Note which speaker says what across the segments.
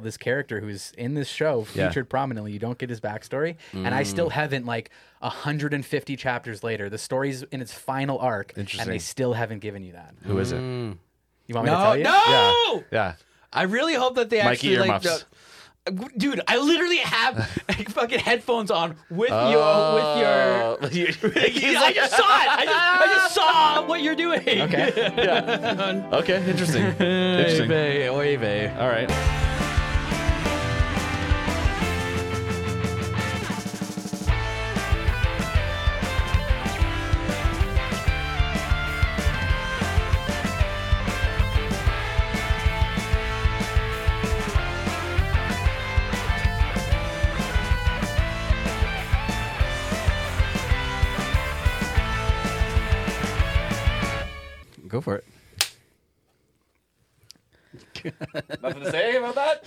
Speaker 1: this character who's in this show
Speaker 2: Yeah. Mm.
Speaker 1: featured prominently. You don't get his backstory, and I still haven't like 150 chapters later. The story's in its final arc, and they
Speaker 2: Interesting.
Speaker 1: still haven't given you that.
Speaker 2: Who is it?
Speaker 1: You want me to
Speaker 3: No,
Speaker 1: tell you?
Speaker 3: no.
Speaker 2: Yeah.
Speaker 3: I really hope that they
Speaker 2: Mikey
Speaker 3: actually like.
Speaker 2: earmuffs.
Speaker 3: the- Dude, I literally have fucking headphones on with
Speaker 2: Oh.
Speaker 3: you with your. He's like, I just saw it. I just, I just saw what you're doing.
Speaker 1: Okay.
Speaker 2: Okay. Interesting. interesting.
Speaker 3: Oy vey, oy vey.
Speaker 2: All right.
Speaker 3: Go for it.
Speaker 2: Nothing to say about that.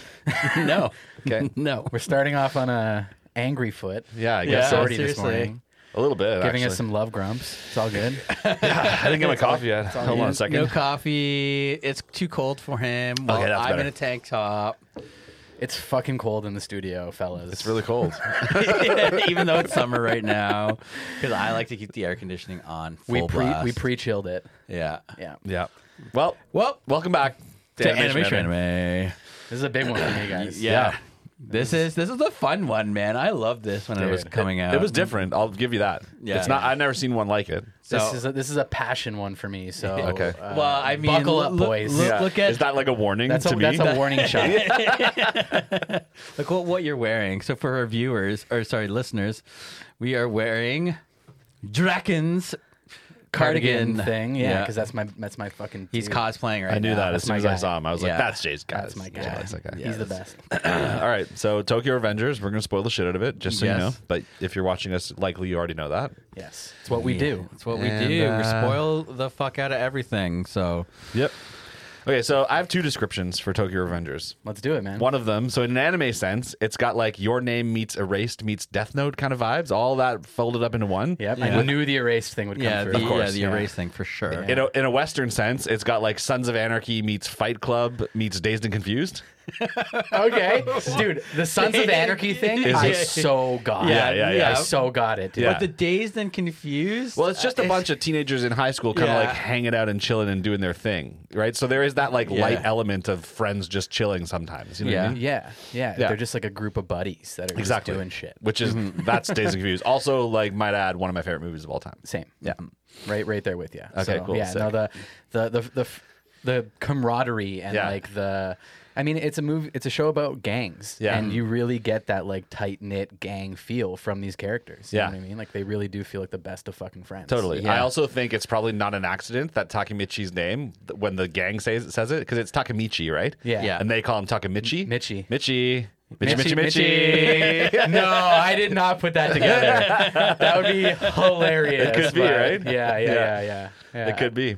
Speaker 3: No.
Speaker 2: Okay.
Speaker 3: No.
Speaker 1: We're starting off on a angry foot.
Speaker 2: Yeah, I
Speaker 3: Yeah,
Speaker 2: guess
Speaker 1: Sorority this
Speaker 3: seriously.
Speaker 1: morning,
Speaker 2: so. A little bit.
Speaker 1: giving us
Speaker 2: actually.
Speaker 1: some love grumps. It's all good.
Speaker 2: I didn't get my coffee yet. Hold on a second.
Speaker 3: No coffee. It's too cold for him. Well,
Speaker 2: that's
Speaker 3: I'm
Speaker 2: better.
Speaker 3: in a tank top.
Speaker 1: it's fucking cold in the studio, fellas.
Speaker 2: it's really cold.
Speaker 3: Even though it's summer right now, because I like to keep the air conditioning on. Full
Speaker 1: we pre
Speaker 3: blast.
Speaker 1: we pre chilled it.
Speaker 3: Yeah.
Speaker 1: Yeah,
Speaker 2: yeah. Well,
Speaker 3: Well,
Speaker 2: welcome back to,
Speaker 3: anime.
Speaker 1: this is a big one for me, guys.
Speaker 3: Yeah. This is this is a fun one, man. I loved this when it was
Speaker 1: Dude.
Speaker 3: coming out.
Speaker 2: It was different. I'll give you that.
Speaker 3: Yeah.
Speaker 2: It's not. I've never seen one like it.
Speaker 1: This
Speaker 3: So-
Speaker 1: is a, this is a passion one for me. So
Speaker 2: Okay.
Speaker 1: uh,
Speaker 3: Well, I mean,
Speaker 1: buckle up,
Speaker 3: look-
Speaker 1: boys.
Speaker 3: look- Yeah. at-
Speaker 2: Is that like a warning
Speaker 1: That's
Speaker 2: to
Speaker 1: a,
Speaker 2: me?
Speaker 1: that's a warning shot.
Speaker 3: Look what, what you're wearing. So for our viewers, or sorry, listeners, we are wearing Draken's
Speaker 1: Cardigan
Speaker 3: cardigan
Speaker 1: thing, yeah, because that's my that's my fucking.
Speaker 3: he's
Speaker 1: dude.
Speaker 3: cosplaying right
Speaker 2: I knew
Speaker 3: now.
Speaker 2: that as soon
Speaker 1: my
Speaker 2: as I
Speaker 1: guy.
Speaker 2: saw him. I was
Speaker 3: Yeah.
Speaker 2: like, "That's Jay's guy.
Speaker 1: That's my guy.
Speaker 2: Yeah, that's my guy."
Speaker 1: He's the best.
Speaker 2: All right, so Tokyo Avengers, we're gonna spoil the shit out of it, just so
Speaker 3: Yes.
Speaker 2: you know. But if you're watching us, likely you already know that.
Speaker 1: Yes, it's what we do.
Speaker 3: That's what we
Speaker 2: And,
Speaker 3: do. we
Speaker 2: uh,
Speaker 3: spoil the fuck out of everything. So
Speaker 2: Yep. Okay, so I have two descriptions for Tokyo Avengers.
Speaker 1: Let's do it, man.
Speaker 2: One of them, so in an anime sense, it's got like your name meets erased meets Death Note kind of vibes, all that folded up into one.
Speaker 1: Yep,
Speaker 3: Yeah.
Speaker 1: I knew the erased thing would come
Speaker 3: yeah,
Speaker 1: through.
Speaker 3: the,
Speaker 2: Of course,
Speaker 3: yeah, the erase thing for sure.
Speaker 2: In a, in a Western sense, it's got like Sons of Anarchy meets Fight Club meets Dazed and Confused.
Speaker 1: Okay, dude, the Sons of Anarchy thing.
Speaker 2: Is
Speaker 1: I
Speaker 2: it-
Speaker 1: so got.
Speaker 3: Yeah,
Speaker 1: it.
Speaker 2: yeah, yeah.
Speaker 1: I so got it. Dude.
Speaker 2: Yeah.
Speaker 3: But the dazed and confused.
Speaker 2: Well, it's just a
Speaker 3: uh,
Speaker 2: bunch of teenagers in high school kind of
Speaker 3: Yeah.
Speaker 2: like hanging out and chilling and doing their thing, right? So there is that like
Speaker 3: Yeah.
Speaker 2: light element of friends just chilling sometimes. You know what I
Speaker 3: Yeah.
Speaker 2: mean?
Speaker 1: Yeah, yeah,
Speaker 2: Yeah.
Speaker 1: They're just like a group of buddies that are
Speaker 2: exactly
Speaker 1: just doing shit.
Speaker 2: which is that's Days and Confused. Also, like might add one of my favorite movies of all time.
Speaker 1: Same. Yeah. Right, right there with you.
Speaker 2: Okay,
Speaker 1: So,
Speaker 2: cool,
Speaker 1: Yeah. No, the the the the the camaraderie and
Speaker 2: Yeah.
Speaker 1: like the. I mean, it's a movie. It's a show about gangs,
Speaker 2: Yeah. Mm-hmm.
Speaker 1: and you really get that like tight knit gang feel from these characters. You
Speaker 2: Yeah.
Speaker 1: know what I mean, like they really do feel like the best of fucking friends.
Speaker 2: Totally.
Speaker 3: Yeah.
Speaker 2: I also think it's probably not an accident that Takemichi's name th- when the gang says says it because it's Takemichi, right?
Speaker 1: Yeah.
Speaker 3: Yeah.
Speaker 2: And they call him Takemichi.
Speaker 1: Michi.
Speaker 2: Michi. Michi.
Speaker 1: Mitchy,
Speaker 2: Michi.
Speaker 1: Mitchy.
Speaker 2: Michi.
Speaker 1: no, I did not put that together. that would be hilarious. It
Speaker 2: could be, right?
Speaker 1: Yeah, yeah,
Speaker 2: Yeah.
Speaker 1: yeah, yeah. yeah,
Speaker 2: It could be.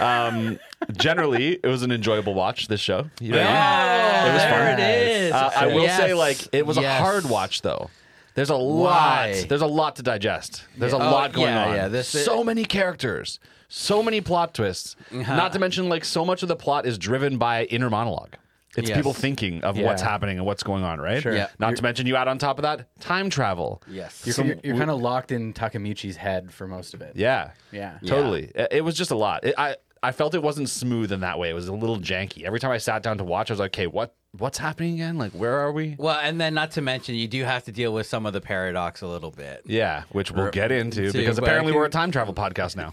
Speaker 2: Um, generally, it was an enjoyable watch. This show. You know what I mean?
Speaker 3: Yeah,
Speaker 2: It was
Speaker 3: there
Speaker 2: fun.
Speaker 3: It is.
Speaker 2: Uh, I will
Speaker 3: Yes,
Speaker 2: say, like, it was
Speaker 3: yes.
Speaker 2: a hard watch, though. There's a
Speaker 3: Why?
Speaker 2: lot. There's a lot to digest. There's a
Speaker 3: Yeah. Oh,
Speaker 2: lot going
Speaker 3: yeah,
Speaker 2: on.
Speaker 3: yeah, this-
Speaker 2: so many characters, so many plot twists. Not to mention, like, so much of the plot is driven by inner monologue. It's
Speaker 3: Yes.
Speaker 2: people thinking of what's
Speaker 1: Yeah.
Speaker 2: happening and what's going on, right?
Speaker 1: Sure. Yeah.
Speaker 2: Not to mention, you add on top of that time travel.
Speaker 3: Yes.
Speaker 1: You're,
Speaker 2: Some-
Speaker 1: you're, kind of locked in Takamichi's head for most of it.
Speaker 2: yeah.
Speaker 1: Yeah.
Speaker 2: Totally. It- It was just a lot. It, I I felt it wasn't smooth in that way. It was a little janky. Every time I sat down to watch, I was like, okay, what what's happening again? Like, where are we?
Speaker 3: Well, and then not to mention, you do have to deal with some of the paradox a little bit.
Speaker 2: Yeah, which we'll get into
Speaker 3: to-
Speaker 2: because
Speaker 3: but I
Speaker 2: apparently we're a
Speaker 3: think-
Speaker 2: time travel podcast now.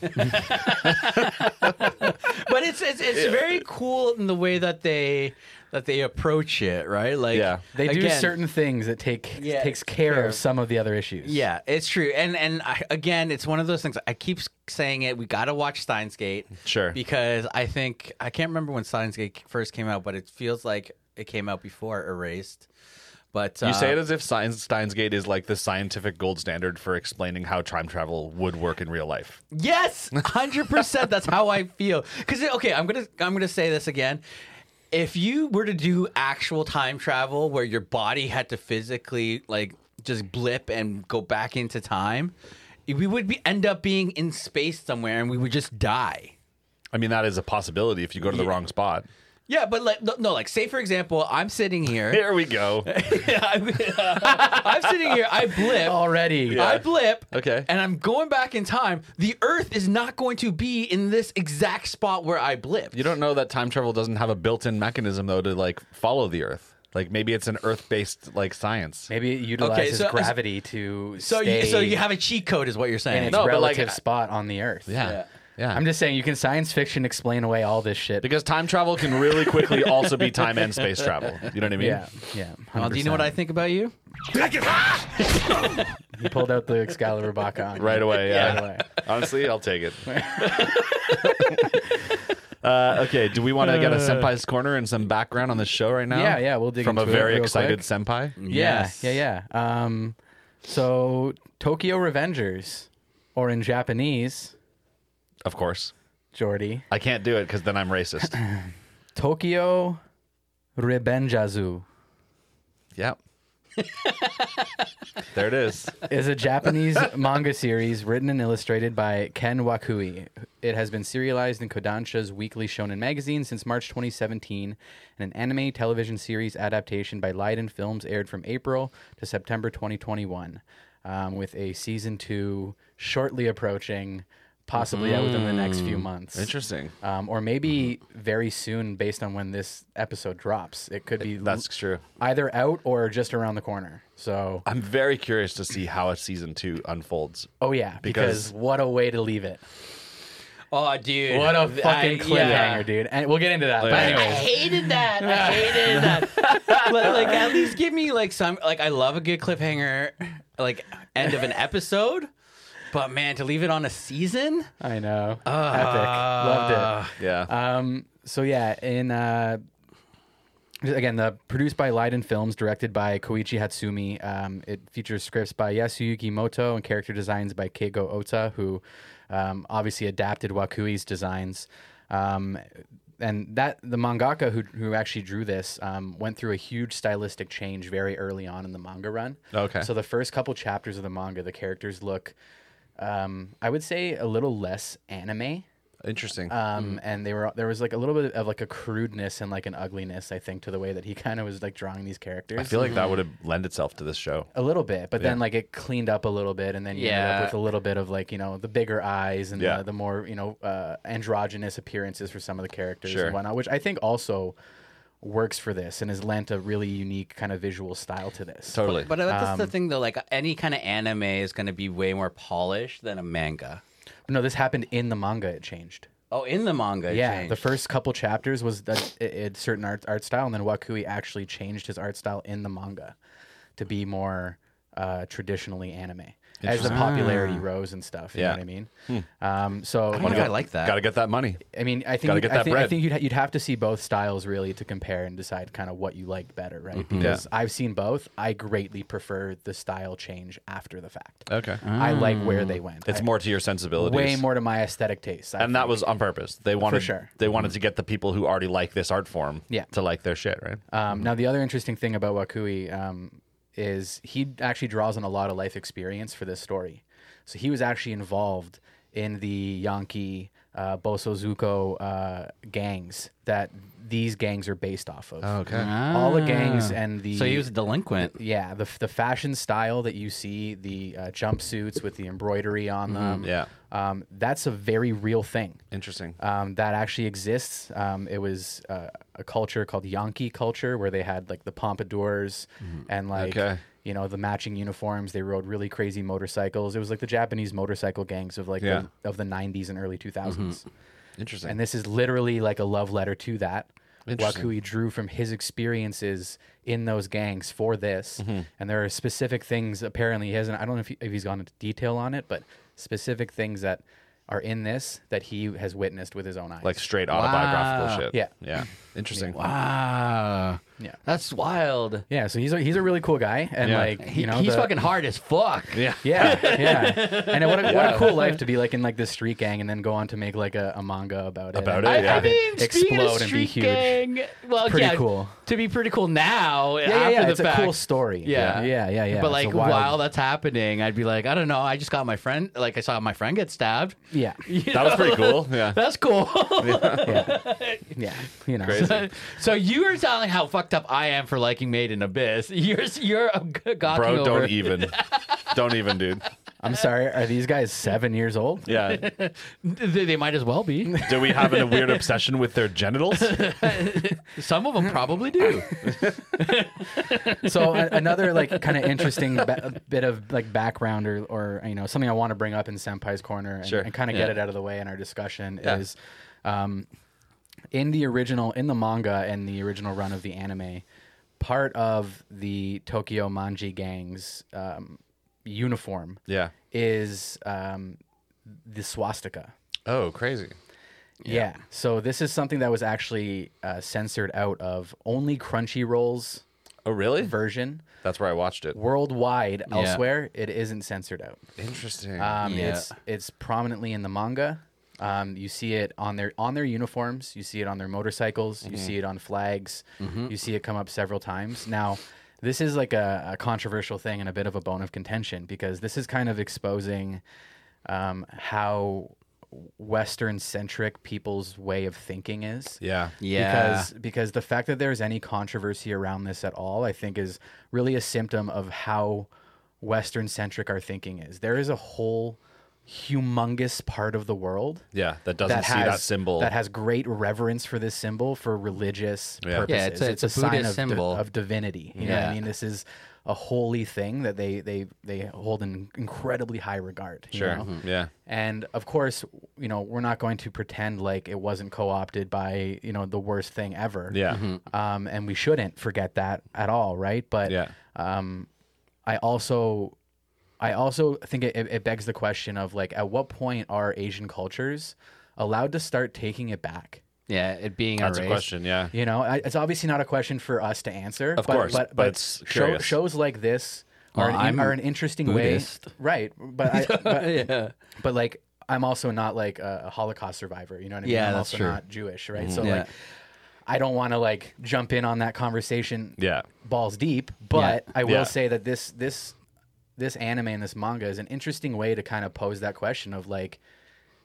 Speaker 3: But it's it's, it's very cool in the way that they that they approach it, right? Like
Speaker 2: Yeah.
Speaker 1: They do
Speaker 3: again-
Speaker 1: certain things that take
Speaker 3: Yeah,
Speaker 1: takes care
Speaker 3: fair.
Speaker 1: of some of the other issues.
Speaker 3: Yeah, it's true. And and I, again, it's one of those things. I keep saying it. We got to watch Steins Gate.
Speaker 2: Sure.
Speaker 3: Because I think I can't remember when Steins Gate first came out, but it feels like it came out before Erased. But
Speaker 2: you
Speaker 3: uh,
Speaker 2: say it as if Stein- Steins Gate is like the scientific gold standard for explaining how time travel would work in real life.
Speaker 3: Yes, hundred percent. That's how I feel. Because okay, I'm gonna I'm gonna say this again. If you were to do actual time travel, where your body had to physically like just blip and go back into time, we would be end up being in space somewhere, and we would just die.
Speaker 2: I mean, that is a possibility if you go to the wrong spot.
Speaker 3: Yeah, but like no, no, like say for example, I'm sitting here.
Speaker 2: There we go.
Speaker 3: I'm, I'm sitting here. I blip.
Speaker 1: already.
Speaker 3: I blip.
Speaker 2: Okay.
Speaker 3: And I'm going back in time. The Earth is not going to be in this exact spot where I blipped.
Speaker 2: You don't know that time travel doesn't have a built-in mechanism though to like follow the Earth. Like maybe it's an Earth-based like science.
Speaker 1: Maybe it utilizes
Speaker 3: so-
Speaker 1: gravity to
Speaker 3: so
Speaker 1: stay
Speaker 3: you, so you have a cheat code, is what you're
Speaker 1: in
Speaker 3: saying.
Speaker 1: its
Speaker 2: No, but, like,
Speaker 1: relative spot on the Earth.
Speaker 2: Yeah. Yeah.
Speaker 1: I'm just saying you can science fiction explain away all this shit.
Speaker 2: because time travel can really quickly also be time and space travel. You know what I mean?
Speaker 1: yeah, yeah.
Speaker 3: Well, Oh, do you know what I think about you?
Speaker 1: He pulled out the Excalibur Bacan
Speaker 2: Right away. Yeah.
Speaker 1: Right away.
Speaker 2: Honestly, I'll take it. uh, okay. Do we want to get a senpai's corner and some background on the show right now?
Speaker 1: Yeah, yeah, we'll dig
Speaker 2: from
Speaker 1: into
Speaker 2: a
Speaker 1: it
Speaker 2: very
Speaker 1: real
Speaker 2: excited
Speaker 1: quick.
Speaker 2: senpai.
Speaker 1: Yeah,
Speaker 3: Yes.
Speaker 1: yeah, yeah. Um, so Tokyo Revengers, or in Japanese,
Speaker 2: Of course,
Speaker 1: Jordy,
Speaker 2: I can't do it because then I'm racist.
Speaker 1: Tokyo Rebenjazu
Speaker 2: yep. there it is.
Speaker 1: is a Japanese manga series written and illustrated by Ken Wakui. It has been serialized in Kodansha's Weekly Shonen magazine since March 2017, and an anime television series adaptation by Leiden Films aired from April to September 2021, um, with a season two shortly approaching, possibly out within the next few months.
Speaker 2: Hmm. Interesting. Hmm.
Speaker 1: Um, or maybe very soon, based on when this episode drops. It could be
Speaker 2: That's true.
Speaker 1: either out or just around the corner. So,
Speaker 2: I'm very curious to see how a season two unfolds.
Speaker 1: oh yeah, because,
Speaker 2: Because-
Speaker 1: what a way to leave it.
Speaker 3: Oh, dude.
Speaker 1: What a
Speaker 3: I-
Speaker 1: fucking cliffhanger,
Speaker 3: yeah.
Speaker 1: dude. And we'll get into that. But
Speaker 2: yeah.
Speaker 3: I
Speaker 1: anyways,
Speaker 3: hated that. I hated that. like, like, at least give me like some. Like, I love a good cliffhanger, like end of an episode. But man, to leave it on a season.
Speaker 1: I know. Ah. Epic. Loved it.
Speaker 2: Yeah.
Speaker 1: Um, so yeah, in uh, again, the produced by Leiden Films, directed by Koichi Hatsumi. Um, it features scripts by Yasuyuki Moto and character designs by Keigo Ota, who um, obviously adapted Wakui's designs. Um, and that the mangaka who who actually drew this um, went through a huge stylistic change very early on in the manga run.
Speaker 2: Okay.
Speaker 1: So the first couple chapters of the manga, the characters look, um, I would say, a little less anime
Speaker 2: Interesting.
Speaker 1: um, and they were there was like a little bit of like a crudeness and like an ugliness I think to the way that he kind of was like drawing these characters.
Speaker 2: I feel like that would have lend itself to this show.
Speaker 1: a little bit, but then like it cleaned up a little bit, and then you ended
Speaker 3: Yeah.
Speaker 1: up with a little bit of like you know the bigger eyes and
Speaker 2: Yeah.
Speaker 1: the, the more you know uh, androgynous appearances for some of the characters
Speaker 2: Sure.
Speaker 1: and whatnot, which I think also works for this and has lent a really unique kind of visual style to this.
Speaker 2: Totally.
Speaker 3: But uh, that's the thing, though. Like, any kind of anime is going to be way more polished than a manga.
Speaker 1: No, this happened in the manga; it changed.
Speaker 3: Oh, in the manga, it
Speaker 1: Yeah,
Speaker 3: changed.
Speaker 1: the first couple chapters was that it, it certain art art style, and then Wakui actually changed his art style in the manga to be more uh, traditionally anime as the popularity rose and stuff. You
Speaker 2: Ah. Yeah.
Speaker 1: know what I mean? Um, so
Speaker 3: I wonder if I like that.
Speaker 2: Got to get that money.
Speaker 1: I mean, I think
Speaker 2: Gotta
Speaker 1: you'd-
Speaker 2: get
Speaker 1: I
Speaker 2: that
Speaker 1: think, I
Speaker 2: bread.
Speaker 1: think you'd, ha- you'd have to see both styles really to compare and decide kind of what you liked better, right?
Speaker 2: Mm-hmm.
Speaker 1: Because I've seen both. I greatly prefer the style change after the fact.
Speaker 2: Okay.
Speaker 1: I like where they went.
Speaker 2: Mm. It's
Speaker 1: Uh, I-
Speaker 2: more to your sensibilities.
Speaker 1: way more to my aesthetic taste. I
Speaker 2: And that was on purpose. They wanted
Speaker 1: sure.
Speaker 2: they wanted to get the people who already like this art form
Speaker 1: Yeah.
Speaker 2: to like their shit, right?
Speaker 3: Mm-hmm.
Speaker 1: Um, now, the other interesting thing about Wakui um, is he actually draws on a lot of life experience for this story. So he was actually involved in the Yankee uh, Bosozuko uh, gangs that these gangs are based off of.
Speaker 2: Oh, Okay.
Speaker 1: All the gangs and the
Speaker 3: Oh. Ah. So he was a delinquent.
Speaker 1: yeah the the fashion style that you see the uh, jumpsuits with the embroidery
Speaker 3: Mm-hmm.
Speaker 1: on them
Speaker 2: Yeah.
Speaker 1: um, that's a very real thing
Speaker 2: Interesting.
Speaker 1: um, that actually exists. Um, it was uh, a culture called Yankee culture where they had like the pompadours and like
Speaker 2: Mm-hmm. Okay.
Speaker 1: you know the matching uniforms. They rode really crazy motorcycles. It was like the Japanese motorcycle gangs of like
Speaker 2: Yeah. Mm-hmm.
Speaker 1: the, of the '90s and early 2000s.
Speaker 2: Interesting.
Speaker 1: And this is literally like a love letter to that.
Speaker 2: Interesting.
Speaker 1: Wakui drew from his experiences in those gangs for this,
Speaker 2: Mm-hmm.
Speaker 1: and there are specific things. Apparently, he hasn't. I don't know if, he, if he's gone into detail on it, but specific things that are in this that he has witnessed with his own eyes.
Speaker 2: like straight autobiographical
Speaker 3: Wow.
Speaker 2: shit.
Speaker 1: Yeah.
Speaker 2: Yeah. Interesting.
Speaker 3: Wow.
Speaker 1: Yeah.
Speaker 3: That's wild.
Speaker 1: Yeah, so he's a, he's a really cool guy, and
Speaker 2: Yeah.
Speaker 1: like
Speaker 3: He,
Speaker 1: you know
Speaker 3: he's
Speaker 1: the-
Speaker 3: fucking hard as fuck.
Speaker 2: Yeah.
Speaker 1: Yeah, yeah, and what a, what a cool life to be like in like this street gang, and then go on to make like a, a manga about it.
Speaker 2: About
Speaker 1: and
Speaker 2: it,
Speaker 1: have
Speaker 2: yeah.
Speaker 1: it explode and be huge.
Speaker 3: gang, well,
Speaker 1: Pretty
Speaker 3: yeah,
Speaker 1: cool.
Speaker 3: To be pretty cool now.
Speaker 1: Yeah, yeah,
Speaker 3: after
Speaker 1: yeah.
Speaker 3: the
Speaker 1: It's
Speaker 3: fact.
Speaker 1: a cool story.
Speaker 3: Yeah.
Speaker 1: yeah, yeah, yeah.
Speaker 3: But
Speaker 1: It's a
Speaker 3: like
Speaker 1: wild-
Speaker 3: while that's happening, I'd be like, I don't know. I just got my friend. Like I saw my friend get stabbed.
Speaker 1: yeah,
Speaker 3: You
Speaker 2: That was
Speaker 3: know?
Speaker 2: pretty cool. Yeah.
Speaker 3: That's cool.
Speaker 1: yeah, yeah. You know,
Speaker 2: Crazy.
Speaker 3: so you were telling how fucked up I am for liking Maiden Abyss. You're you're a g- gawking
Speaker 2: Bro,
Speaker 3: over.
Speaker 2: don't
Speaker 1: e-
Speaker 2: even. Don't even, dude.
Speaker 1: I'm sorry. Are these guys seven years old?
Speaker 2: Yeah.
Speaker 3: They, they might as well be.
Speaker 2: Do we have a weird obsession with their genitals?
Speaker 3: Some of them probably do.
Speaker 1: so a- another like kind of interesting ba- bit of like background or, or you know something I want to bring up in Senpai's corner and,
Speaker 2: Sure.
Speaker 1: kind of get
Speaker 2: Yeah.
Speaker 1: it out of the way in our discussion
Speaker 2: Yeah.
Speaker 1: is um, in the original in the manga and the original run of the anime part of the Tokyo Manji gang's um, uniform
Speaker 2: Yeah.
Speaker 1: is um, the swastika.
Speaker 2: Oh, crazy.
Speaker 1: Yeah. So this is something that was actually uh, censored out of only Crunchyroll's
Speaker 2: Oh, really?
Speaker 1: version.
Speaker 2: That's where I watched it.
Speaker 1: worldwide elsewhere it isn't censored out
Speaker 2: Interesting.
Speaker 1: um,
Speaker 3: Yeah.
Speaker 1: it's it's prominently in the manga um, you see it on their on their uniforms you see it on their motorcycles you see it on flags you see it come up several times now this is like a, a controversial thing and a bit of a bone of contention because this is kind of exposing um, how western centric people's way of thinking is
Speaker 2: yeah.
Speaker 1: because because the fact that there's any controversy around this at all, I think, is really a symptom of how Western centric our thinking is. There is a whole humongous part of the world
Speaker 2: Yeah. That doesn't see that symbol.
Speaker 1: that has great reverence for this symbol for religious
Speaker 2: Yeah.
Speaker 1: purposes.
Speaker 3: Yeah, it's a- it's a
Speaker 1: sign
Speaker 3: Buddhist
Speaker 1: of, di-
Speaker 3: symbol.
Speaker 1: of divinity. You know what
Speaker 3: Yeah.
Speaker 1: I mean? This is a holy thing that they they they hold in incredibly high regard. you
Speaker 2: sure.
Speaker 1: know?
Speaker 3: Mm-hmm.
Speaker 2: Yeah.
Speaker 1: And of course, you know, we're not going to pretend like it wasn't co-opted by, you know, the worst thing ever.
Speaker 2: Yeah.
Speaker 1: Um, and we shouldn't forget that at all, right? But
Speaker 2: Yeah.
Speaker 1: um, I also, I also think it, it begs the question of like, at what point are Asian cultures allowed to start taking it back?
Speaker 3: yeah, it being
Speaker 2: That's a
Speaker 3: erased.
Speaker 2: question. Yeah.
Speaker 1: You know, I, it's obviously not a question for us to answer. Of
Speaker 2: course, but it's curious.
Speaker 1: shows like this are,
Speaker 3: Well,
Speaker 1: an,
Speaker 3: I'm
Speaker 1: are an interesting
Speaker 3: Buddhist.
Speaker 1: way, right? But, I, but
Speaker 3: yeah.
Speaker 1: but like I'm also not like a a Holocaust survivor. You know what I mean?
Speaker 3: Yeah,
Speaker 1: I'm
Speaker 3: that's
Speaker 1: also
Speaker 3: true.
Speaker 1: not Jewish, right?
Speaker 2: Mm-hmm.
Speaker 1: So
Speaker 3: Yeah.
Speaker 1: like I don't want to like jump in on that conversation
Speaker 2: Yeah.
Speaker 1: balls deep, but I will
Speaker 2: Yeah.
Speaker 1: say that this this this anime and this manga is an interesting way to kind of pose that question of like,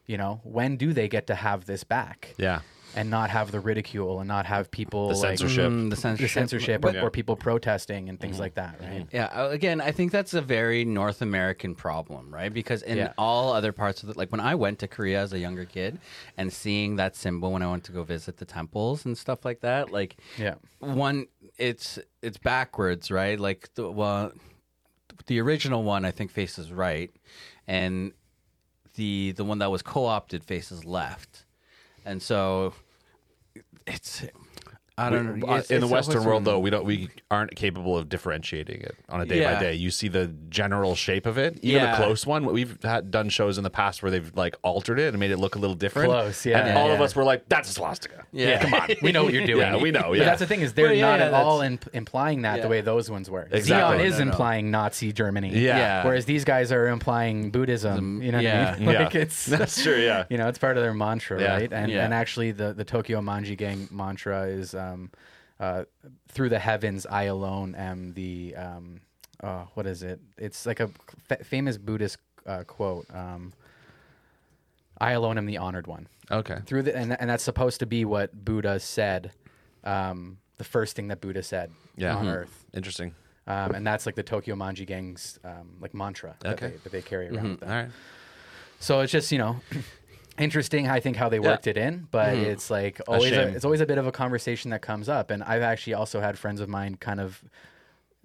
Speaker 1: you know, when do they get to have this back?
Speaker 2: Yeah.
Speaker 1: And not have the ridicule and not have people
Speaker 2: The
Speaker 1: like
Speaker 2: censorship. Mm-hmm.
Speaker 3: Mm, the censorship.
Speaker 1: the censorship
Speaker 3: But-
Speaker 1: or, or people protesting and things like that, right?
Speaker 3: Yeah, uh, again, I think that's a very North American problem, right? Because in
Speaker 1: Yeah.
Speaker 3: all other parts of the like when I went to Korea as a younger kid and seeing that symbol when I went to go visit the temples and stuff like that, like
Speaker 2: Mm-hmm.
Speaker 1: Yeah.
Speaker 3: one it's it's backwards, right? Like the well, the original one I think faces right and the the one that was co-opted faces left. And so it's I don't know.
Speaker 2: Uh,
Speaker 3: it's-
Speaker 2: in the
Speaker 3: it's a
Speaker 2: Western world,
Speaker 3: Western-
Speaker 2: though, we don't we aren't capable of differentiating it on a day by
Speaker 3: Yeah.
Speaker 2: day. You see the general shape of it, even
Speaker 3: Yeah.
Speaker 2: a close one. We've had, done shows in the past where they've like altered it and made it look a little different.
Speaker 1: Close, yeah.
Speaker 2: And
Speaker 1: Yeah,
Speaker 2: all of
Speaker 3: yeah.
Speaker 2: us were like, "That's a swastika."
Speaker 3: Yeah.
Speaker 2: come on.
Speaker 1: We know what you're doing.
Speaker 2: Yeah, we know, Oh, yeah.
Speaker 1: But that's the thing is they're
Speaker 3: Well, yeah,
Speaker 1: not
Speaker 3: yeah,
Speaker 1: at
Speaker 3: that's-
Speaker 1: all imp- implying that
Speaker 3: Yeah.
Speaker 1: the way those ones were.
Speaker 2: Exactly.
Speaker 1: Zion is
Speaker 3: No, no, no.
Speaker 1: implying Nazi Germany.
Speaker 2: Yeah.
Speaker 3: Yeah.
Speaker 1: Whereas these guys are implying Buddhism. You know what I mean?
Speaker 2: yeah.
Speaker 1: Like it's
Speaker 2: That's true. Yeah.
Speaker 1: you know, it's part of their mantra,
Speaker 2: Yeah.
Speaker 1: right? And
Speaker 3: Yeah.
Speaker 1: and actually the, the Tokyo Manji gang mantra is um uh through the heavens I alone am the um uh what is it? It's like a fa- famous Buddhist uh, quote. Um I alone am the honored one
Speaker 2: Okay.
Speaker 1: through the and, and that's supposed to be what Buddha said, um, the first thing that Buddha said
Speaker 2: Yeah.
Speaker 1: on
Speaker 2: Mhm.
Speaker 1: Earth,
Speaker 2: Interesting.
Speaker 1: um, and that's like the Tokyo Manji gang's um, like mantra that,
Speaker 2: Okay. Mm-hmm.
Speaker 1: they, that they carry around. With them.
Speaker 2: All right.
Speaker 1: So it's just you know. Interesting, I think how they worked it in, but it's like always a,
Speaker 2: Mm-hmm. shame.
Speaker 1: it's always a bit of a conversation that comes up, and I've actually also had friends of mine kind of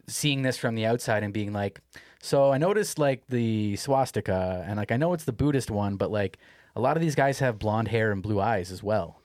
Speaker 1: seeing this from the outside and being like, so I noticed like the swastika, and like I know it's the Buddhist one, but like a lot of these guys have blonde hair and blue eyes as well.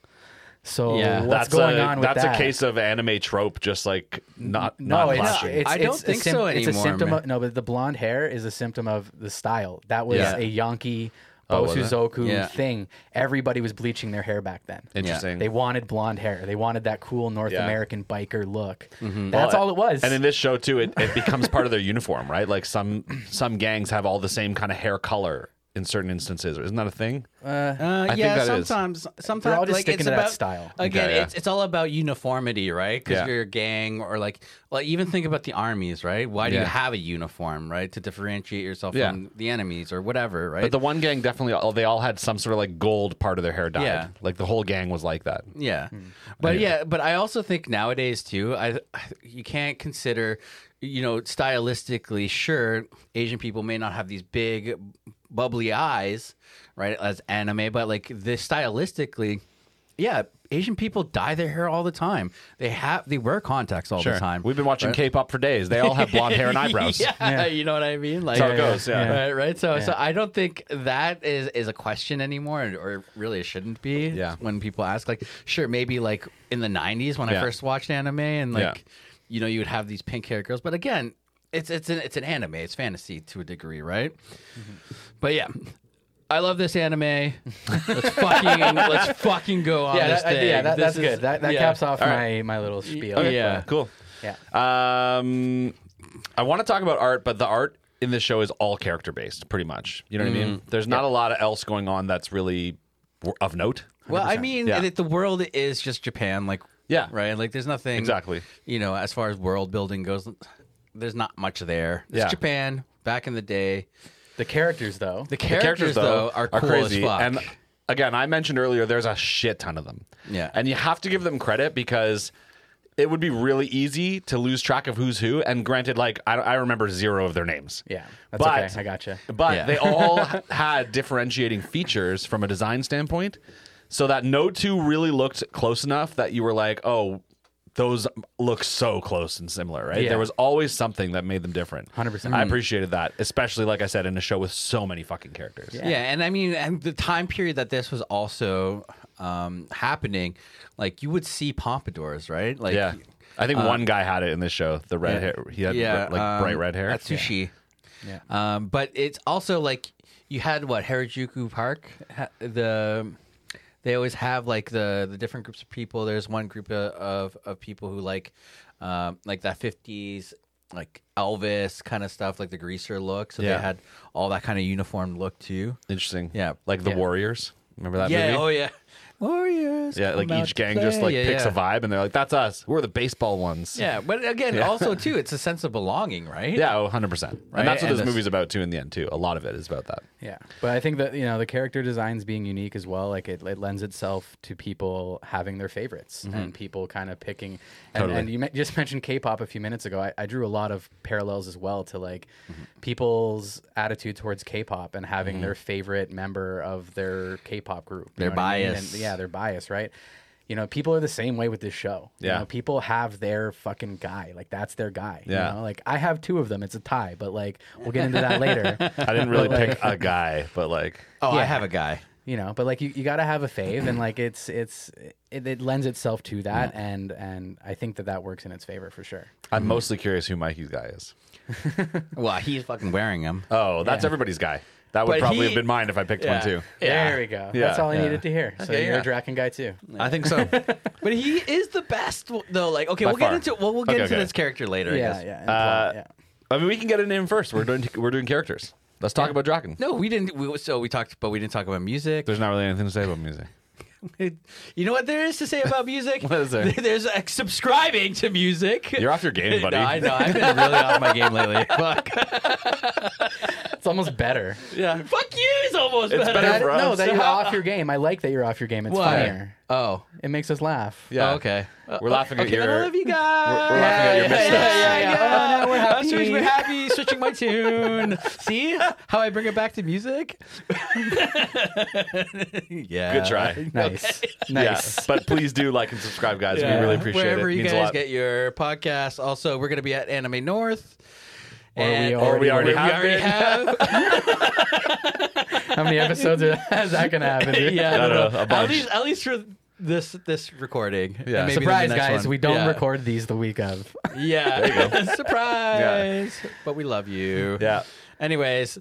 Speaker 1: So
Speaker 3: Yeah.
Speaker 1: what's
Speaker 2: that's
Speaker 1: going
Speaker 2: a,
Speaker 1: on with
Speaker 2: that's
Speaker 1: that?
Speaker 2: a case of anime trope, just like not
Speaker 1: No,
Speaker 2: not
Speaker 1: it's,
Speaker 2: clashing.
Speaker 1: it's,
Speaker 3: I don't
Speaker 1: it's a
Speaker 3: think so
Speaker 1: It's a
Speaker 3: anymore,
Speaker 1: symptom
Speaker 3: man.
Speaker 1: of no, but the blonde hair is a symptom of the style. That was
Speaker 3: Yeah.
Speaker 1: a Yankee
Speaker 2: Oh, was it?
Speaker 1: Bosuzoku
Speaker 3: Yeah.
Speaker 1: thing, everybody was bleaching their hair back then.
Speaker 2: Interesting.
Speaker 1: They wanted blonde hair. They wanted that cool North
Speaker 2: Yeah.
Speaker 1: American biker look.
Speaker 3: Mm-hmm.
Speaker 1: That's all it was.
Speaker 2: And in this show too, it, it becomes part of their uniform, right? Like some some gangs have all the same kind of hair color in certain instances. Isn't that a thing?
Speaker 3: Uh,
Speaker 2: I think
Speaker 3: yeah,
Speaker 2: that is.
Speaker 3: sometimes, sometimes
Speaker 1: They're all just
Speaker 3: like,
Speaker 1: sticking
Speaker 3: it's
Speaker 1: to that
Speaker 3: about,
Speaker 1: style.
Speaker 3: Again,
Speaker 2: Okay, yeah.
Speaker 3: it's, it's all about uniformity, right? Because
Speaker 2: Yeah.
Speaker 3: you're a gang, or like, well, even think about the armies, right? Why do
Speaker 2: Yeah.
Speaker 3: you have a uniform, right? To differentiate yourself
Speaker 2: Yeah.
Speaker 3: from the enemies or whatever, right?
Speaker 2: But the one gang definitely all they all had some sort of like gold part of their hair dyed.
Speaker 3: Yeah.
Speaker 2: Like the whole gang was like that.
Speaker 3: Yeah, but yeah, but I also think nowadays too, I, I you can't consider, you know, stylistically. Sure, Asian people may not have these big, bubbly eyes, right, as anime, but like this stylistically, yeah, Asian people dye their hair all the time. They have they wear contacts all the time.
Speaker 2: We've been watching K-pop for days. They all have blonde hair and eyebrows.
Speaker 3: Yeah, you know what I mean. Like
Speaker 2: how it goes, yeah.
Speaker 1: Yeah.
Speaker 3: right, right. So, so I don't think that is is a question anymore, and- or really it shouldn't be.
Speaker 2: Yeah.
Speaker 3: when people ask, like, sure, maybe like in the '90s when
Speaker 2: Yeah.
Speaker 3: I first watched anime, and like,
Speaker 2: Yeah.
Speaker 3: you know, you would have these pink haired girls, but again, it's it's an it's an anime, it's fantasy to a degree, right?
Speaker 1: Mm-hmm.
Speaker 3: But yeah. I love this anime. Let's fucking let's fucking go on
Speaker 1: yeah,
Speaker 3: this
Speaker 1: that,
Speaker 3: thing.
Speaker 1: yeah, that,
Speaker 3: This
Speaker 1: that's
Speaker 3: is-
Speaker 1: good. That, that
Speaker 3: yeah.
Speaker 1: caps off my, my little spiel.
Speaker 2: Okay,
Speaker 3: Yeah.
Speaker 2: Cool.
Speaker 1: Yeah.
Speaker 2: Um, I want to talk about art, but the art in this show is all character based, pretty much. You know what
Speaker 1: Mm.
Speaker 2: I mean? There's not a lot else going on that's really w- of note.
Speaker 3: Well, I mean,
Speaker 2: Yeah.
Speaker 3: that the world is just Japan, like
Speaker 2: Yeah.
Speaker 3: right. Like, there's nothing
Speaker 2: Exactly.
Speaker 3: You know, as far as world building goes, there's not much there. It's
Speaker 2: Yeah.
Speaker 3: Japan back in the day.
Speaker 1: The characters, though.
Speaker 3: The characters, though, are, cool
Speaker 2: crazy.
Speaker 3: as fuck.
Speaker 2: And again, I mentioned earlier, there's a shit ton of them.
Speaker 3: Yeah.
Speaker 2: And you have to give them credit because it would be really easy to lose track of who's who. And granted, like, I, I remember zero of their names.
Speaker 1: yeah, that's
Speaker 2: but,
Speaker 1: okay. I gotcha.
Speaker 2: But
Speaker 3: Yeah.
Speaker 2: they all had differentiating features from a design standpoint so that no two really looked close enough that you were like, oh, those look so close and similar, right?
Speaker 1: Yeah.
Speaker 2: There was always something that made them different.
Speaker 1: 100%.
Speaker 2: I appreciated that, especially, like I said, in a show with so many fucking characters.
Speaker 3: yeah. and I mean, and the time period that this was also um, happening, like you would see pompadours, right? Like,
Speaker 2: Yeah. I think one guy had it in this show. The red hair. He had
Speaker 3: yeah,
Speaker 2: re- like
Speaker 3: um,
Speaker 2: bright red hair.
Speaker 3: Atsushi.
Speaker 1: Yeah.
Speaker 3: Um, but it's also like you had what Harajuku Park. ha- The they always have like the the different groups of people. There's one group of of, of people who like um, like that '50s like Elvis kind of stuff, like the greaser look. So
Speaker 2: Yeah.
Speaker 3: they had all that kind of uniform look too.
Speaker 2: Interesting.
Speaker 3: Yeah.
Speaker 2: Like the
Speaker 3: Yeah.
Speaker 2: Warriors. Remember that
Speaker 3: yeah.
Speaker 2: movie?
Speaker 3: Oh yeah. Warriors.
Speaker 2: yeah,
Speaker 3: come
Speaker 2: like
Speaker 3: out
Speaker 2: each
Speaker 3: to
Speaker 2: gang just
Speaker 3: play.
Speaker 2: like
Speaker 3: Yeah,
Speaker 2: picks a
Speaker 3: yeah.
Speaker 2: vibe and they're like, that's us. We're the baseball ones.
Speaker 3: Yeah, but again, also too, it's a sense of belonging, right?
Speaker 2: Yeah, oh, 100%.
Speaker 3: Right?
Speaker 2: And that's what
Speaker 3: And
Speaker 2: this
Speaker 3: this-
Speaker 2: movie's about, too, in the end, too. A lot of it is about that.
Speaker 1: Yeah, but I think that you know the character designs being unique as well. Like it, it lends itself to people having their favorites and people kind of picking. And,
Speaker 2: Mm-hmm. Totally.
Speaker 1: and you me- just mentioned K-pop a few minutes ago. I, I drew a lot of parallels as well to like
Speaker 2: Mm-hmm.
Speaker 1: people's attitude towards K-pop and having their favorite member of their K-pop group. you
Speaker 3: Their
Speaker 1: know what I mean?
Speaker 3: bias.
Speaker 1: And, yeah, their bias, right? You know, people are the same way with this show. You
Speaker 2: Yeah.
Speaker 1: know, people have their fucking guy. Like that's their guy. you
Speaker 2: Yeah.
Speaker 1: know? Like I have two of them. It's a tie, but like we'll get into that later.
Speaker 2: I didn't really pick a guy, but like,
Speaker 3: Oh, I
Speaker 1: Yeah.
Speaker 3: have a guy.
Speaker 1: you know but like you, you got to have a fave and like it's it's it, it lends itself to that and and i think that that works in its favor for sure
Speaker 2: I'm mostly curious who Mikey's guy is.
Speaker 3: Well, he's fucking wearing him.
Speaker 2: Oh, that's everybody's guy. That would
Speaker 3: But
Speaker 2: probably
Speaker 3: he-
Speaker 2: have been mine if I picked one,
Speaker 3: Yeah.
Speaker 2: too.
Speaker 3: Yeah.
Speaker 1: there we go
Speaker 2: Yeah.
Speaker 1: that's all i
Speaker 2: Yeah.
Speaker 1: needed to hear so
Speaker 2: Okay,
Speaker 1: you're
Speaker 2: yeah.
Speaker 1: a draken guy too
Speaker 2: I think so.
Speaker 3: But he is the best. w- Though, like, okay,
Speaker 2: By
Speaker 3: we'll
Speaker 2: far.
Speaker 3: get into well, we'll get
Speaker 2: Okay,
Speaker 3: into
Speaker 2: okay.
Speaker 3: this character later. I
Speaker 1: yeah
Speaker 3: guess.
Speaker 1: yeah, and
Speaker 2: Uh,
Speaker 1: plot, yeah.
Speaker 2: I mean, we can get it in first. We're doing, we're doing characters. Let's talk about Draken.
Speaker 3: No, we didn't. We, so we talked, but we didn't talk about music.
Speaker 2: There's not really anything to say about music.
Speaker 3: you know what there is to say about music?
Speaker 2: What is there?
Speaker 3: There's like, subscribing to music.
Speaker 2: You're off your game, buddy.
Speaker 3: No, I know. I've been really off my game lately. Fuck.
Speaker 1: it's almost better
Speaker 3: Yeah. Fuck you is almost better.
Speaker 2: better
Speaker 1: That-
Speaker 2: for
Speaker 1: no
Speaker 2: us.
Speaker 1: that you're off your game i like that you're off your game it's
Speaker 3: Why?
Speaker 1: funnier
Speaker 3: Oh.
Speaker 1: it makes us laugh
Speaker 2: Yeah.
Speaker 3: Oh, okay.
Speaker 2: We're laughing at
Speaker 3: Okay, then I
Speaker 2: your-
Speaker 3: love you guys.
Speaker 2: we're laughing at your
Speaker 3: yeah,
Speaker 2: missteps.
Speaker 3: yeah, yeah, yeah.
Speaker 1: Oh, no, we're
Speaker 3: I'm
Speaker 1: happy.
Speaker 3: switching- we're happy. Switching my tune. See how I bring it back to music? yeah.
Speaker 2: Good try.
Speaker 1: nice
Speaker 2: Yes,
Speaker 1: nice
Speaker 2: But please do like and subscribe, guys.
Speaker 3: Yeah.
Speaker 2: We really appreciate
Speaker 3: Wherever
Speaker 2: it.
Speaker 3: you
Speaker 2: means a
Speaker 3: guys
Speaker 2: lot.
Speaker 3: get your podcast. Also, we're going to be at Anime North.
Speaker 1: Or we
Speaker 3: And-
Speaker 1: already- Or we
Speaker 2: already
Speaker 3: we
Speaker 2: have
Speaker 3: already
Speaker 2: been.
Speaker 3: have.
Speaker 1: how many episodes are, is that gonna happen dude?
Speaker 3: yeah, I
Speaker 2: No,
Speaker 3: don't
Speaker 2: no,
Speaker 3: know.
Speaker 2: a
Speaker 3: At
Speaker 2: bunch.
Speaker 3: least, at least for this this recording.
Speaker 2: Yeah.
Speaker 3: And maybe
Speaker 1: surprise
Speaker 3: the next
Speaker 1: guys
Speaker 3: one.
Speaker 1: we don't
Speaker 3: Yeah.
Speaker 1: record these the week of
Speaker 2: Um,
Speaker 3: Yeah. surprise. But we love you.
Speaker 2: Yeah.
Speaker 3: Anyways,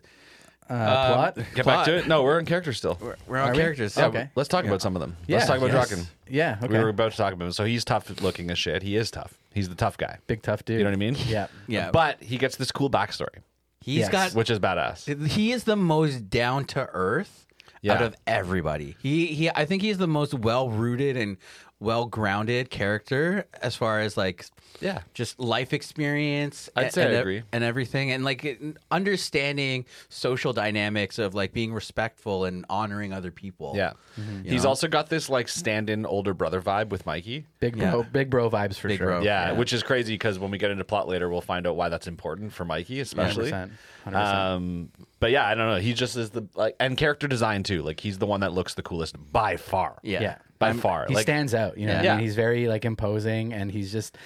Speaker 1: uh, plot?
Speaker 2: Get back to it. No, we're in character still.
Speaker 3: We're on
Speaker 1: Are we?
Speaker 3: characters.
Speaker 1: Yeah, Okay.
Speaker 2: Let's talk about some of them.
Speaker 1: Yeah,
Speaker 2: Let's talk about
Speaker 1: yes.
Speaker 2: Draken.
Speaker 1: Yeah, okay.
Speaker 2: We were about to talk about him. So he's tough looking as shit. He is tough. He's the tough guy.
Speaker 1: Big tough dude.
Speaker 2: You know what I mean?
Speaker 1: Yeah.
Speaker 3: Yeah.
Speaker 2: But he gets this cool backstory,
Speaker 3: He's
Speaker 1: Yes.
Speaker 3: got
Speaker 2: which is badass.
Speaker 3: he is the most down to earth out
Speaker 2: Yeah.
Speaker 3: of everybody. He he I think he's the most well rooted and well grounded character as far as like
Speaker 2: Yeah.
Speaker 3: just life experience
Speaker 2: I'd
Speaker 3: and,
Speaker 2: say I
Speaker 3: and, ev-
Speaker 2: agree.
Speaker 3: and everything and like it- understanding social dynamics of like being respectful and honoring other people.
Speaker 2: Yeah.
Speaker 3: You
Speaker 2: He's
Speaker 3: know?
Speaker 2: also got this like stand in older brother vibe with Mikey.
Speaker 1: Big bro, big bro vibes for
Speaker 3: Big
Speaker 1: sure.
Speaker 3: bro.
Speaker 2: Yeah,
Speaker 3: Yeah.
Speaker 2: which is crazy because when we get into plot later, we'll find out why that's important for Mikey, especially.
Speaker 1: 100%. 100%.
Speaker 2: Um, but yeah, I don't know. He just is the like, and character design too. Like he's the one that looks the coolest by far.
Speaker 3: Yeah.
Speaker 1: yeah.
Speaker 2: by far.
Speaker 1: He
Speaker 2: like
Speaker 1: stands out, you know. what
Speaker 2: Yeah.
Speaker 1: I mean, he's very like imposing, and he's just,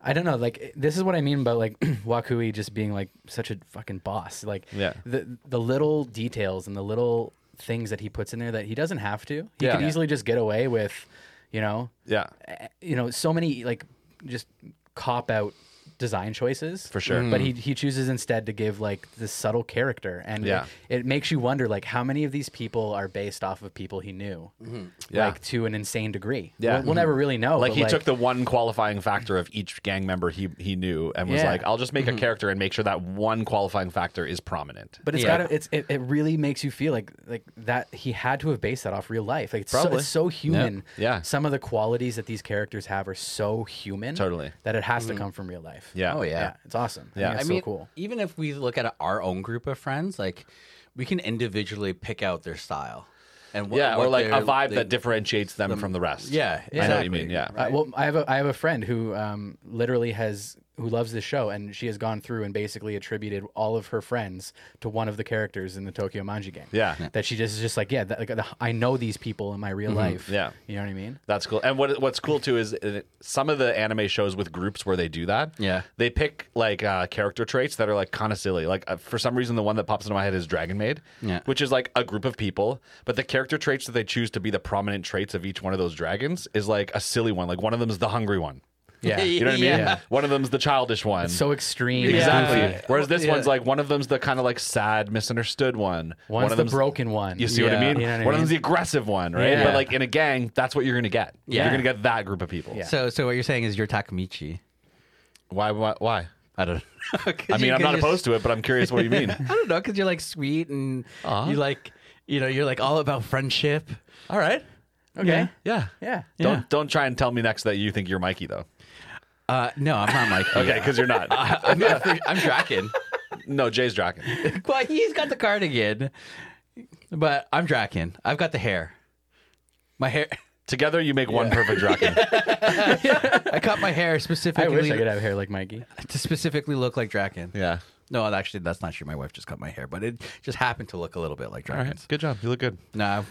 Speaker 1: I don't know. Like this is what I mean about like Wakui just being like such a fucking boss. Like
Speaker 2: Yeah.
Speaker 1: the the little details and the little things that he puts in there that he doesn't have to. He
Speaker 2: Yeah.
Speaker 1: could
Speaker 2: Yeah.
Speaker 1: easily just get away with, you know,
Speaker 2: yeah,
Speaker 1: eh, you know, so many like just cop out design choices
Speaker 2: For sure. Mm-hmm.
Speaker 1: But he he chooses instead to give like this subtle character, and
Speaker 2: Yeah.
Speaker 1: it, it makes you wonder like how many of these people are based off of people he knew,
Speaker 2: Mm-hmm. Yeah.
Speaker 1: like to an insane degree.
Speaker 2: Yeah. Mm-hmm.
Speaker 1: we'll, we'll never really know.
Speaker 2: like
Speaker 1: but,
Speaker 2: he took the one qualifying factor of each gang member he he knew and was
Speaker 1: Yeah.
Speaker 2: like, I'll just make a character and make sure that one qualifying factor is prominent.
Speaker 1: But it's
Speaker 3: Yeah.
Speaker 1: got it's it, it really makes you feel like like that he had to have based that off real life. Like it's, so,
Speaker 2: Probably.
Speaker 1: it's so human.
Speaker 2: Yeah.
Speaker 1: Some of the qualities that these characters have are so human.
Speaker 2: Totally. Mm-hmm.
Speaker 1: That it has to come from real life.
Speaker 2: Yeah.
Speaker 3: Oh yeah.
Speaker 1: It's awesome.
Speaker 2: Yeah.
Speaker 1: Yeah.
Speaker 2: I
Speaker 1: it's
Speaker 3: I
Speaker 1: so
Speaker 3: mean,
Speaker 1: cool.
Speaker 3: even if we look at our own group of friends, like we can individually pick out their style and what,
Speaker 2: yeah, or
Speaker 3: what
Speaker 2: like a
Speaker 3: their-
Speaker 2: vibe
Speaker 3: they-
Speaker 2: that differentiates them from the rest. I
Speaker 3: Yeah,
Speaker 2: know what you
Speaker 3: exactly.
Speaker 2: mean. Yeah,
Speaker 1: Uh, well, I have a I have a friend who um, literally has who loves this show, and she has gone through and basically attributed all of her friends to one of the characters in the Tokyo Manji game.
Speaker 2: Yeah. Yeah.
Speaker 1: that she just is just like, yeah, that, like, the- I know these people in my real life.
Speaker 2: Yeah.
Speaker 1: you know what I mean.
Speaker 2: That's cool. And what what's cool too is it, some of the anime shows with groups where they do that.
Speaker 3: Yeah.
Speaker 2: they pick like uh, character traits that are like kind of silly. Like uh, for some reason, the one that pops into my head is Dragon Maid.
Speaker 3: Yeah.
Speaker 2: which is like a group of people, but the character traits that they choose to be the prominent traits of each one of those dragons is like a silly one. Like one of them is the hungry one.
Speaker 1: Yeah,
Speaker 2: You know what I mean?
Speaker 3: Yeah.
Speaker 2: One of them's the childish one.
Speaker 1: so extreme.
Speaker 2: Exactly.
Speaker 1: Yeah.
Speaker 2: Whereas this
Speaker 3: Yeah.
Speaker 2: one's like one of them's the kind of like sad, misunderstood one.
Speaker 1: One's
Speaker 2: one of
Speaker 1: the
Speaker 2: them's
Speaker 1: broken one.
Speaker 2: You see what I
Speaker 3: Yeah.
Speaker 2: mean?
Speaker 1: You know what I
Speaker 2: one of them's the
Speaker 1: mean?
Speaker 2: aggressive one, right?
Speaker 1: Yeah.
Speaker 2: But like in a gang, that's what you're gonna get.
Speaker 3: Yeah.
Speaker 2: You're gonna get that group of people.
Speaker 1: Yeah.
Speaker 3: So, so what you're saying is you're Takamichi.
Speaker 2: Why? Why? why?
Speaker 3: I don't. know.
Speaker 2: I mean, I'm not opposed to it, but I'm curious. What do you mean?
Speaker 3: I don't know because you're like sweet and
Speaker 2: Aw.
Speaker 3: you like, you know, you're like all about friendship.
Speaker 2: All right.
Speaker 1: Okay.
Speaker 2: Yeah.
Speaker 1: Yeah.
Speaker 2: Don't
Speaker 3: Yeah.
Speaker 2: don't try and tell me next that you think you're Mikey though.
Speaker 3: Uh, no, I'm not Mikey.
Speaker 2: Okay, because you're not.
Speaker 3: I'm, I'm, I'm Draken,
Speaker 2: no, Jay's Draken.
Speaker 3: but he's got the cardigan. But I'm Draken. I've got the hair. My hair.
Speaker 2: Together, you make one perfect Draken.
Speaker 3: I cut my hair
Speaker 1: I wish
Speaker 3: specifically
Speaker 1: I could have hair like Mikey.
Speaker 3: to specifically look like Draken.
Speaker 2: yeah.
Speaker 3: No, actually, that's not true. My wife just cut my hair, but it just happened to look a little bit like
Speaker 2: All
Speaker 3: Draken's.
Speaker 2: right. Good job. You look good.
Speaker 3: No,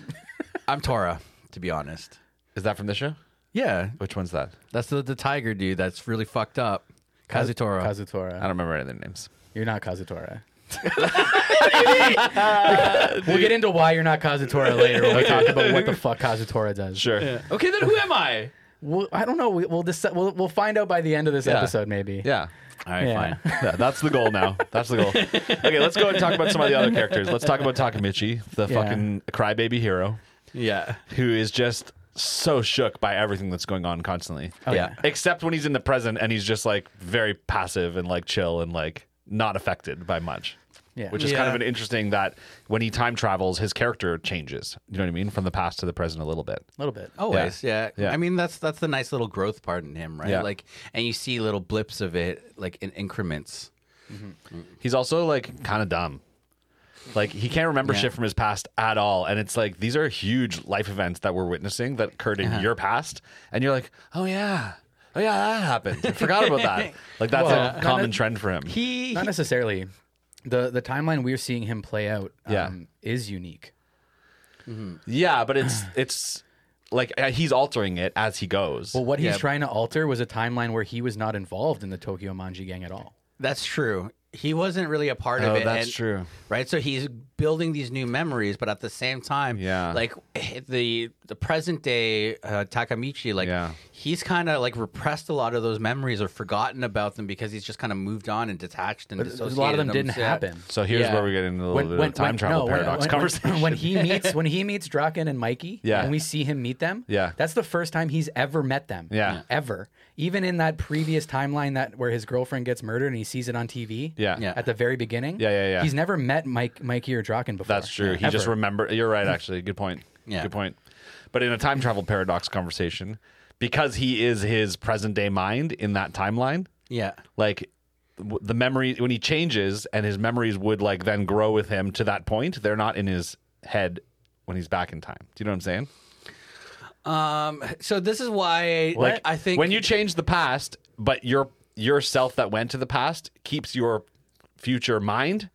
Speaker 3: I'm Tora, to be honest.
Speaker 2: Is that from this show?
Speaker 3: Yeah,
Speaker 2: Which one's that?
Speaker 3: that's the, the tiger dude that's really fucked up. Kazutora.
Speaker 2: I
Speaker 1: Kazutora.
Speaker 2: don't remember any of their names.
Speaker 1: You're not Kazutora. we'll get into why you're not Kazutora later when we talk about what the fuck Kazutora does.
Speaker 2: Sure.
Speaker 3: okay, then who am I?
Speaker 1: We'll, I don't know. We, we'll, decide, we'll we'll find out by the end of this
Speaker 2: Yeah.
Speaker 1: episode, maybe.
Speaker 2: Yeah.
Speaker 3: All right,
Speaker 1: Yeah.
Speaker 3: fine.
Speaker 2: Yeah, that's the goal now. That's the goal. Okay, let's go and talk about some of the other characters. Let's talk about Takamichi, the
Speaker 1: Yeah.
Speaker 2: fucking crybaby hero,
Speaker 3: Yeah.
Speaker 2: who is just so shook by everything that's going on constantly.
Speaker 3: yeah.
Speaker 2: Except when he's in the present and he's just like very passive and like chill and like not affected by much.
Speaker 1: Yeah.
Speaker 2: Which is kind of an
Speaker 3: Yeah.
Speaker 2: interesting that when he time travels, his character changes. You know what I mean? From the past to the present a little bit.
Speaker 1: a little bit.
Speaker 2: Oh.
Speaker 3: Always, yeah.
Speaker 2: Yeah.
Speaker 3: I mean, that's that's the nice little growth part in him, right?
Speaker 2: Yeah.
Speaker 3: Like, and you see little blips of it, like in increments.
Speaker 2: He's also like kind of dumb. Like he can't remember
Speaker 3: Yeah.
Speaker 2: shit from his past at all, and it's like these are huge life events that we're witnessing that occurred
Speaker 1: Uh-huh.
Speaker 2: in your past, and you're like, oh yeah, oh yeah, that happened. I forgot about that. Like that's
Speaker 1: Well,
Speaker 2: a common trend for him.
Speaker 3: He,
Speaker 1: Not necessarily. The the timeline we're seeing him play out
Speaker 2: Yeah.
Speaker 1: um, is unique.
Speaker 2: yeah, but it's it's like uh, he's altering it as he goes.
Speaker 1: But what he's
Speaker 3: Yeah.
Speaker 1: trying to alter was a timeline where he was not involved in the Tokyo Manji gang at all.
Speaker 3: that's true. he wasn't really a part
Speaker 2: Oh,
Speaker 3: of it.
Speaker 2: that's
Speaker 3: and-
Speaker 2: true.
Speaker 3: Right, so he's building these new memories, but at the same time,
Speaker 2: Yeah.
Speaker 3: like eh, the the present day uh, Takamichi, like
Speaker 2: Yeah.
Speaker 3: he's kind of like repressed a lot of those memories or forgotten about them because he's just kind of moved on and detached and
Speaker 1: a lot of them didn't happen.
Speaker 2: So here's where we get into a little bit of time travel
Speaker 1: when-
Speaker 2: paradox
Speaker 1: when-
Speaker 2: conversation.
Speaker 1: When he meets when he meets Draken and Mikey,
Speaker 2: Yeah.
Speaker 1: and we see him meet them,
Speaker 2: Yeah.
Speaker 1: that's the first time he's ever met them,
Speaker 2: Yeah.
Speaker 1: ever. Even in that previous timeline that where his girlfriend gets murdered and he sees it on TV,
Speaker 2: Yeah.
Speaker 3: Yeah.
Speaker 1: at the very beginning,
Speaker 2: Yeah, yeah, yeah.
Speaker 1: He's never met Mike, Mikey or Draken before.
Speaker 2: That's true. He just
Speaker 1: Ever.
Speaker 2: remembered. You're right, actually. Good point.
Speaker 3: Yeah.
Speaker 2: Good point. But in a time travel paradox conversation, because he is his present day mind in that timeline,
Speaker 3: Yeah,
Speaker 2: like w- the memory when he changes and his memories would like then grow with him to that point, they're not in his head when he's back in time. Do you know what I'm saying?
Speaker 3: Um. So this is why
Speaker 2: Like
Speaker 3: I think
Speaker 2: when you change the past, but your yourself that went to the past keeps your future mind.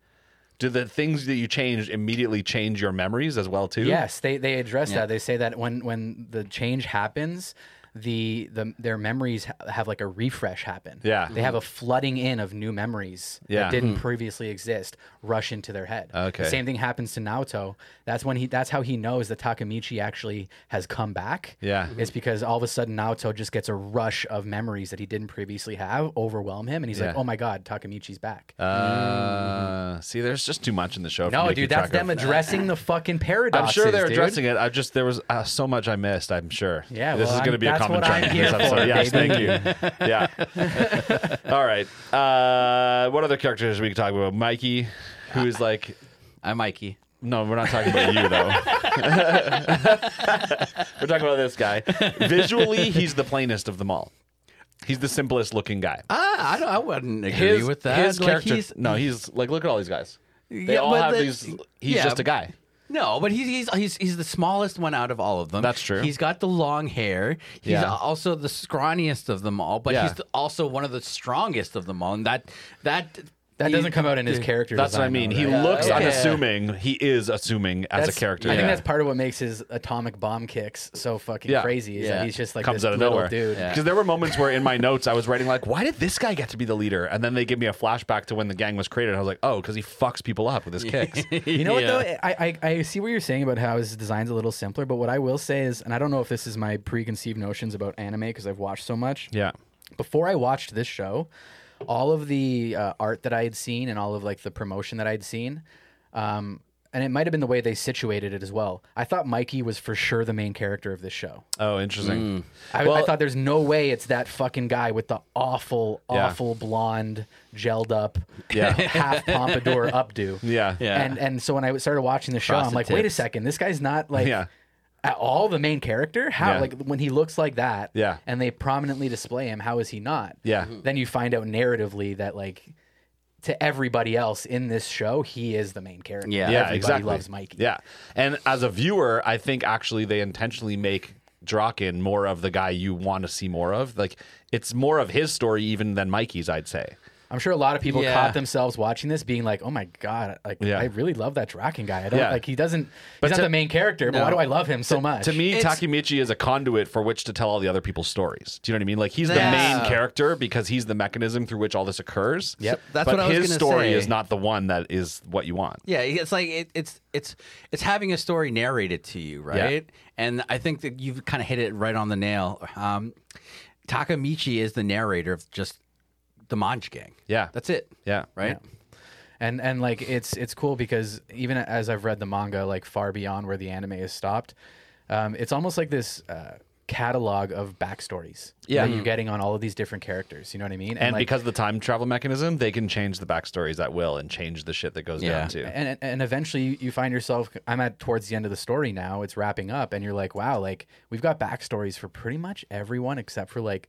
Speaker 2: Do the things that you changed immediately change your memories as well too?
Speaker 1: Yes, they they address that. They say that when when the change happens, the the their memories ha- have like a refresh happen.
Speaker 2: Yeah.
Speaker 1: they have a flooding in of new memories
Speaker 2: Yeah.
Speaker 1: that
Speaker 2: Hmm.
Speaker 1: didn't previously exist rush into their head.
Speaker 2: Okay.
Speaker 1: the same thing happens to Naoto. That's when he that's how he knows that Takamichi actually has come back.
Speaker 2: Yeah.
Speaker 1: it's because all of a sudden Naoto just gets a rush of memories that he didn't previously have overwhelm him, and he's like,
Speaker 2: Yeah.
Speaker 1: oh my god, Takamichi's back.
Speaker 2: Uh, See, there's just too much in the show. for me
Speaker 1: no,
Speaker 2: to
Speaker 1: dude,
Speaker 2: keep
Speaker 1: that's
Speaker 2: track of.
Speaker 1: them addressing the fucking paradox.
Speaker 2: I'm sure they're
Speaker 1: dude.
Speaker 2: addressing it. I just there was uh, so much I missed. I'm sure.
Speaker 1: Yeah,
Speaker 2: this
Speaker 1: well,
Speaker 2: is going
Speaker 1: I'm-
Speaker 2: to be a
Speaker 1: that's
Speaker 2: common
Speaker 1: what
Speaker 2: trend
Speaker 1: I'm
Speaker 2: in this
Speaker 1: here for,
Speaker 2: episode. yes,
Speaker 1: baby.
Speaker 2: thank you. Yeah. All right. Uh, what other characters we can talk about? Mikey, who is like,
Speaker 3: I'm Mikey.
Speaker 2: no, we're not talking about you though. we're talking about this guy. Visually, he's the plainest of them all. He's the simplest looking guy.
Speaker 3: I I, don't, I wouldn't agree with that.
Speaker 2: His
Speaker 3: Like,
Speaker 2: character.
Speaker 3: he's-
Speaker 2: no, he's like, look at all these guys. They
Speaker 3: Yeah,
Speaker 2: all
Speaker 3: but
Speaker 2: have
Speaker 3: the-
Speaker 2: these. He's
Speaker 3: yeah.
Speaker 2: just a guy.
Speaker 3: No, but he's, he's he's he's the smallest one out of all of them.
Speaker 2: That's true.
Speaker 3: He's got the long hair. He's
Speaker 2: Yeah.
Speaker 3: also the scrawniest of them all, but
Speaker 2: Yeah.
Speaker 3: he's the- also one of the strongest of them all. And that that
Speaker 1: That doesn't come out in his character.
Speaker 2: That's what I
Speaker 1: design,
Speaker 2: mean.
Speaker 1: though,
Speaker 2: He
Speaker 1: right?
Speaker 2: looks
Speaker 3: okay.
Speaker 2: unassuming. He is assuming as
Speaker 1: That's-
Speaker 2: a character.
Speaker 1: I think
Speaker 2: Yeah.
Speaker 1: that's part of what makes his atomic bomb kicks so fucking
Speaker 2: Yeah.
Speaker 1: crazy. Is
Speaker 3: Yeah.
Speaker 1: that he's just like
Speaker 2: comes
Speaker 1: this
Speaker 2: out of
Speaker 1: little
Speaker 2: nowhere.
Speaker 1: dude.
Speaker 2: Because there were moments where in my notes I was writing like, why did this guy get to be the leader? And then they give me a flashback to when the gang was created. I was like, oh, because he fucks people up with his kicks.
Speaker 1: You know
Speaker 3: Yeah.
Speaker 1: what though? I, I I see what you're saying about how his design's a little simpler, but what I will say is, and I don't know if this is my preconceived notions about anime because I've watched so much.
Speaker 2: yeah.
Speaker 1: Before I watched this show, all of the uh, art that I had seen and all of like the promotion that I'd seen, um, and it might have been the way they situated it as well. I thought Mikey was for sure the main character of this show.
Speaker 2: Oh, interesting.
Speaker 1: I, I
Speaker 2: Well-
Speaker 1: thought there's no way it's that fucking guy with the awful,
Speaker 2: Yeah.
Speaker 1: awful blonde, gelled up,
Speaker 2: Yeah.
Speaker 1: half pompadour updo.
Speaker 2: Yeah.
Speaker 3: Yeah.
Speaker 1: And and so when I started watching the show, I'm like,
Speaker 3: Prostitutes.
Speaker 1: wait a second, this guy's not like
Speaker 2: Yeah.
Speaker 1: at all the main character. How
Speaker 2: Yeah.
Speaker 1: like when he looks like that,
Speaker 2: Yeah.
Speaker 1: and they prominently display him, how is he not?
Speaker 2: Yeah.
Speaker 3: Mm-hmm.
Speaker 2: Mhm.
Speaker 1: Then you find out narratively that like to everybody else in this show, he is the main character.
Speaker 3: Yeah.
Speaker 2: yeah,
Speaker 1: Everybody
Speaker 2: exactly.
Speaker 1: loves Mikey.
Speaker 2: Yeah, and as a viewer, I think actually they intentionally make Draken more of the guy you want to see more of. Like it's more of his story even than Mikey's, I'd say.
Speaker 1: I'm sure a lot of people
Speaker 3: Yeah.
Speaker 1: caught themselves watching this, being like, "Oh my god, like
Speaker 2: Yeah.
Speaker 1: I really love that Draken guy. I don't
Speaker 2: Yeah.
Speaker 1: like he doesn't. He's not
Speaker 2: to-
Speaker 1: the main character, but why do I love him so much?
Speaker 2: To me,
Speaker 3: It's-
Speaker 2: Takemichi is a conduit for which to tell all the other people's stories. Do you know what I mean? Like he's the
Speaker 3: That's-
Speaker 2: main character because he's the mechanism through which all this occurs.
Speaker 1: Yep.
Speaker 3: That's
Speaker 2: but
Speaker 3: what I was
Speaker 2: his
Speaker 3: gonna
Speaker 2: story
Speaker 3: say.
Speaker 2: is not the one that is what you want.
Speaker 3: Yeah, it's like it, it's it's it's having a story narrated to you, right? And I think that you've kind of hit it right on the nail. Um, Takamichi is the narrator of just the Manj Gang.
Speaker 2: Yeah.
Speaker 3: that's it.
Speaker 2: Yeah.
Speaker 3: right.
Speaker 1: and and like it's it's cool because even as I've read the manga, like far beyond where the anime is stopped, um, it's almost like this uh, catalog of backstories
Speaker 2: Yeah. Mm-hmm.
Speaker 1: that you're getting on all of these different characters. You know what I mean?
Speaker 2: And
Speaker 1: like,
Speaker 2: because of the time travel mechanism, they can change the backstories at will and change the shit that goes
Speaker 3: Yeah.
Speaker 2: down too.
Speaker 1: and and eventually you- you find yourself i'm at towards the end of the story now it's wrapping up and you're like wow like we've got backstories for pretty much everyone except for like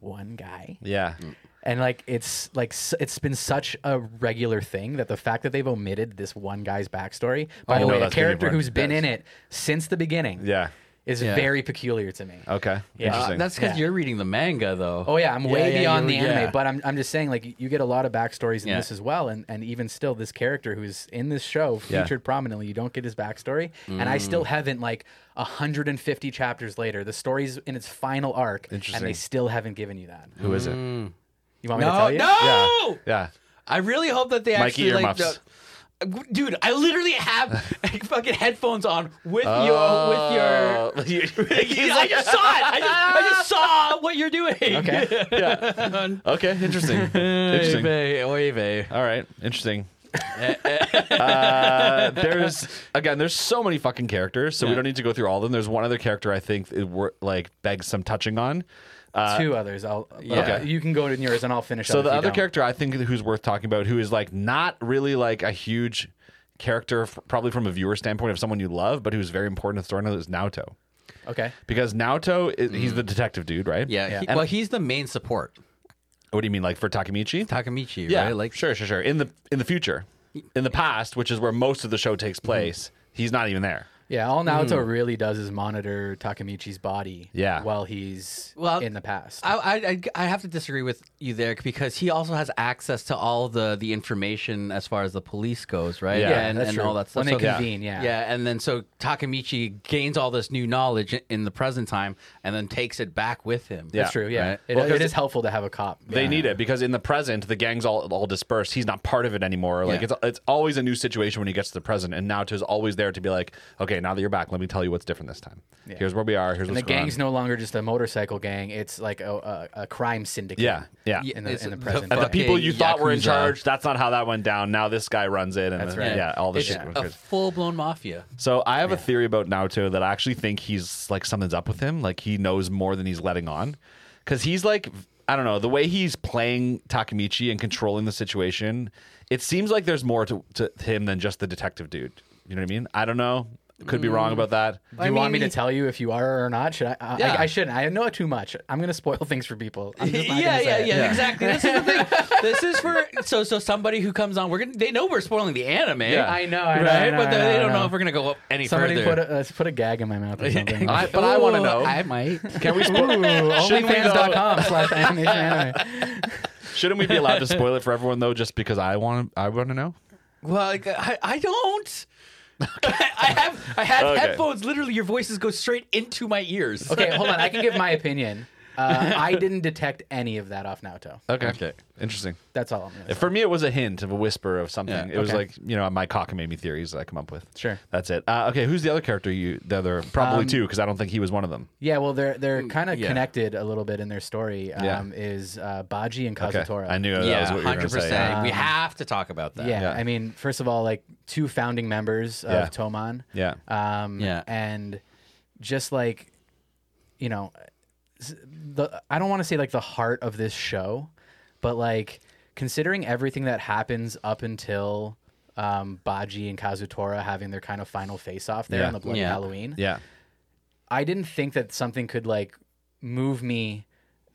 Speaker 1: one guy
Speaker 2: Yeah.
Speaker 1: and like it's like s- it's been such a regular thing that the fact that they've omitted this one guy's backstory by the
Speaker 2: Oh, no,
Speaker 1: way a
Speaker 2: that's gonna be
Speaker 1: character
Speaker 2: important.
Speaker 1: who's been in it since the beginning
Speaker 2: Yeah.
Speaker 1: is
Speaker 3: Yeah.
Speaker 1: very peculiar to me
Speaker 2: Okay.
Speaker 1: Yeah.
Speaker 3: Uh,
Speaker 2: Interesting.
Speaker 3: that's because
Speaker 1: Yeah.
Speaker 3: you're reading the manga, though.
Speaker 1: Oh yeah, I'm way
Speaker 3: yeah,
Speaker 1: beyond the
Speaker 3: you're-
Speaker 1: anime,
Speaker 3: yeah.
Speaker 1: but I'm, I'm just saying like you get a lot of backstories in
Speaker 3: Yeah.
Speaker 1: this as well, and, and even still, this character who's in this show
Speaker 2: Yeah. Mm.
Speaker 1: featured prominently, you don't get his backstory, and I still haven't like 150 chapters later, the story's in its final arc, and
Speaker 2: Interesting.
Speaker 1: they still haven't given you that.
Speaker 2: Who is it?
Speaker 1: You want me to
Speaker 3: No,
Speaker 1: tell you?
Speaker 3: no.
Speaker 2: Mm. Yeah.
Speaker 3: I really hope that they
Speaker 2: Mikey
Speaker 3: actually like.
Speaker 2: earmuffs.
Speaker 3: the- Dude, I literally have fucking headphones on with
Speaker 2: Oh.
Speaker 3: your with your.
Speaker 2: He's
Speaker 3: I
Speaker 2: like,
Speaker 3: just saw it. I just, I just saw what you're doing.
Speaker 1: Okay.
Speaker 2: okay, interesting. interesting.
Speaker 3: Oy vey.
Speaker 2: All right, interesting. uh, there's again, there's so many fucking characters, so we
Speaker 3: Yeah.
Speaker 2: don't need to go through all of them. There's one other character I think it wor- like begs some touching on. Uh,
Speaker 1: Two others. I'll.
Speaker 2: Yeah.
Speaker 1: Yeah. You can go to yours, and I'll finish.
Speaker 2: So
Speaker 1: up
Speaker 2: the
Speaker 1: if you
Speaker 2: other
Speaker 1: don't.
Speaker 2: character I think who's worth talking about, who is like not really like a huge character, f- probably from a viewer standpoint of someone you love, but who's very important to the story, is Naoto.
Speaker 1: Okay.
Speaker 2: Because Naoto, is, he's the detective dude, right?
Speaker 3: Mm. Yeah. he-
Speaker 2: And-
Speaker 3: well, he's the main support.
Speaker 2: what do you mean, like for Takamichi?
Speaker 3: Takamichi,
Speaker 2: yeah,
Speaker 3: right? Like,
Speaker 2: sure, sure, sure. In the in the future, in the past, which is where most of the show takes place, he's not even there.
Speaker 1: Yeah. All Naoto really does is monitor Takamichi's body.
Speaker 2: Hmm. Yeah.
Speaker 1: While he's
Speaker 3: Well,
Speaker 1: in the past.
Speaker 3: I, I, I- I have to disagree with you there because he also has access to all the, the information as far as the police goes, right?
Speaker 2: Yeah,
Speaker 3: and,
Speaker 1: that's
Speaker 3: and
Speaker 1: true.
Speaker 3: all that stuff.
Speaker 1: When they
Speaker 3: So-
Speaker 1: convene, yeah.
Speaker 3: Yeah, and then so Takamichi gains all this new knowledge i- in the present time and then takes it back with him.
Speaker 2: Yeah.
Speaker 1: That's true. Yeah.
Speaker 3: Right.
Speaker 1: It,
Speaker 2: Well, 'cause
Speaker 1: it is helpful to have a cop.
Speaker 2: They
Speaker 1: Yeah.
Speaker 2: need it because in the present, the gang's all, all dispersed. He's not part of it anymore. Like
Speaker 3: Yeah.
Speaker 2: it's it's always a new situation when he gets to the present, and Naoto's always there to be like, okay, now that you're back, let me tell you what's different this time. Here's where we are. Here's
Speaker 1: And
Speaker 2: what's
Speaker 1: the
Speaker 2: going on.
Speaker 1: gang's no longer just a motorcycle gang. It's like a, a, a crime syndicate.
Speaker 2: Yeah, yeah.
Speaker 3: Yeah,
Speaker 1: In the,
Speaker 3: it's
Speaker 1: in the
Speaker 3: the
Speaker 1: present.
Speaker 3: fuck-
Speaker 2: and the people you thought were in
Speaker 3: Yakuza.
Speaker 2: charge, that's not how that went down. Now this guy runs it, and
Speaker 1: That's
Speaker 2: the-
Speaker 1: right.
Speaker 2: yeah, all this
Speaker 3: it's
Speaker 2: shit. goes
Speaker 3: a
Speaker 2: crazy.
Speaker 3: full blown mafia.
Speaker 2: So I have a theory about Naoto that I actually think he's like something's up with him. Like he knows more than he's letting on, because he's like I don't know the way he's playing Takamichi and controlling the situation. It seems like there's more to, to him than just the detective dude. You know what I mean? I don't know. Could be wrong about that.
Speaker 1: Do you
Speaker 3: I
Speaker 1: want me to
Speaker 3: mean-
Speaker 1: tell you if you are or not? Should I? I,
Speaker 2: Yeah.
Speaker 1: I, I shouldn't. I know too much. I'm going to spoil things for people. I'm just not
Speaker 3: yeah,
Speaker 1: gonna say
Speaker 3: yeah,
Speaker 1: it.
Speaker 3: yeah, exactly. This is the thing. this is for so so somebody who comes on. We're gonna they know we're spoiling the anime.
Speaker 2: Yeah.
Speaker 1: I know, I know,
Speaker 3: right?
Speaker 1: I know,
Speaker 3: but they,
Speaker 1: I know,
Speaker 3: they
Speaker 1: I
Speaker 3: don't know.
Speaker 1: know.
Speaker 3: if we're gonna go up any
Speaker 1: Somebody
Speaker 3: further.
Speaker 1: put a, let's put a gag in my mouth or something.
Speaker 2: I, but I want to
Speaker 3: Ooh,
Speaker 2: know.
Speaker 3: I might.
Speaker 2: can we
Speaker 1: Ooh,
Speaker 2: spoil? Shouldn't we go-
Speaker 1: onlyfans.com slash animation anime.
Speaker 2: Shouldn't we be allowed to spoil it for everyone though? Just because I want I want to know.
Speaker 3: Well, like, I, I don't. I have I had
Speaker 2: Okay.
Speaker 3: headphones. Literally, your voices go straight into my ears.
Speaker 1: Okay, hold on. I can give my opinion. Uh, I didn't detect any of that off Naoto.
Speaker 2: Okay. Interesting.
Speaker 1: That's all I'm going to say.
Speaker 2: For me, it was a hint of a whisper of something.
Speaker 3: Yeah,
Speaker 2: it was
Speaker 1: okay.
Speaker 2: like you know my cockamamie theories that I come up with.
Speaker 1: Sure.
Speaker 2: that's it. Uh, okay, who's the other character? You the other probably two because I don't think he was one of them.
Speaker 1: Yeah, well, they're they're kind of
Speaker 3: yeah.
Speaker 1: connected a little bit in their story.
Speaker 2: Yeah.
Speaker 1: Um, Is uh, Baji and
Speaker 2: Okay,
Speaker 1: Kazutora.
Speaker 2: I knew that was
Speaker 3: Yeah,
Speaker 2: what you were going
Speaker 3: hundred
Speaker 2: to say.
Speaker 3: percent.
Speaker 2: Yeah.
Speaker 3: We have to talk about that.
Speaker 1: Um, Yeah,
Speaker 2: Yeah.
Speaker 1: I mean, first of all, like two founding members of
Speaker 2: Yeah.
Speaker 1: Toman.
Speaker 2: Yeah.
Speaker 1: Um,
Speaker 3: Yeah.
Speaker 1: And just like, you know, s- the I don't want to say like the heart of this show, but like considering everything that happens up until um, Baji and Kazutora having their kind of final face off there
Speaker 2: Yeah.
Speaker 1: on the Bloody
Speaker 3: Yeah.
Speaker 1: Halloween.
Speaker 2: Yeah.
Speaker 1: I didn't think that something could like move me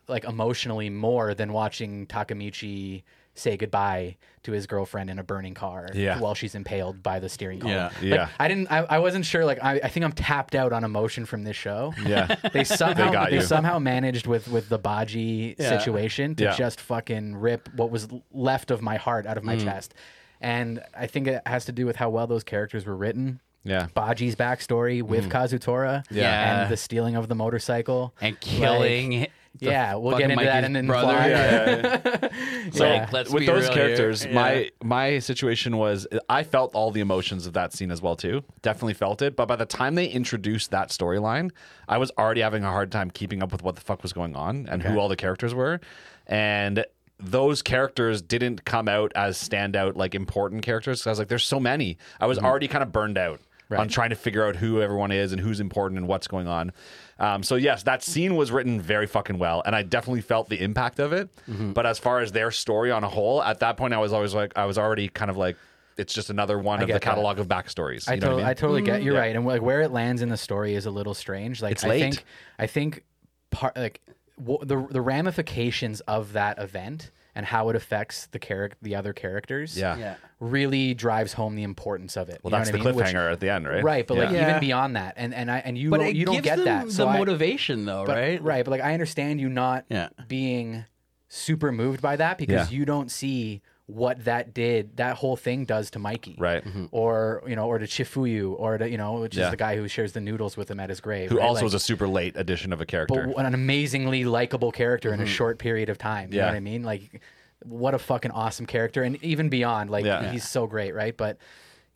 Speaker 1: like emotionally more than watching Takamichi say goodbye to his girlfriend in a burning car
Speaker 2: Yeah.
Speaker 1: while she's impaled by the steering column.
Speaker 3: Yeah.
Speaker 1: Like,
Speaker 2: Yeah.
Speaker 1: I didn't I, I wasn't sure like I, I think I'm tapped out on emotion from this show.
Speaker 2: yeah.
Speaker 1: They somehow
Speaker 2: got
Speaker 1: they,
Speaker 2: you.
Speaker 1: somehow managed with with the Baji
Speaker 3: Yeah.
Speaker 1: situation to
Speaker 2: Yeah.
Speaker 1: just fucking rip what was l- left of my heart out of
Speaker 2: Mm.
Speaker 1: my chest. And I think it has to do with how well those characters were written.
Speaker 2: Yeah.
Speaker 1: Baji's backstory with
Speaker 2: Mm.
Speaker 1: Kazutora,
Speaker 3: Yeah.
Speaker 1: and the stealing of the motorcycle
Speaker 3: and killing.
Speaker 1: Like,
Speaker 3: the
Speaker 1: yeah, we'll
Speaker 3: fucking
Speaker 1: get into that
Speaker 3: Mikey's
Speaker 1: in, in
Speaker 3: brother.
Speaker 1: Fly.
Speaker 2: So
Speaker 3: Yeah. Let's
Speaker 2: with
Speaker 3: be
Speaker 2: those
Speaker 3: real here.
Speaker 2: characters,
Speaker 3: Yeah.
Speaker 2: my my situation was I felt all the emotions of that scene as well too. Definitely felt it, but by the time they introduced that storyline, I was already having a hard time keeping up with what the fuck was going on and who all the characters were, and those characters didn't come out as standout like important characters. 'Cause I was like, there's so many. I
Speaker 3: Mm-hmm.
Speaker 2: was already kind of burned out. On trying to figure out who everyone is and who's important and what's going on. Um, so yes, that scene was written very fucking well, and I definitely felt the impact of it.
Speaker 1: Mm-hmm.
Speaker 2: But as far as their story on a whole, at that point, I was always like, I was already kind of like, it's just another one of
Speaker 1: get
Speaker 2: the
Speaker 1: that.
Speaker 2: catalog of backstories. You
Speaker 1: I,
Speaker 2: know
Speaker 1: totally,
Speaker 2: what I
Speaker 1: I,
Speaker 2: mean?
Speaker 1: totally get
Speaker 3: Mm.
Speaker 1: you're right, and like where it lands in the story is a little strange. Like
Speaker 2: It's
Speaker 1: I
Speaker 2: late.
Speaker 1: think I think part like w- the the ramifications of that event and how it affects the character the other characters
Speaker 2: yeah.
Speaker 3: Yeah.
Speaker 1: really drives home the importance of it.
Speaker 2: Well,
Speaker 1: you know
Speaker 2: that's the
Speaker 1: what I mean? Which-
Speaker 2: cliffhanger at the end, right?
Speaker 1: right? But like
Speaker 2: Yeah.
Speaker 3: Yeah.
Speaker 1: even beyond that, and and I and you
Speaker 3: But
Speaker 1: don't-
Speaker 3: it
Speaker 1: you don't
Speaker 3: gives
Speaker 1: get
Speaker 3: them
Speaker 1: that.
Speaker 3: the
Speaker 1: so I-
Speaker 3: motivation, though,
Speaker 1: But-
Speaker 3: right?
Speaker 1: Right, but like I understand you not
Speaker 3: Yeah.
Speaker 1: being super moved by that because
Speaker 2: Yeah.
Speaker 1: you don't see what that did, that whole thing does to Mikey,
Speaker 2: Right. Mm-hmm.
Speaker 1: Or you know, or to Chifuyu, or to you know, which
Speaker 2: Yeah.
Speaker 1: is the guy who shares the noodles with him at his grave,
Speaker 2: Who
Speaker 1: right?
Speaker 2: also
Speaker 1: Like,
Speaker 2: is a super late addition of a character. Mm-hmm.
Speaker 1: but an amazingly likable character in a short period of time. You
Speaker 2: Yeah.
Speaker 1: know what I mean? Like what a fucking awesome character, and even beyond, like
Speaker 2: Yeah.
Speaker 1: he's so great, right? But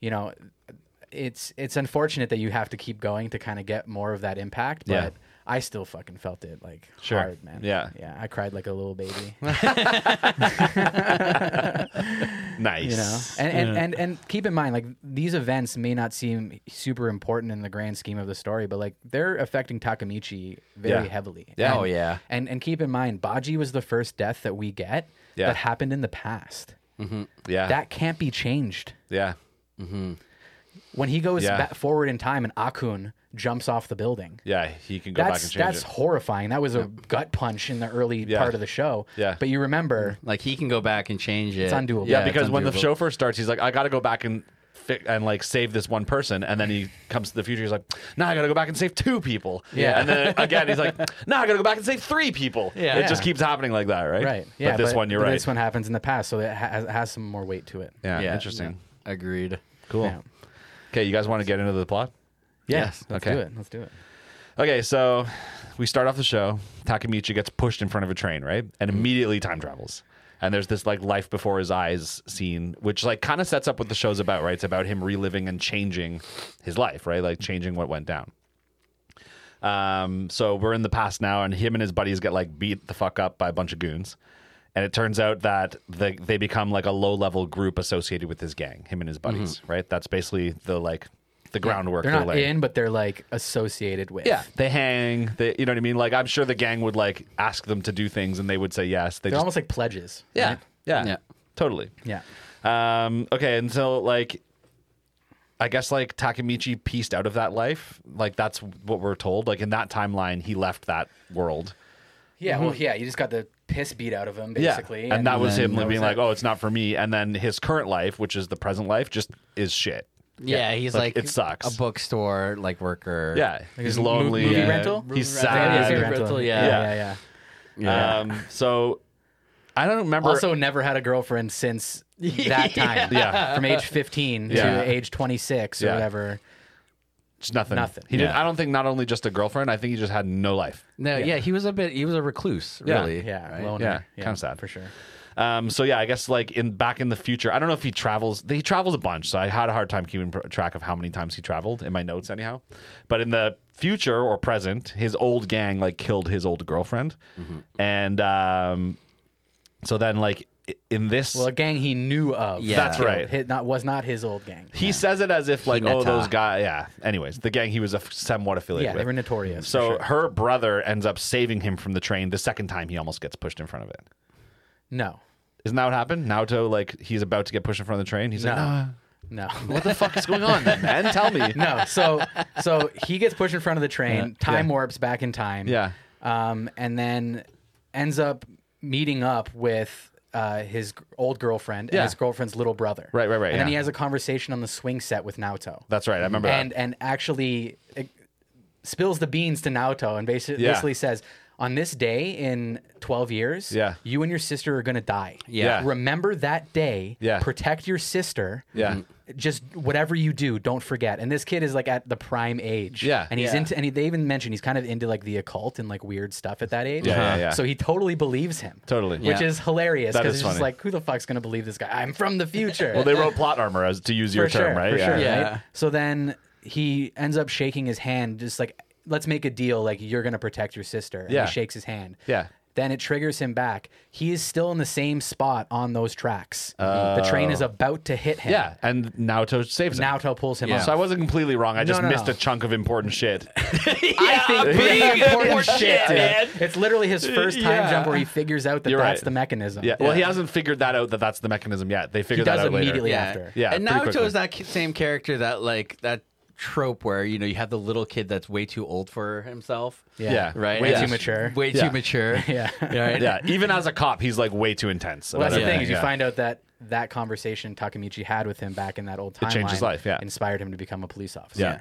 Speaker 1: you know, it's it's unfortunate that you have to keep going to kind of get more of that impact, but.
Speaker 2: Yeah.
Speaker 1: I still fucking felt it like
Speaker 2: Sure.
Speaker 1: hard, man.
Speaker 2: Yeah.
Speaker 1: yeah. I cried like a little baby.
Speaker 2: Nice.
Speaker 1: you know and and, and and keep in mind like these events may not seem super important in the grand scheme of the story but like they're affecting takamichi very
Speaker 2: Yeah.
Speaker 1: heavily
Speaker 2: Yeah.
Speaker 1: And-
Speaker 2: Oh,
Speaker 3: yeah.
Speaker 1: and and keep in mind baji was the first death that we get
Speaker 2: Yeah. Mm.
Speaker 1: that happened in the past
Speaker 2: yeah.
Speaker 1: that can't be changed
Speaker 2: yeah.
Speaker 1: when he goes
Speaker 2: Yeah.
Speaker 1: back forward in time and akun jumps off the building
Speaker 2: Yeah. He can go back
Speaker 1: that's
Speaker 2: and change
Speaker 1: that's
Speaker 2: it.
Speaker 1: horrifying. That was a gut punch in the early part of the show.
Speaker 2: Yeah.
Speaker 1: But you remember,
Speaker 3: Like he can go back and change it. It's
Speaker 1: undoable.
Speaker 2: Yeah,
Speaker 1: Yeah,
Speaker 2: because when the show first starts, he's like, I got to go back and fi- and like save this one person, and then he comes to the future. He's like, Nah, I got to go back and save two people.
Speaker 1: Yeah.
Speaker 2: and then again, he's like, Nah, I got to go back and save three people.
Speaker 3: Yeah.
Speaker 2: it
Speaker 3: Yeah.
Speaker 2: just keeps happening like that, right?
Speaker 1: right? Yeah.
Speaker 2: But this one, you're
Speaker 1: but
Speaker 2: right.
Speaker 1: This one happens in the past, so it has, has some more weight to it.
Speaker 2: yeah, interesting.
Speaker 3: Agreed.
Speaker 2: Cool.
Speaker 1: Yeah.
Speaker 2: Okay, you guys want to get into the plot?
Speaker 1: Yeah,
Speaker 3: Yes.
Speaker 1: Let's
Speaker 2: Okay.
Speaker 1: do it. Let's do it.
Speaker 2: Okay, so we start off the show. Takamichi gets pushed in front of a train, right? And
Speaker 1: Mm-hmm.
Speaker 2: immediately time travels. And there's this like life before his eyes scene, which like kind of sets up what the show's about, right? It's about him reliving and changing his life, right? Like changing what went down. Um, so we're in the past now, and him and his buddies get like beat the fuck up by a bunch of goons. And it turns out that they, they become like a low level group associated with his gang, him and his buddies, right? That's basically the like the groundwork
Speaker 1: Mm-hmm. They're
Speaker 2: they're
Speaker 1: not
Speaker 2: laying.
Speaker 1: in, but they're like associated with.
Speaker 2: Yeah, they hang. They, you know what I mean? Like, I'm sure the gang would like ask them to do things, and they would say yes. They
Speaker 1: They're
Speaker 2: just
Speaker 1: almost like pledges.
Speaker 2: yeah,
Speaker 1: right?
Speaker 2: yeah,
Speaker 3: Yeah.
Speaker 2: totally.
Speaker 1: Yeah.
Speaker 2: Um, okay, and so like, I guess like Takamichi pieced out of that life. Like that's what we're told. Like in that timeline, he left that world.
Speaker 1: Yeah. Well, yeah. You just got the piss beat out of him, basically.
Speaker 2: yeah, and, that was
Speaker 1: then
Speaker 2: him
Speaker 1: that was
Speaker 2: being like,
Speaker 1: it.
Speaker 2: "Oh, it's not for me." And then his current life, which is the present life, just is shit.
Speaker 3: Yeah, he's
Speaker 2: Like,
Speaker 3: like,
Speaker 2: it sucks.
Speaker 3: A bookstore like worker.
Speaker 2: Yeah, he's
Speaker 1: mo-
Speaker 2: lonely.
Speaker 1: movie
Speaker 2: yeah.
Speaker 1: rental?
Speaker 2: He's
Speaker 3: Movie rental. Yeah,
Speaker 2: sad.
Speaker 3: movie rental,
Speaker 1: Yeah.
Speaker 3: yeah.
Speaker 1: Yeah. yeah.
Speaker 3: Yeah.
Speaker 2: Um, so I don't remember.
Speaker 1: Also, never had a girlfriend since that time.
Speaker 2: Yeah.
Speaker 1: From age 15
Speaker 2: Yeah.
Speaker 1: to age 26 or
Speaker 2: Yeah.
Speaker 1: whatever.
Speaker 2: Just nothing.
Speaker 1: Nothing.
Speaker 2: He did.
Speaker 3: Yeah.
Speaker 2: I don't think not only just a girlfriend. I think he just had no life.
Speaker 3: No, yeah. he was a bit. He was a recluse,
Speaker 2: Yeah.
Speaker 3: really.
Speaker 1: Yeah.
Speaker 3: right?
Speaker 1: loner.
Speaker 2: Yeah, kinda sad.
Speaker 1: For sure.
Speaker 2: Um, so yeah, I guess like in back in the future, I don't know if he travels. He travels a bunch, so I had a hard time keeping pr- track of how many times he traveled in my notes, anyhow. But in the future or present, his old gang like killed his old girlfriend,
Speaker 1: Mm-hmm.
Speaker 2: and um, so then like i- in this,
Speaker 1: Well, a gang he knew of.
Speaker 3: Yeah. That's
Speaker 1: Killed.
Speaker 2: right.
Speaker 1: Hit- not, was not his old gang.
Speaker 2: he says it as if like, oh,
Speaker 3: Hinata.
Speaker 2: those guys. Yeah. Anyways, the gang he was a somewhat affiliated
Speaker 1: Yeah.
Speaker 2: with.
Speaker 1: They were notorious.
Speaker 2: so
Speaker 1: for sure.
Speaker 2: her brother ends up saving him from the train the second time he almost gets pushed in front of it.
Speaker 1: no.
Speaker 2: Isn't that what happened? Naoto, like, he's about to get pushed in front of the train. He's like,
Speaker 1: No. No.
Speaker 2: "Nah, what the fuck is going on then, man? Tell me.
Speaker 1: no. So so he gets pushed in front of the train. Time warps back in time.
Speaker 2: Yeah.
Speaker 1: Um, and then ends up meeting up with uh, his g- old girlfriend and
Speaker 2: Yeah.
Speaker 1: his girlfriend's little brother.
Speaker 2: Right, right, right,
Speaker 1: And then
Speaker 2: yeah.
Speaker 1: he has a conversation on the swing set with Naoto.
Speaker 2: That's right. I remember
Speaker 1: and
Speaker 2: that.
Speaker 1: and actually it spills the beans to Naoto and basically,
Speaker 2: Yeah.
Speaker 1: basically says. On this day in 12 years,
Speaker 2: Yeah.
Speaker 1: you and your sister are going to die.
Speaker 2: Yeah.
Speaker 1: Remember that day.
Speaker 2: Yeah.
Speaker 1: Protect your sister
Speaker 2: Yeah.
Speaker 1: just whatever you do, don't forget. And this kid is like at the prime age.
Speaker 2: Yeah.
Speaker 1: And he's
Speaker 3: Yeah.
Speaker 1: into, and he, they even mentioned he's kind of into like the occult and like weird stuff at that age.
Speaker 2: Yeah, yeah, yeah.
Speaker 1: So he totally believes him.
Speaker 2: Totally.
Speaker 1: Which
Speaker 3: Yeah.
Speaker 1: is hilarious
Speaker 2: That
Speaker 1: because
Speaker 2: is
Speaker 1: it's just
Speaker 2: funny.
Speaker 1: like, who the fuck's going to believe this guy? I'm from the future.
Speaker 2: Well, they wrote plot armor, as to use your
Speaker 1: for
Speaker 2: term,
Speaker 1: sure,
Speaker 2: right?
Speaker 1: For sure,
Speaker 3: Yeah.
Speaker 1: right? So then he ends up shaking his hand, just like, let's make a deal. Like, you're going to protect your sister. And
Speaker 2: Yeah.
Speaker 1: he shakes his hand.
Speaker 2: Yeah.
Speaker 1: Then it triggers him back. He is still in the same spot on those tracks. the train is about to hit him.
Speaker 2: Oh. Yeah. And Naoto saves him.
Speaker 1: Naoto pulls him
Speaker 3: Yeah.
Speaker 1: up.
Speaker 2: So I wasn't completely wrong. I just
Speaker 1: no,
Speaker 2: missed
Speaker 1: no.
Speaker 2: a chunk of important shit.
Speaker 1: I think pretty important,
Speaker 2: important
Speaker 1: shit,
Speaker 2: shit,
Speaker 1: dude.
Speaker 2: man.
Speaker 1: It's literally his first time
Speaker 2: Yeah.
Speaker 1: jump where he figures out that
Speaker 2: You're
Speaker 1: that's
Speaker 2: right.
Speaker 1: the mechanism.
Speaker 2: Yeah. Well, he hasn't figured that out that that's the mechanism yet. They figure that
Speaker 1: does
Speaker 2: out later.
Speaker 1: immediately
Speaker 3: yeah.
Speaker 1: after.
Speaker 2: Yeah,
Speaker 3: and
Speaker 2: pretty
Speaker 3: Naruto
Speaker 2: quickly.
Speaker 3: is that ki- same character that like that trope where you know you have the little kid that's way too old for himself.
Speaker 2: Yeah.
Speaker 3: Right.
Speaker 1: Way
Speaker 3: Yeah.
Speaker 1: too mature.
Speaker 3: Way
Speaker 2: Yeah.
Speaker 3: too mature.
Speaker 1: Yeah.
Speaker 3: Right.
Speaker 2: Yeah. Even as a cop, he's like way too intense.
Speaker 1: Well,
Speaker 2: about
Speaker 1: that's the thing
Speaker 2: everything.
Speaker 1: is you
Speaker 2: Yeah.
Speaker 1: find out that that conversation Takamichi had with him back in that old timeline
Speaker 2: changed his life, yeah.
Speaker 1: inspired him to become a police officer.
Speaker 2: Yeah.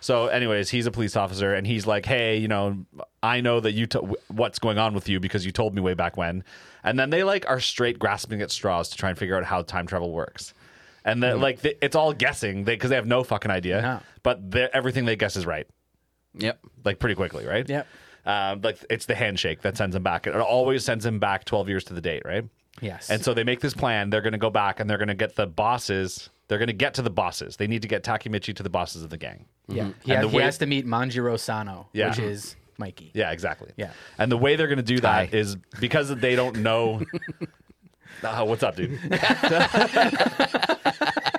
Speaker 2: So, anyways, he's a police officer, and he's like, "Hey, you know, I know that you t- what's going on with you because you told me way back when." And then they like are straight grasping at straws to try and figure out how time travel works, and then like th- it's all guessing because they have no fucking idea.
Speaker 1: Hmm. No.
Speaker 2: But they're- everything they guess is right,
Speaker 3: Yep.
Speaker 2: like pretty quickly, right?
Speaker 1: Yep.
Speaker 2: Um, like it's the handshake that sends him back. It always sends him back twelve years to the date, right?
Speaker 1: Yes.
Speaker 2: And so they make this plan. They're going to go back and they're going to get the bosses. They're going to get to the bosses. They need to get Takemichi to the bosses of the gang.
Speaker 1: Yeah, he,
Speaker 2: Mm-hmm. And
Speaker 1: has,
Speaker 2: the
Speaker 1: he
Speaker 2: way-
Speaker 1: has to meet Manjiro Sano,
Speaker 2: Yeah.
Speaker 1: which is Mikey.
Speaker 2: Yeah, exactly.
Speaker 1: Yeah.
Speaker 2: And the way they're going to do
Speaker 1: Hi.
Speaker 2: that is because they don't know. Ah, what's up, dude?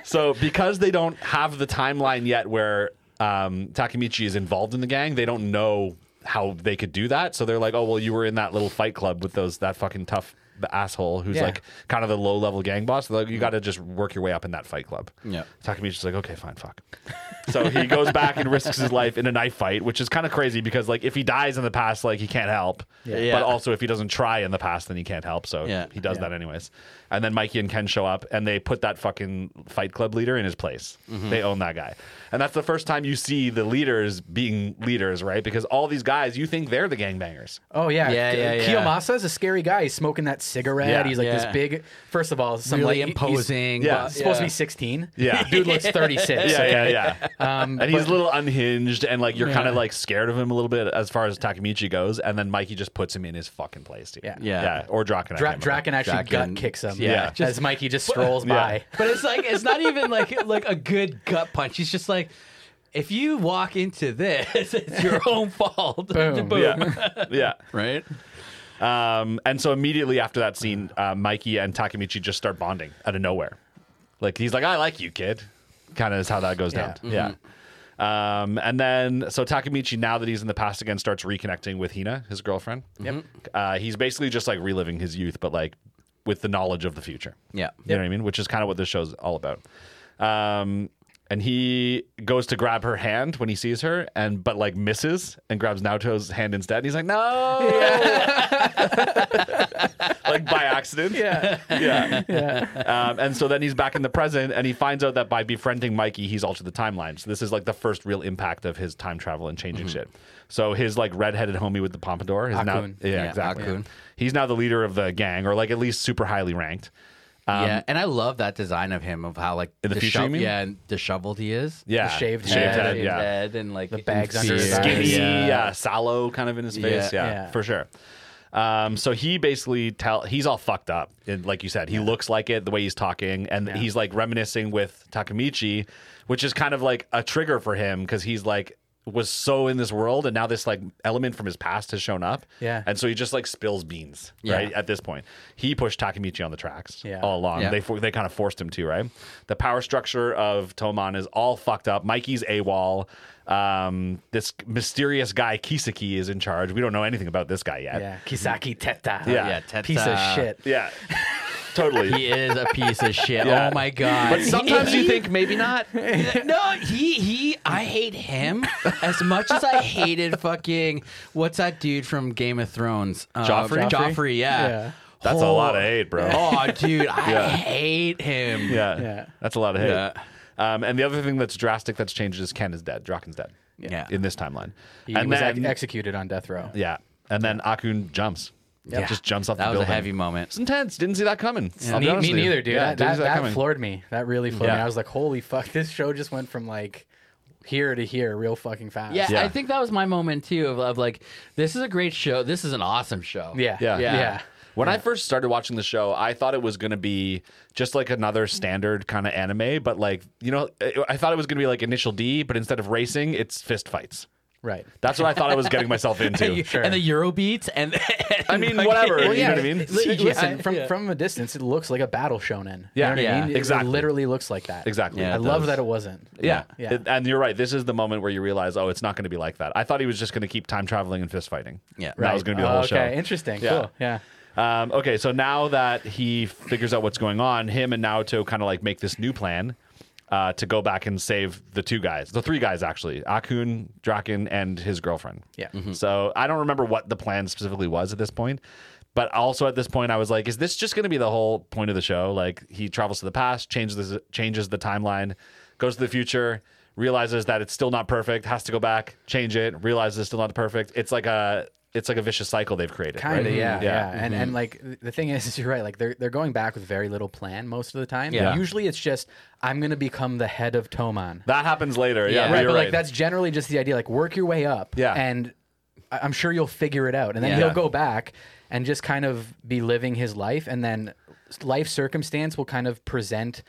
Speaker 2: so because they don't have the timeline yet where um, Takemichi is involved in the gang, they don't know how they could do that. So they're like, "Oh, well, you were in that little fight club with those that fucking tough asshole who's
Speaker 1: Yeah. Mm.
Speaker 2: like kind of the low level gang boss. They're like, you got to just work your way up in that fight club."
Speaker 3: Yeah.
Speaker 2: Takemichi's like, "Okay, fine, fuck." So he goes back and risks his life in a knife fight, which is kind of crazy because like if he dies in the past, like he can't help.
Speaker 3: Yeah.
Speaker 2: But also if he doesn't try in the past, then he can't help. So
Speaker 3: Yeah.
Speaker 2: he does that anyways. And then Mikey and Ken show up and they put that fucking fight club leader in his place.
Speaker 3: Mm-hmm.
Speaker 2: They own that guy. And that's the first time you see the leaders being leaders, right? Because all these guys, you think they're the gangbangers.
Speaker 1: Oh yeah,
Speaker 3: Yeah, yeah, yeah.
Speaker 1: Kiyomasa is a scary guy. He's smoking that cigarette.
Speaker 2: Yeah.
Speaker 1: he's like
Speaker 3: Yeah.
Speaker 1: this big. First of all, some
Speaker 3: Really
Speaker 1: like,
Speaker 3: imposing.
Speaker 1: He's,
Speaker 2: Yeah.
Speaker 1: supposed to be sixteen.
Speaker 2: Yeah.
Speaker 1: dude looks thirty six.
Speaker 2: Yeah, yeah, yeah.
Speaker 1: Um,
Speaker 2: and he's a little unhinged and like you're kind of like scared of him a little bit as far as Takamichi goes. And then Mikey just puts him in his fucking place, dude.
Speaker 1: Yeah.
Speaker 3: Yeah.
Speaker 2: Or Draken.
Speaker 1: Dra-
Speaker 2: I can't remember.
Speaker 1: Draken actually
Speaker 3: Draken-
Speaker 1: gut kicks him.
Speaker 3: Yeah.
Speaker 1: as Mikey just strolls
Speaker 2: Yeah.
Speaker 1: by.
Speaker 3: But it's like it's not even like like a good gut punch. He's just like, if you walk into this, it's your own fault.
Speaker 1: Boom.
Speaker 2: Yeah. yeah.
Speaker 3: Right?
Speaker 2: Um, and so immediately after that scene, uh, Mikey and Takamichi just start bonding out of nowhere. Like he's like, "I like you, kid," kind of is how that goes down. Yeah. Um, and then so Takamichi, now that he's in the past again, starts reconnecting with Hina, his girlfriend. Yep. Uh, he's basically just like reliving his youth, but like with the knowledge of the future.
Speaker 3: Yeah.
Speaker 2: You know what I mean? Which is kind of what this show's all about. Um, and he goes to grab her hand when he sees her, and but like misses and grabs Naoto's hand instead. And he's like, no, like by accident.
Speaker 1: Yeah.
Speaker 2: Yeah. Um, and so then he's back in the present and he finds out that by befriending Mikey, he's altered the timeline. So this is like the first real impact of his time travel and changing
Speaker 3: Mm-hmm.
Speaker 2: shit. So his like redheaded homie with the pompadour is now.
Speaker 1: Hakun.
Speaker 2: Yeah,
Speaker 3: Yeah,
Speaker 2: exactly.
Speaker 3: Hakun.
Speaker 2: He's now the leader of the gang or like at least super highly ranked.
Speaker 3: yeah, and I love that design of him of how like
Speaker 2: In the future, you mean?
Speaker 3: yeah, and disheveled he is.
Speaker 2: Yeah.
Speaker 1: The shaved
Speaker 2: head.
Speaker 1: head
Speaker 3: in
Speaker 2: yeah.
Speaker 3: bed and like the
Speaker 1: bags under his eyes.
Speaker 2: skinny,
Speaker 3: Yeah.
Speaker 2: yeah. sallow kind of in his face. Yeah,
Speaker 1: Yeah. Yeah.
Speaker 2: for sure. Um, so he basically tell he's all fucked up, and like you said, he looks like it the way he's talking, and he's like reminiscing with Takamichi, which is kind of like a trigger for him because he's like was so in this world, and now this like element from his past has shown up.
Speaker 1: Yeah.
Speaker 2: and so he just like spills beans.
Speaker 3: Yeah.
Speaker 2: Right at this point, he pushed Takamichi on the tracks
Speaker 1: Yeah.
Speaker 2: all along.
Speaker 3: Yeah.
Speaker 2: They for- they kind of forced him to, right? The power structure of Toman is all fucked up. Mikey's AWOL. Um, this mysterious guy Kisaki is in charge. We don't know anything about this guy yet.
Speaker 1: Yeah, Kisaki Teta.
Speaker 2: Yeah.
Speaker 3: Yeah, Teta.
Speaker 1: piece of shit.
Speaker 2: Yeah. totally.
Speaker 3: He is a piece of shit.
Speaker 2: Yeah.
Speaker 3: Oh my god.
Speaker 2: But sometimes you
Speaker 3: He-
Speaker 2: think maybe not.
Speaker 3: no, he he. I hate him as much as I hated fucking what's that dude from Game of Thrones? Uh,
Speaker 2: Joffrey?
Speaker 3: Joffrey, yeah.
Speaker 1: Yeah.
Speaker 2: That's a lot of hate, bro.
Speaker 3: Oh, dude, I
Speaker 2: Yeah.
Speaker 3: hate him.
Speaker 2: Yeah.
Speaker 1: Yeah.
Speaker 2: That's a lot of hate.
Speaker 3: Yeah.
Speaker 2: Um, and the other thing that's drastic that's changed is Ken is dead. Draken's dead.
Speaker 3: Yeah.
Speaker 2: In this timeline.
Speaker 1: He
Speaker 2: and
Speaker 1: was
Speaker 2: then
Speaker 1: ex- executed on death row.
Speaker 2: yeah. And then Akun jumps.
Speaker 3: Yeah.
Speaker 2: Just jumps off
Speaker 3: That
Speaker 2: the
Speaker 3: was a
Speaker 2: building.
Speaker 3: heavy moment.
Speaker 2: It's intense. Didn't see that coming. I'll be
Speaker 1: Me,
Speaker 2: honest
Speaker 1: me
Speaker 2: with you.
Speaker 1: neither, dude.
Speaker 2: Yeah,
Speaker 1: that
Speaker 2: didn't
Speaker 1: that,
Speaker 2: see that
Speaker 1: that
Speaker 2: coming.
Speaker 1: floored me. That really floored me.
Speaker 2: Yeah.
Speaker 1: I was like, holy fuck, this show just went from like here to here real fucking fast.
Speaker 3: Yeah,
Speaker 2: Yeah.
Speaker 3: I think that was my moment too of, of like, this is a great show. This is an awesome show.
Speaker 1: Yeah.
Speaker 2: Yeah.
Speaker 1: Yeah.
Speaker 2: When I first started watching the show, I thought it was going to be just like another standard kind of anime, but like, you know, I- I thought it was going to be like Initial D, but instead of racing, it's fist fights.
Speaker 1: Right.
Speaker 2: That's what I thought I was getting myself into.
Speaker 1: Sure.
Speaker 3: And the Eurobeats and,
Speaker 2: I mean, whatever.
Speaker 3: Yeah.
Speaker 2: You know what I mean?
Speaker 1: Li-
Speaker 3: CGI,
Speaker 1: Listen, from,
Speaker 3: yeah.
Speaker 1: from a distance, it looks like a battle shonen.
Speaker 2: Yeah.
Speaker 1: you know what
Speaker 3: Yeah.
Speaker 1: I mean? It-
Speaker 2: Exactly.
Speaker 1: It literally looks like that.
Speaker 2: Exactly. Yeah,
Speaker 1: I
Speaker 2: it
Speaker 1: love
Speaker 2: does.
Speaker 1: that it wasn't.
Speaker 2: Yeah.
Speaker 1: Yeah.
Speaker 2: It- and you're right. This is the moment where you realize, oh, it's not going to be like that. I thought he was just going to keep time traveling and fist fighting.
Speaker 3: Yeah.
Speaker 2: And That was going to be the whole
Speaker 1: Oh, okay.
Speaker 2: show.
Speaker 1: Interesting.
Speaker 2: Yeah.
Speaker 1: Cool. Yeah.
Speaker 2: Um, okay, so now that he figures out what's going on, him and Naoto kind of like make this new plan uh, to go back and save the two guys, the three guys actually, Akun, Draken, and his girlfriend.
Speaker 1: Yeah.
Speaker 2: So I don't remember what the plan specifically was at this point. But also at this point, I was like, "Is this just going to be the whole point of the show? Like, he travels to the past, changes the, changes the timeline, goes to the future, realizes that it's still not perfect, has to go back, change it, realizes it's still not perfect. It's like a it's like a vicious cycle they've created.
Speaker 1: Kind of,
Speaker 2: right? Mm-hmm.
Speaker 1: yeah, yeah. And and like th- the thing is, is you're right. Like they're they're going back with very little plan most of the time.
Speaker 2: Yeah.
Speaker 1: Usually it's just I'm gonna become the head of Toman.
Speaker 2: That happens later. Yeah,
Speaker 3: Yeah.
Speaker 2: but
Speaker 1: right,
Speaker 2: you're
Speaker 1: but like that's generally just the idea. Like work your way up.
Speaker 2: Yeah.
Speaker 1: And I- I'm sure you'll figure it out. And then
Speaker 3: Yeah.
Speaker 1: he'll
Speaker 2: Yeah.
Speaker 1: go back and just kind of be living his life. And then life circumstance will kind of present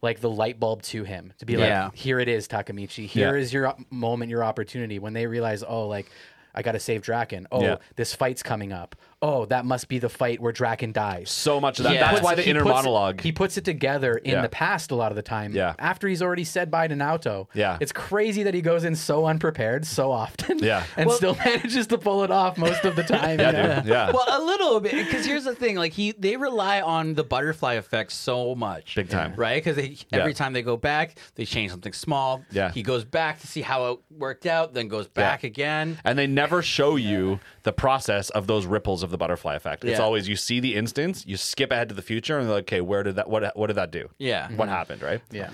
Speaker 1: like the light bulb to him to be
Speaker 3: Yeah.
Speaker 1: like, here it is, Takamichi. Here is
Speaker 2: Yeah.
Speaker 1: your op- moment, your opportunity. When they realize, oh, like I got to save Draken. Oh,
Speaker 2: Yeah.
Speaker 1: this fight's coming up. Oh, that must be the fight where Draken dies.
Speaker 2: so much of that.
Speaker 3: Yeah.
Speaker 2: That's
Speaker 3: Puts-
Speaker 2: why the
Speaker 1: He
Speaker 2: inner
Speaker 1: puts-
Speaker 2: monologue.
Speaker 1: He puts it together in
Speaker 2: Yeah.
Speaker 1: the past a lot of the time.
Speaker 2: Yeah.
Speaker 1: After he's already said bye to Naoto.
Speaker 2: Yeah.
Speaker 1: It's crazy that he goes in so unprepared so often.
Speaker 2: Yeah.
Speaker 1: And still manages to pull it off most of the time. you know?
Speaker 2: yeah, dude. Yeah.
Speaker 3: Well, a little bit because here's the thing: like he, they rely on the butterfly effect so much,
Speaker 2: Big time.
Speaker 3: right? Because
Speaker 2: Yeah.
Speaker 3: every time they go back, they change something small.
Speaker 2: Yeah.
Speaker 3: he goes back to see how it worked out, then goes back again.
Speaker 2: and they never show you the process of those ripples of the butterfly effect. It's
Speaker 3: Yeah.
Speaker 2: always you see the instance, you skip ahead to the future, and they're like, okay, where did that? What what did that do?
Speaker 3: Yeah.
Speaker 2: what happened? Right?
Speaker 1: Yeah.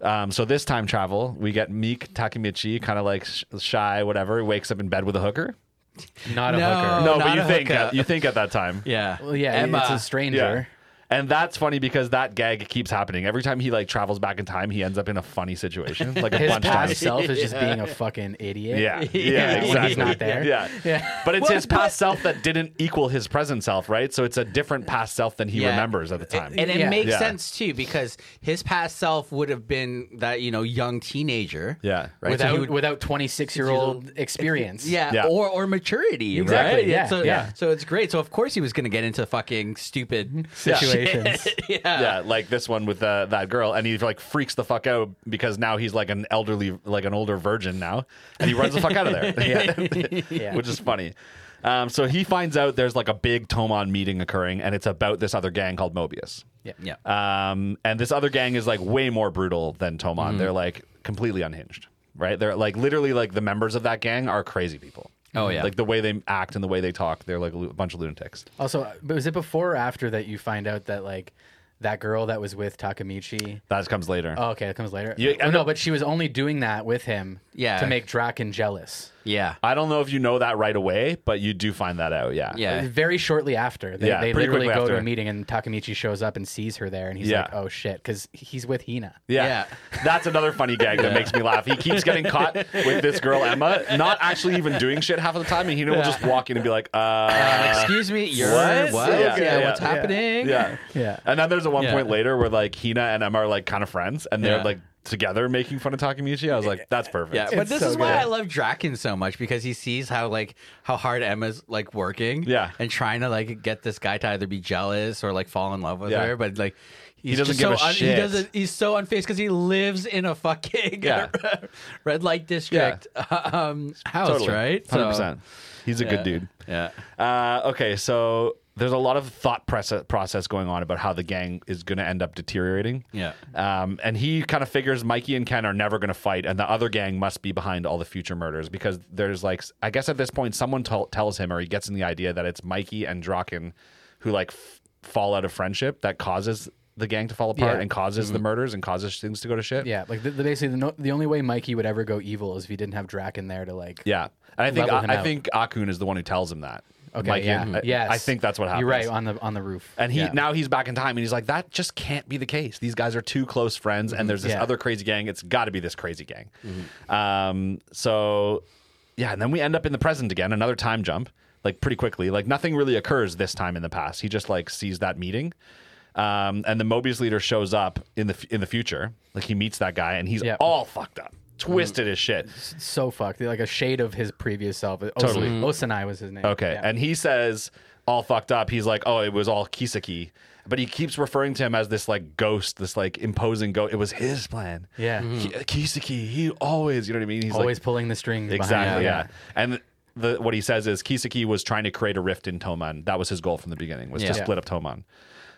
Speaker 2: Um, so this time travel, we get Meek Takamichi, kind of like sh- shy, whatever. Wakes up in bed with a hooker.
Speaker 1: Oh, Not a
Speaker 3: No.
Speaker 1: hooker.
Speaker 2: No,
Speaker 3: not
Speaker 2: but you
Speaker 3: a
Speaker 2: think
Speaker 3: hooker.
Speaker 2: at, you think at that time.
Speaker 3: Yeah,
Speaker 1: Well, yeah,
Speaker 3: Emma.
Speaker 1: it's a stranger.
Speaker 2: And that's funny because that gag keeps happening. Every time he like travels back in time, he ends up in a funny situation, like a
Speaker 1: His
Speaker 2: bunch of
Speaker 1: past
Speaker 2: times.
Speaker 1: self is just being a fucking idiot.
Speaker 2: Yeah,
Speaker 1: Yeah,
Speaker 2: yeah,
Speaker 1: when he's
Speaker 2: exactly.
Speaker 1: not there.
Speaker 2: Yeah,
Speaker 1: Yeah.
Speaker 2: But it's
Speaker 3: Well,
Speaker 2: his past self that didn't equal his present self, right? So it's a different past self than he
Speaker 3: Yeah.
Speaker 2: remembers at the time.
Speaker 3: And it
Speaker 1: Yeah.
Speaker 3: makes
Speaker 2: Yeah.
Speaker 3: sense too because his past self would have been that you know young teenager.
Speaker 2: yeah, right.
Speaker 1: Without
Speaker 2: So
Speaker 3: would-
Speaker 1: without 26 year old experience.
Speaker 3: Yeah,
Speaker 2: Yeah.
Speaker 3: or or maturity,
Speaker 1: Exactly,
Speaker 3: right?
Speaker 1: yeah,
Speaker 3: so,
Speaker 1: yeah.
Speaker 3: So it's great. So of course he was going to get into fucking stupid
Speaker 1: Situations.
Speaker 3: yeah.
Speaker 2: he- yeah, like this one with uh, that girl, and he like freaks the fuck out because now he's like an elderly, like an older virgin now, and he runs the fuck out of there.
Speaker 1: Yeah.
Speaker 2: which is funny. Um, so he finds out there's like a big Tomon meeting occurring, and it's about this other gang called Mobius.
Speaker 1: Yeah.
Speaker 3: Yeah.
Speaker 2: Um, and this other gang is like way more brutal than
Speaker 3: Mm-hmm.
Speaker 2: Tomon. They're like completely unhinged, right? They're like literally like the members of that gang are crazy people.
Speaker 3: Oh, yeah.
Speaker 2: like the way they act and the way they talk, they're like a lu- bunch of lunatics.
Speaker 1: Also, but was it before or after that you find out that like that girl that was with Takamichi?
Speaker 2: That comes later.
Speaker 1: Oh, okay, that comes later.
Speaker 2: You-
Speaker 1: Oh, no, but she was only doing that with him
Speaker 3: Yeah.
Speaker 1: to make Draken jealous.
Speaker 3: yeah.
Speaker 2: I don't know if you know that right away, but you do find that out. Yeah,
Speaker 3: Yeah.
Speaker 1: Very shortly after, they,
Speaker 2: Eh. Yeah,
Speaker 1: they
Speaker 2: pretty
Speaker 1: literally go
Speaker 2: quickly
Speaker 1: to a
Speaker 2: after.
Speaker 1: meeting and Takamichi shows up and sees her there, and he's
Speaker 2: Yeah.
Speaker 1: like, "Oh shit," because he's with Hina.
Speaker 2: Yeah. That's another funny gag that makes me laugh. He keeps getting caught with this girl, Emma, not actually even doing shit half of the time. And Hina will just walk in and be like, uh.
Speaker 3: Excuse me, you're
Speaker 2: what?
Speaker 3: what?
Speaker 2: Yeah,
Speaker 3: Yeah,
Speaker 2: yeah,
Speaker 3: what's
Speaker 2: yeah.
Speaker 3: happening?
Speaker 2: Yeah.
Speaker 1: Yeah.
Speaker 2: And then there's a one
Speaker 3: Yeah.
Speaker 2: point later where like Hina and Emma are like kind of friends and they're
Speaker 3: Yeah.
Speaker 2: like together making fun of Takamichi. I was like, that's perfect.
Speaker 3: Yeah, but
Speaker 1: It's
Speaker 3: this
Speaker 1: so
Speaker 3: is why
Speaker 1: good.
Speaker 3: I love Draken so much because he sees how like how hard Emma's like working,
Speaker 2: Yeah.
Speaker 3: and trying to like get this guy to either be jealous or like fall in love with
Speaker 2: Yeah.
Speaker 3: her, but like he's
Speaker 2: doesn't
Speaker 3: just
Speaker 2: give
Speaker 3: so
Speaker 2: a
Speaker 3: un-
Speaker 2: shit.
Speaker 3: he doesn't he's so unfazed because he lives in a fucking
Speaker 2: Yeah.
Speaker 3: red light district um, house, right? So-
Speaker 2: Hundred percent. He's a
Speaker 3: yeah.
Speaker 2: good dude.
Speaker 3: Yeah,
Speaker 2: Uh, okay, so there's a lot of thought press- process going on about how the gang is going to end up deteriorating.
Speaker 3: Yeah.
Speaker 2: Um, and he kind of figures Mikey and Ken are never going to fight, and the other gang must be behind all the future murders because there's like, I guess at this point, someone tol- tells him or he gets in the idea that it's Mikey and Draken who like f- fall out of friendship that causes the gang to fall apart
Speaker 1: Yeah. Mm-hmm.
Speaker 2: and causes the murders and causes things to go to shit.
Speaker 1: Yeah, like the, the, basically the, no, the only way Mikey would ever go evil is if he didn't have Draken there to like.
Speaker 2: Yeah. And I think
Speaker 1: Level him
Speaker 2: I,
Speaker 1: out.
Speaker 2: think Akun is the one who tells him that.
Speaker 1: Okay.
Speaker 2: Mikey
Speaker 1: yeah.
Speaker 2: and- I-
Speaker 1: yes.
Speaker 2: I think that's what happens.
Speaker 1: You're right on the on the roof.
Speaker 2: And he
Speaker 1: Yeah.
Speaker 2: now he's back in time, and he's like, that just can't be the case. These guys are too close friends, and there's this
Speaker 1: Mm-hmm. Yeah. Mm-hmm.
Speaker 2: other crazy gang. It's got to be this crazy gang. Um, so, yeah, and then we end up in the present again, another time jump, like pretty quickly. Like nothing really occurs this time in the past. He just like sees that meeting, um, and the Mobius leader shows up in the f- in the future. Like he meets that guy, and he's
Speaker 1: Yeah. Mm-hmm.
Speaker 2: all fucked up, twisted as shit.
Speaker 1: so fucked. Like a shade of his previous self. Os-
Speaker 2: Totally.
Speaker 1: Osanai was his name.
Speaker 2: Okay.
Speaker 1: Yeah.
Speaker 2: And he says all fucked up. He's like, oh, it was all Kisaki. But he keeps referring to him as this like ghost, this like imposing ghost. It was his plan.
Speaker 1: Yeah. Mm-hmm.
Speaker 2: Ki- Kisaki, he always, you know what I mean? He's
Speaker 1: always
Speaker 2: like,
Speaker 1: pulling the strings.
Speaker 2: exactly.
Speaker 1: Behind
Speaker 2: Yeah. And the, what he says is Kisaki was trying to create a rift in Toman. That was his goal from the beginning, was
Speaker 3: Yeah.
Speaker 2: to split up Toman.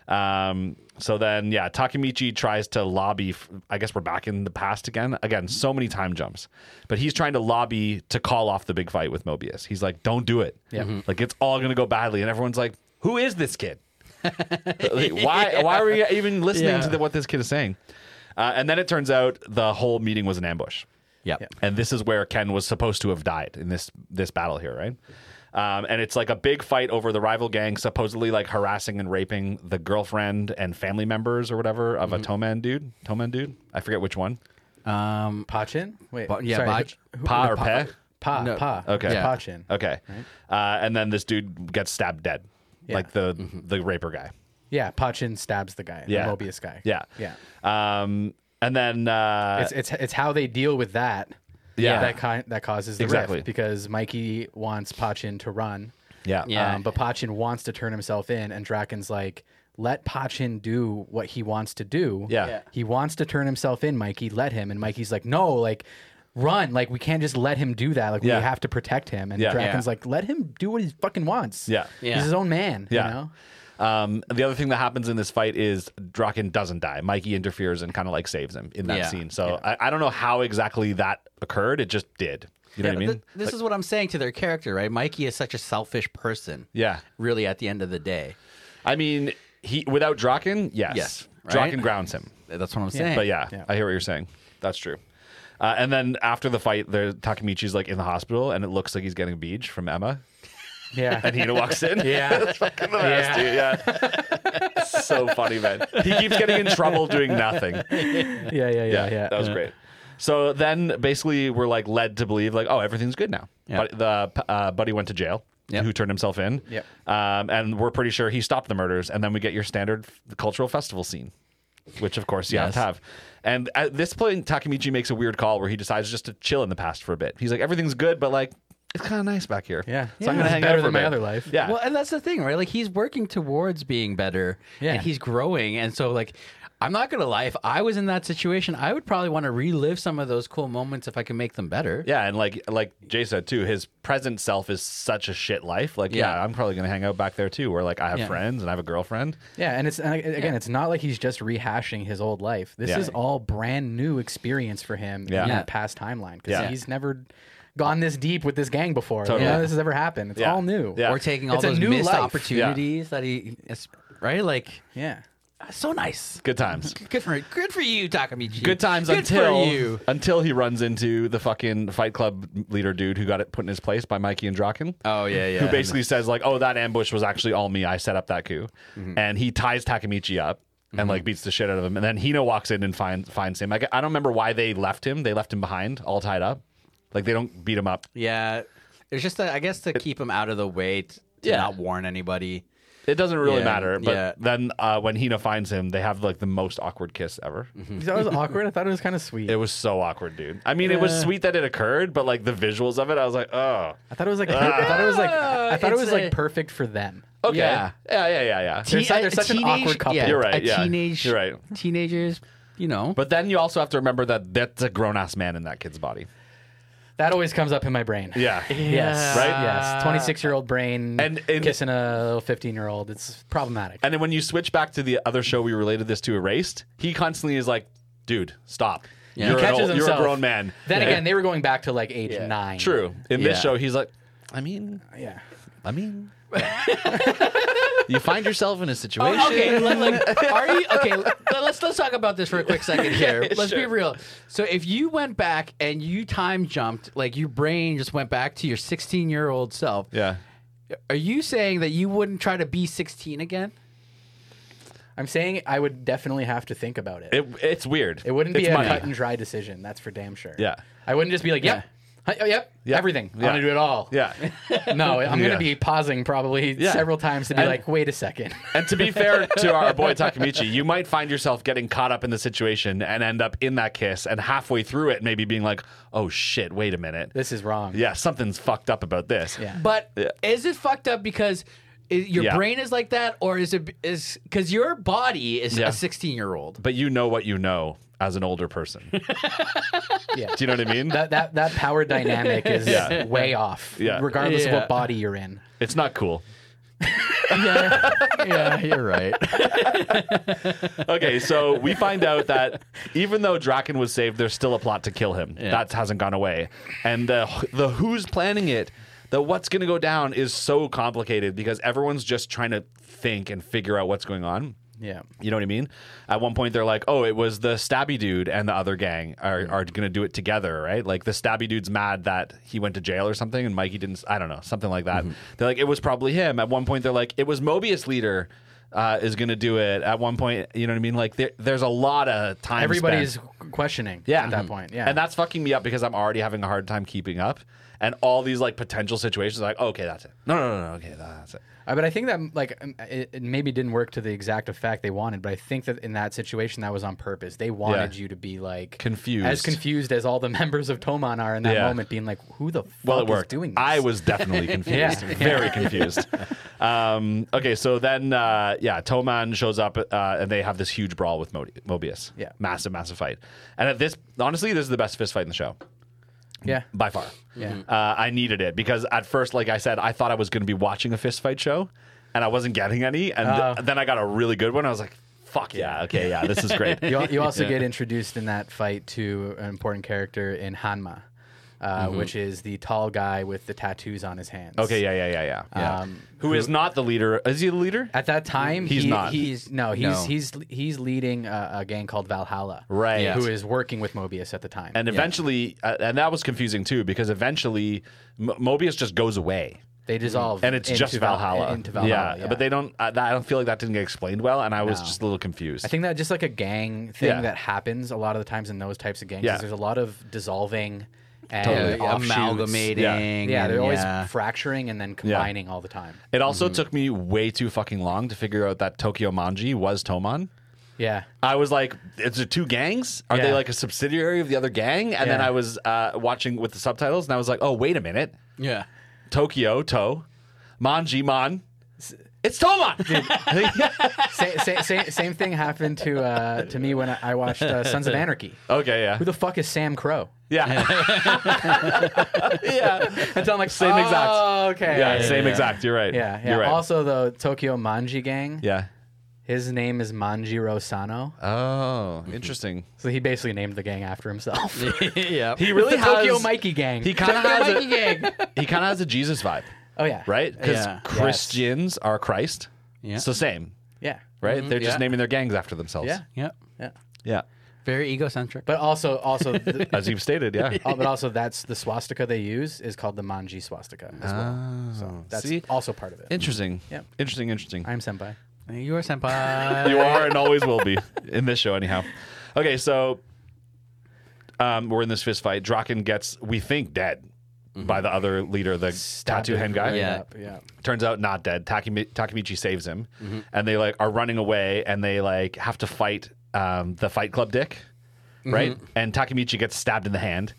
Speaker 2: Um, so then, yeah, Takamichi tries to lobby. f- I guess we're back in the past again. Again, so many time jumps, but he's trying to lobby to call off the big fight with Mobius. He's like, "Don't do it.
Speaker 1: Yeah. Mhm.
Speaker 2: Like it's all gonna go badly." And everyone's like, "Who is this kid? Like, why? Why are we even listening
Speaker 3: Yeah.
Speaker 2: to the, what this kid is saying?" Uh, and then it turns out the whole meeting was an ambush
Speaker 3: yeah,
Speaker 2: and this is where Ken was supposed to have died in this this battle here, right? Um, and it's like a big fight over the rival gang supposedly like harassing and raping the girlfriend and family members or whatever of
Speaker 1: Mm-hmm.
Speaker 2: a Toman dude. Toman dude, I forget which one.
Speaker 3: Um,
Speaker 1: Pachin? Wait.
Speaker 3: Ba- yeah,
Speaker 1: sorry,
Speaker 3: Baj-
Speaker 1: who- who-
Speaker 2: Pa or
Speaker 1: Pa.
Speaker 2: Pe?
Speaker 1: Pa.
Speaker 3: No.
Speaker 1: Pa.
Speaker 2: Okay. Uh,
Speaker 1: Yeah.
Speaker 2: Yeah.
Speaker 1: Pachin.
Speaker 2: Okay, uh, and then this dude gets stabbed dead, like the the raper guy.
Speaker 1: Yeah, Pachin stabs Mm-hmm. the guy,
Speaker 2: Yeah.
Speaker 1: the Mobius guy.
Speaker 2: Yeah.
Speaker 1: yeah.
Speaker 2: Um, and then uh,
Speaker 1: It's it's it's how they deal with that.
Speaker 2: Yeah.
Speaker 1: that kind that causes the
Speaker 2: Exactly.
Speaker 1: rift because Mikey wants Pachin to run.
Speaker 2: yeah,
Speaker 3: Yeah.
Speaker 1: Um, but Pachin wants to turn himself in, and Draken's like, "Let Pachin do what he wants to do.
Speaker 2: Yeah.
Speaker 3: Yeah.
Speaker 1: he wants to turn himself in. Mikey, let him." And Mikey's like, "No, like." Run like we can't just let him do that. Like
Speaker 2: Yeah.
Speaker 1: we have to protect him. And
Speaker 2: Yeah.
Speaker 1: Draken's
Speaker 3: Yeah.
Speaker 1: like, let him do what he fucking wants.
Speaker 2: Yeah.
Speaker 3: Yeah.
Speaker 1: he's his own man.
Speaker 2: Yeah.
Speaker 1: you know?
Speaker 2: Um, the other thing that happens in this fight is Draken doesn't die. Mikey interferes and kind of like saves him in that
Speaker 3: Yeah.
Speaker 2: scene. So I, I don't know how exactly that occurred. It just did. You know
Speaker 3: Yeah,
Speaker 2: what I
Speaker 3: but
Speaker 2: mean?
Speaker 3: th- this is what I'm saying to their character, right? Mikey is such a selfish person.
Speaker 2: Yeah.
Speaker 3: Really, at the end of the day,
Speaker 2: I mean, he without Draken, yes.
Speaker 3: Yes, right?
Speaker 2: Draken grounds him.
Speaker 3: that's what I'm saying.
Speaker 2: But yeah,
Speaker 1: Yeah.
Speaker 2: I hear what you're saying. That's true. Uh, and then after the fight, there Takamichi's like in the hospital, and it looks like he's getting a beach from Emma.
Speaker 1: Yeah,
Speaker 2: And Hina walks in.
Speaker 1: yeah.
Speaker 2: Fucking the best, dude. Yeah. so funny, man. He keeps getting in trouble doing nothing.
Speaker 1: yeah, yeah, yeah, yeah. Uh,
Speaker 2: That was great. So then basically we're like led to believe like, oh, everything's good now.
Speaker 3: Yeah.
Speaker 2: But the uh, buddy went to jail.
Speaker 3: Yep.
Speaker 2: Who turned himself in?
Speaker 1: Yep.
Speaker 2: Um, and we're pretty sure he stopped the murders. And then we get your standard f- cultural festival scene, which of course you have
Speaker 3: Yes.
Speaker 2: to have. And at this point, Takamichi makes a weird call where he decides just to chill in the past for a bit. He's like, everything's good, but like it's kind of nice back here.
Speaker 1: Yeah.
Speaker 2: so I'm
Speaker 1: Yeah.
Speaker 2: gonna hang
Speaker 1: Better
Speaker 2: out
Speaker 1: than
Speaker 2: for a
Speaker 1: my
Speaker 2: bit.
Speaker 1: other life.
Speaker 2: Yeah,
Speaker 3: Well, and that's the thing, right? Like he's working towards being better,
Speaker 1: Yeah.
Speaker 3: and he's growing, and so like. I'm not gonna lie. If I was in that situation, I would probably want to relive some of those cool moments if I can make them better.
Speaker 2: Yeah, and like like Jay said too, his present self is such a shit life. Like, yeah,
Speaker 3: Yeah.
Speaker 2: I'm probably gonna hang out back there too, where like I have
Speaker 3: Yeah.
Speaker 2: friends and I have a girlfriend.
Speaker 1: Yeah, and it's and again, it's not like he's just rehashing his old life. This
Speaker 2: Yeah.
Speaker 1: is all brand new experience for him
Speaker 2: Yeah.
Speaker 1: in
Speaker 2: Yeah.
Speaker 1: that past timeline because
Speaker 2: Yeah.
Speaker 1: he's never gone this deep with this gang before.
Speaker 2: Totally.
Speaker 1: None of this has ever happened. It's
Speaker 2: Yeah.
Speaker 1: all new.
Speaker 2: Yeah.
Speaker 3: Or taking all
Speaker 1: It's a
Speaker 3: those
Speaker 1: new
Speaker 3: missed
Speaker 1: life.
Speaker 3: opportunities that he, it's- right? Like,
Speaker 1: yeah.
Speaker 3: so nice.
Speaker 2: Good times.
Speaker 3: Good for good for you, Takamichi.
Speaker 2: Good times
Speaker 3: Good
Speaker 2: until
Speaker 3: for you.
Speaker 2: until he runs into the fucking Fight Club leader dude who got it put in his place by Mikey and Draken.
Speaker 3: Oh yeah, yeah.
Speaker 2: Who basically says like, "Oh, that ambush was actually all me. I set up that coup," and he ties Takamichi up and like beats the shit out of him. And then Hino walks in and finds finds him. I, I don't remember why they left him. They left him behind, all tied up. Like they don't beat him up.
Speaker 3: yeah. It's just that I guess to keep him out of the way t- to
Speaker 2: Yeah.
Speaker 3: not warn anybody.
Speaker 2: It doesn't really
Speaker 3: Yeah,
Speaker 2: matter. But
Speaker 3: yeah.
Speaker 2: then uh, when Hina finds him, they have like the most awkward kiss ever.
Speaker 3: Mm-hmm.
Speaker 1: That was awkward. I thought it was kind of sweet.
Speaker 2: Hmm. It was so awkward, dude. I mean, it was sweet that it occurred, but like the visuals of it, I was like, oh,
Speaker 1: I thought it was like I thought it was like I thought it
Speaker 3: It's
Speaker 1: was
Speaker 3: a-
Speaker 1: like perfect for them.
Speaker 2: okay, yeah, yeah,
Speaker 3: Yeah.
Speaker 2: yeah, yeah. yeah.
Speaker 1: They're su- they're such an awkward couple.
Speaker 2: You're right,
Speaker 3: A
Speaker 2: yeah.
Speaker 3: teenage.
Speaker 2: You're right.
Speaker 3: Teenagers. You know.
Speaker 2: but then you also have to remember that that's a grown ass man in that kid's body.
Speaker 1: That always comes up in my brain.
Speaker 2: Yeah.
Speaker 1: Yes.
Speaker 2: Right?
Speaker 1: Yes. Twenty-six-year-old brain
Speaker 2: And- and-
Speaker 1: kissing a little fifteen-year-old. It's problematic.
Speaker 2: And then when you switch back to the other show we related this to, Erased, he constantly is like, dude, stop.
Speaker 3: Yeah. He
Speaker 2: You're, an
Speaker 1: Catches
Speaker 2: old- you're a
Speaker 1: himself.
Speaker 2: grown man.
Speaker 1: Then
Speaker 2: Yeah.
Speaker 1: again, they were going back to like age nine.
Speaker 2: true. In this
Speaker 3: Yeah.
Speaker 2: show, he's like, I mean,
Speaker 1: Yeah.
Speaker 2: I mean, you find yourself in a situation.
Speaker 1: Oh,
Speaker 3: Okay, let, like, are you okay? Let, us let's talk about this for a quick second here. let's be real. So, if you went back and you time jumped, like your brain just went back to your 16 year old self,
Speaker 2: Yeah.
Speaker 3: are you saying that you wouldn't try to be 16 again?
Speaker 1: I'm saying I would definitely have to think about
Speaker 2: It, it's weird.
Speaker 1: It wouldn't
Speaker 2: it's
Speaker 1: be a
Speaker 2: money.
Speaker 1: cut and dry decision. That's for damn sure.
Speaker 2: Yeah.
Speaker 1: I wouldn't just be like, yep, Hi- oh, yep,
Speaker 2: Yeah.
Speaker 1: everything. I'm
Speaker 2: Yeah.
Speaker 1: gonna do it all.
Speaker 2: Yeah.
Speaker 1: No, I'm
Speaker 2: Yeah.
Speaker 1: gonna be pausing probably
Speaker 2: Yeah.
Speaker 1: several times to be
Speaker 2: And-
Speaker 1: like, wait a second.
Speaker 2: and to be fair to our boy Takamichi, you might find yourself getting caught up in the situation and end up in that kiss and halfway through it maybe being like, "Oh shit, wait a minute."
Speaker 1: This is wrong.
Speaker 2: Yeah, something's fucked up about this.
Speaker 1: Yeah.
Speaker 3: But is it fucked up because i your
Speaker 2: Yeah.
Speaker 3: brain is like that, or is it is because your body is
Speaker 2: Yeah.
Speaker 3: a 16 year old?
Speaker 2: But you know what you know as an older person. Do
Speaker 1: Yeah.
Speaker 2: you know what I mean?
Speaker 1: That, that that power dynamic is
Speaker 2: Yeah.
Speaker 1: way off,
Speaker 2: Yeah.
Speaker 1: regardless of
Speaker 3: Yeah.
Speaker 1: what body you're in.
Speaker 2: it's not cool.
Speaker 3: yeah, yeah, you're right.
Speaker 2: Okay, so we find out that even though Draken was saved, there's still a plot to kill him. That hasn't gone away, and the the who's planning it, the what's going to go down is so complicated because everyone's just trying to think and figure out what's going on.
Speaker 1: Yeah.
Speaker 2: You know what I mean? At one point, they're like, "Oh, it was the stabby dude and the other gang are, are going to do it together, right?" Like the stabby dude's mad that he went to jail or something, and Mikey didn't. I don't know, something like that. They're like, "It was probably him." At one point, they're like, "It was Mobius leader uh, is going to do it." At one point, you know what I mean? Like there, there's a lot of time.
Speaker 1: Everybody's
Speaker 2: spent.
Speaker 1: questioning
Speaker 2: yeah Mm-hmm.
Speaker 1: at that point. Yeah.
Speaker 2: and that's fucking me up because I'm already having a hard time keeping up. and all these like potential situations. Like, oh, okay, that's it. No, no, no, no. Okay, that's it.
Speaker 1: Uh, but I think that like um, it, it maybe didn't work to the exact effect they wanted. But I think that in that situation, that was on purpose. They wanted
Speaker 2: Yeah.
Speaker 1: you to be like
Speaker 2: Confused.
Speaker 1: as confused as all the members of Toman are in that
Speaker 2: Yeah.
Speaker 1: moment, being like, "Who the fuck
Speaker 2: Well, it
Speaker 1: is
Speaker 2: worked.
Speaker 1: doing this?"
Speaker 2: I was definitely confused,
Speaker 1: Yeah.
Speaker 2: very confused. Um, okay, so then, uh, yeah, Toman shows up uh, and they have this huge brawl with Mo- Mobius.
Speaker 1: Yeah.
Speaker 2: massive, massive fight. And at this, honestly, this is the best fist fight in the show
Speaker 1: yeah.
Speaker 2: by far.
Speaker 1: Yeah.
Speaker 2: Uh, I needed it because at first, like I said, I thought I was going to be watching a fist fight show, and I wasn't getting any. And th-
Speaker 1: Oh.
Speaker 2: then I got a really good one. I was like, "Fuck yeah, okay, yeah, this is great."
Speaker 1: You, al- you also get introduced in that fight to an important character in Hanma, uh, which is the tall guy with the tattoos on his hands.
Speaker 2: Mm-hmm. Okay, yeah, yeah, yeah, yeah. yeah.
Speaker 1: Um,
Speaker 2: who is not the leader? Is he the leader?
Speaker 1: At that time,
Speaker 2: He's
Speaker 1: he-
Speaker 2: not.
Speaker 1: He's no. He's
Speaker 3: No.
Speaker 1: he's he's leading a, a gang called Valhalla,
Speaker 2: Right. Yeah.
Speaker 1: Who is working with Mobius at the time.
Speaker 2: and eventually, uh, and that was confusing too because eventually, M- Mobius just goes away.
Speaker 1: they dissolve,
Speaker 2: And it's
Speaker 1: into
Speaker 2: just
Speaker 1: Val-
Speaker 2: Valhalla.
Speaker 1: into Valhalla.
Speaker 2: yeah,
Speaker 1: Yeah,
Speaker 2: but they don't. I, that, I don't feel like that didn't get explained well, and I was
Speaker 1: No.
Speaker 2: just a little confused.
Speaker 1: I think that just like a gang thing
Speaker 2: Yeah.
Speaker 1: that happens a lot of the times in those types of gangs.
Speaker 2: Yeah.
Speaker 1: Is there's a lot of dissolving and
Speaker 3: Yeah,
Speaker 1: offshoots.
Speaker 3: amalgamating.
Speaker 2: Yeah.
Speaker 1: Yeah, they're
Speaker 3: and
Speaker 1: always
Speaker 3: yeah.
Speaker 1: fracturing and then combining all the time.
Speaker 2: it also
Speaker 1: Mm-hmm.
Speaker 2: took me way too fucking long to figure out that Tokyo Manji was Toman.
Speaker 1: Yeah.
Speaker 2: I was like, is there two gangs? Are they
Speaker 1: Yeah.
Speaker 2: like a subsidiary of the other gang? And then
Speaker 1: Yeah.
Speaker 2: I was uh, watching with the subtitles and I was like, oh, wait a minute.
Speaker 3: yeah.
Speaker 2: Tokyo, To, Manji, Man. It's Toman!
Speaker 1: same, same, same, same thing happened to uh, to me when I, I watched uh, Sons of Anarchy.
Speaker 2: okay, yeah.
Speaker 1: Who the fuck is Sam Crow?
Speaker 2: Yeah. yeah.
Speaker 1: Until I'm like,
Speaker 2: Same exact.
Speaker 1: Oh, okay.
Speaker 2: Yeah,
Speaker 1: yeah,
Speaker 2: same
Speaker 3: yeah.
Speaker 2: exact. You're right.
Speaker 1: yeah.
Speaker 2: You're right.
Speaker 1: Also, the Tokyo Manji Gang.
Speaker 2: yeah.
Speaker 1: His name is Manjiro Sano,
Speaker 2: Oh, interesting.
Speaker 1: so he basically named the gang after himself.
Speaker 3: yeah.
Speaker 2: He
Speaker 1: the
Speaker 2: really has
Speaker 1: Tokyo Mikey Gang.
Speaker 2: He kind of
Speaker 1: Tokyo
Speaker 2: has
Speaker 1: Mikey
Speaker 2: a,
Speaker 1: Gang.
Speaker 2: he kind of has a Jesus vibe,
Speaker 1: Oh yeah.
Speaker 2: right? Because
Speaker 3: Yeah. Yes.
Speaker 2: Christians are Christ.
Speaker 3: Yeah.
Speaker 2: It's the same,
Speaker 1: Yeah.
Speaker 2: right? They're just
Speaker 3: yeah.
Speaker 2: naming their gangs after themselves.
Speaker 1: Yeah.
Speaker 3: yeah.
Speaker 1: Yeah.
Speaker 2: Yeah.
Speaker 3: Very egocentric.
Speaker 1: But also, also, the,
Speaker 2: As you've stated, yeah.
Speaker 1: oh, but also, that's the swastika they use is called the Manji swastika as well. So that's
Speaker 2: Oh, see?
Speaker 1: also part of it.
Speaker 2: Interesting.
Speaker 1: Yeah.
Speaker 2: Interesting, interesting.
Speaker 1: I'm senpai.
Speaker 3: you are senpai.
Speaker 2: You are and always will be in this show, anyhow. Okay, so um, we're in this fist fight. Draken gets, we think, dead by the other leader, the
Speaker 1: Stabbed
Speaker 2: tattoo
Speaker 1: him
Speaker 2: hand guy.
Speaker 1: right
Speaker 3: Yeah.
Speaker 1: up, Yeah.
Speaker 2: Turns out not dead. Takemi- Takemichi saves him,
Speaker 1: Mm-hmm.
Speaker 2: and they like are running away, and they like have to fight um, the Fight Club dick,
Speaker 1: Mm-hmm.
Speaker 2: right? And Takemichi gets stabbed in the hand,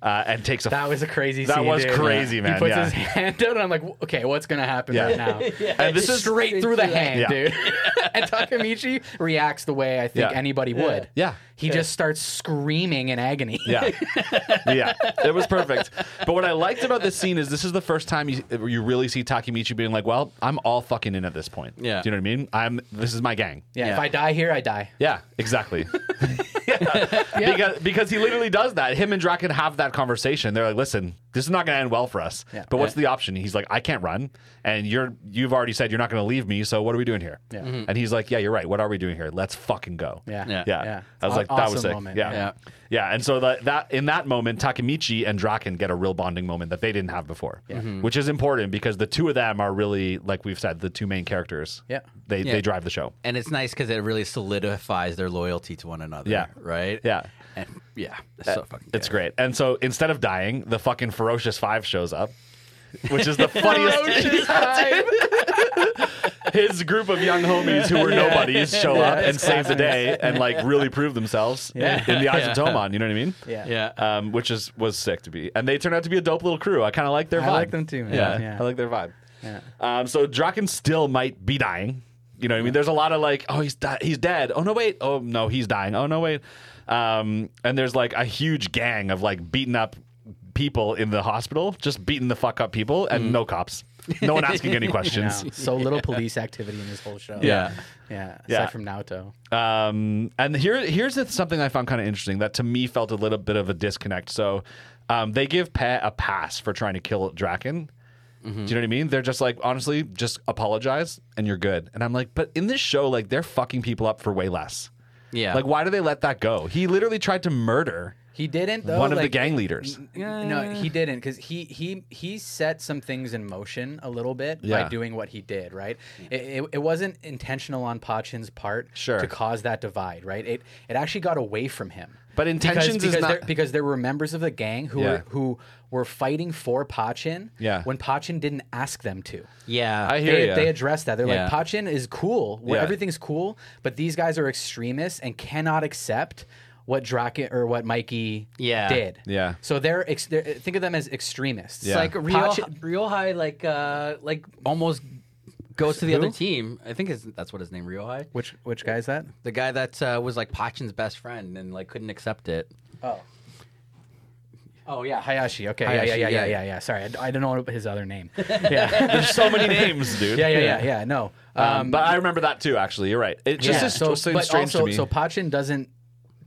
Speaker 2: uh, and takes a
Speaker 1: That was a crazy.
Speaker 2: That
Speaker 1: scene,
Speaker 2: was
Speaker 1: dude.
Speaker 2: crazy, man,
Speaker 1: He puts
Speaker 2: yeah.
Speaker 1: his hand out, and I'm like, okay, what's gonna happen
Speaker 2: Yeah.
Speaker 1: right now?
Speaker 2: And this
Speaker 1: Just
Speaker 2: is-
Speaker 1: straight through the hand,
Speaker 2: Yeah.
Speaker 1: dude. and Takamichi reacts the way I think
Speaker 2: Yeah.
Speaker 1: anybody would.
Speaker 2: Yeah.
Speaker 1: He just starts screaming in agony.
Speaker 2: Yeah, yeah, it was perfect. But what I liked about this scene is this is the first time you you really see Takemichi being like, "Well, I'm all fucking in at this point."
Speaker 3: Yeah.
Speaker 2: do you know what I mean? I'm this is my gang.
Speaker 1: Yeah,
Speaker 3: Yeah.
Speaker 1: If I die here, I die.
Speaker 2: Yeah, exactly. Yeah. Because, because he literally does that. Him and Draken have that conversation. They're like, "Listen, this is not going to end well for us.
Speaker 1: Yeah.
Speaker 2: But what's the option?" He's like, "I can't run, and you're you've already said you're not going to leave me. So what are we doing here?"
Speaker 1: Yeah.
Speaker 2: And he's like, "Yeah, you're right. What are we doing here? Let's fucking go."
Speaker 1: Yeah.
Speaker 3: Yeah.
Speaker 2: Yeah.
Speaker 1: Yeah.
Speaker 2: I was
Speaker 1: Aw-
Speaker 2: like, that
Speaker 1: awesome
Speaker 2: was sick.
Speaker 1: moment.
Speaker 2: Yeah. yeah.
Speaker 3: Yeah.
Speaker 2: And so that, that in that moment, Takemichi and Draken get a real bonding moment that they didn't have before, which is important because the two of them are really, like we've said, the two main characters.
Speaker 1: Yeah.
Speaker 2: They,
Speaker 3: Yeah.
Speaker 2: they drive the show.
Speaker 3: and it's nice because it really solidifies their loyalty to one another.
Speaker 2: Yeah.
Speaker 3: Right?
Speaker 2: Yeah.
Speaker 3: And yeah. It's so fucking
Speaker 2: It's great. And so instead of dying, the fucking Ferocious Five shows up, which is the funniest. His group of young homies who were nobodies show up and save the day and like really prove themselves
Speaker 1: Yeah.
Speaker 2: in the eyes of
Speaker 3: Yeah.
Speaker 2: Toman. You know what I mean?
Speaker 1: Yeah.
Speaker 3: Yeah.
Speaker 2: um, which is was sick to be. And they turned out to be a dope little crew. I kind of like their vibe.
Speaker 1: I like them too, man.
Speaker 2: Yeah,
Speaker 1: Yeah.
Speaker 2: I like their vibe.
Speaker 1: Yeah.
Speaker 2: Um, so Draken still might be dying. You know what I mean? There's a lot of like, oh, he's di- he's dead. Oh no, wait. Oh no, he's dying. Oh no, wait. Um, and there's like a huge gang of like beaten up people in the hospital, just beating the fuck up people,
Speaker 1: Mm.
Speaker 2: and no cops, no one asking any
Speaker 1: Wow.
Speaker 2: questions.
Speaker 1: So little police activity in this whole show.
Speaker 3: Yeah.
Speaker 1: Yeah. Aside
Speaker 2: Yeah.
Speaker 1: from Naoto.
Speaker 2: Um, and here, here's the- something I found kind of interesting that to me felt a little bit of a disconnect. So, um, they give Pe a pass for trying to kill Draken.
Speaker 1: Mm-hmm.
Speaker 2: Do you know what I mean? They're just like, honestly, just apologize and you're good. And I'm like, but in this show, like, they're fucking people up for way less.
Speaker 3: Yeah.
Speaker 2: Like, why do they let that go? He literally tried to murder
Speaker 1: He didn't though.
Speaker 2: one of the
Speaker 1: Oh, like-
Speaker 2: gang leaders.
Speaker 1: No, he didn't because he he he set some things in motion a little bit
Speaker 2: Yeah.
Speaker 1: by doing what he did. Right, it, it, it wasn't intentional on Pachin's part
Speaker 2: Sure.
Speaker 1: to cause that divide. Right, it it actually got away from him.
Speaker 2: But intentions
Speaker 1: because,
Speaker 2: is
Speaker 1: because
Speaker 2: not-
Speaker 1: there, because there were members of the gang who
Speaker 2: Yeah.
Speaker 1: were who were fighting for Pachin
Speaker 2: Yeah.
Speaker 1: when Pachin didn't ask them to.
Speaker 3: Yeah.
Speaker 2: I hear
Speaker 1: They,
Speaker 2: ya.
Speaker 1: they address that. They're
Speaker 3: Yeah.
Speaker 1: like, Pachin is cool. Where
Speaker 2: Yeah.
Speaker 1: Everything's cool, but these guys are extremists and cannot accept what Draken or what Mikey
Speaker 3: Yeah.
Speaker 1: did.
Speaker 2: Yeah.
Speaker 1: So they're, ex- they're think of them as extremists.
Speaker 2: Yeah.
Speaker 1: Yeah.
Speaker 3: It's like Rio,
Speaker 1: Pachin-
Speaker 3: Rio High, like uh, like almost goes to the
Speaker 1: Who?
Speaker 3: other team. I think is that's what his name, Rio High.
Speaker 1: which which guy is that?
Speaker 3: The guy that uh, was like Pachin's best friend and like couldn't accept it.
Speaker 1: Oh. Oh yeah, Hayashi. Okay, yeah,
Speaker 3: Hayashi,
Speaker 1: yeah, yeah,
Speaker 3: yeah.
Speaker 1: yeah, yeah, yeah. Sorry, I, I don't know his other name. Yeah,
Speaker 2: There's so many names, dude.
Speaker 1: yeah, yeah, yeah, yeah. No,
Speaker 2: Um, but I remember that too. Actually, you're right. It just
Speaker 1: yeah.
Speaker 2: is so,
Speaker 1: but
Speaker 2: strange
Speaker 1: also,
Speaker 2: to me.
Speaker 1: So Pachin doesn't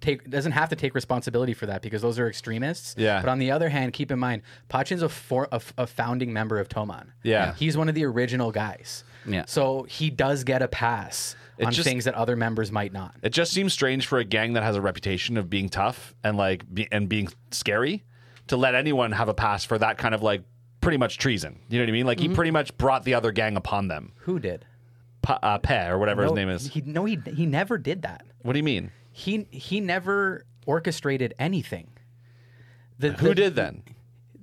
Speaker 1: take doesn't have to take responsibility for that because those are extremists.
Speaker 2: Yeah.
Speaker 1: But on the other hand, keep in mind Pachin's a, for, a, a founding member of Toman.
Speaker 2: Yeah.
Speaker 1: He's one of the original guys.
Speaker 3: Yeah.
Speaker 1: So he does get a pass on
Speaker 2: just-
Speaker 1: things that other members might not.
Speaker 2: It just seems strange for a gang that has a reputation of being tough and like be, and being scary to let anyone have a pass for that kind of like pretty much treason. You know what I mean? Like he pretty much brought the other gang upon them.
Speaker 1: Who did?
Speaker 2: Pa, uh, Pe or whatever his
Speaker 1: No,
Speaker 2: name is.
Speaker 1: He, no, he he never did that.
Speaker 2: What do you mean?
Speaker 1: He he never orchestrated anything. The,
Speaker 2: Who
Speaker 1: the-
Speaker 2: did then?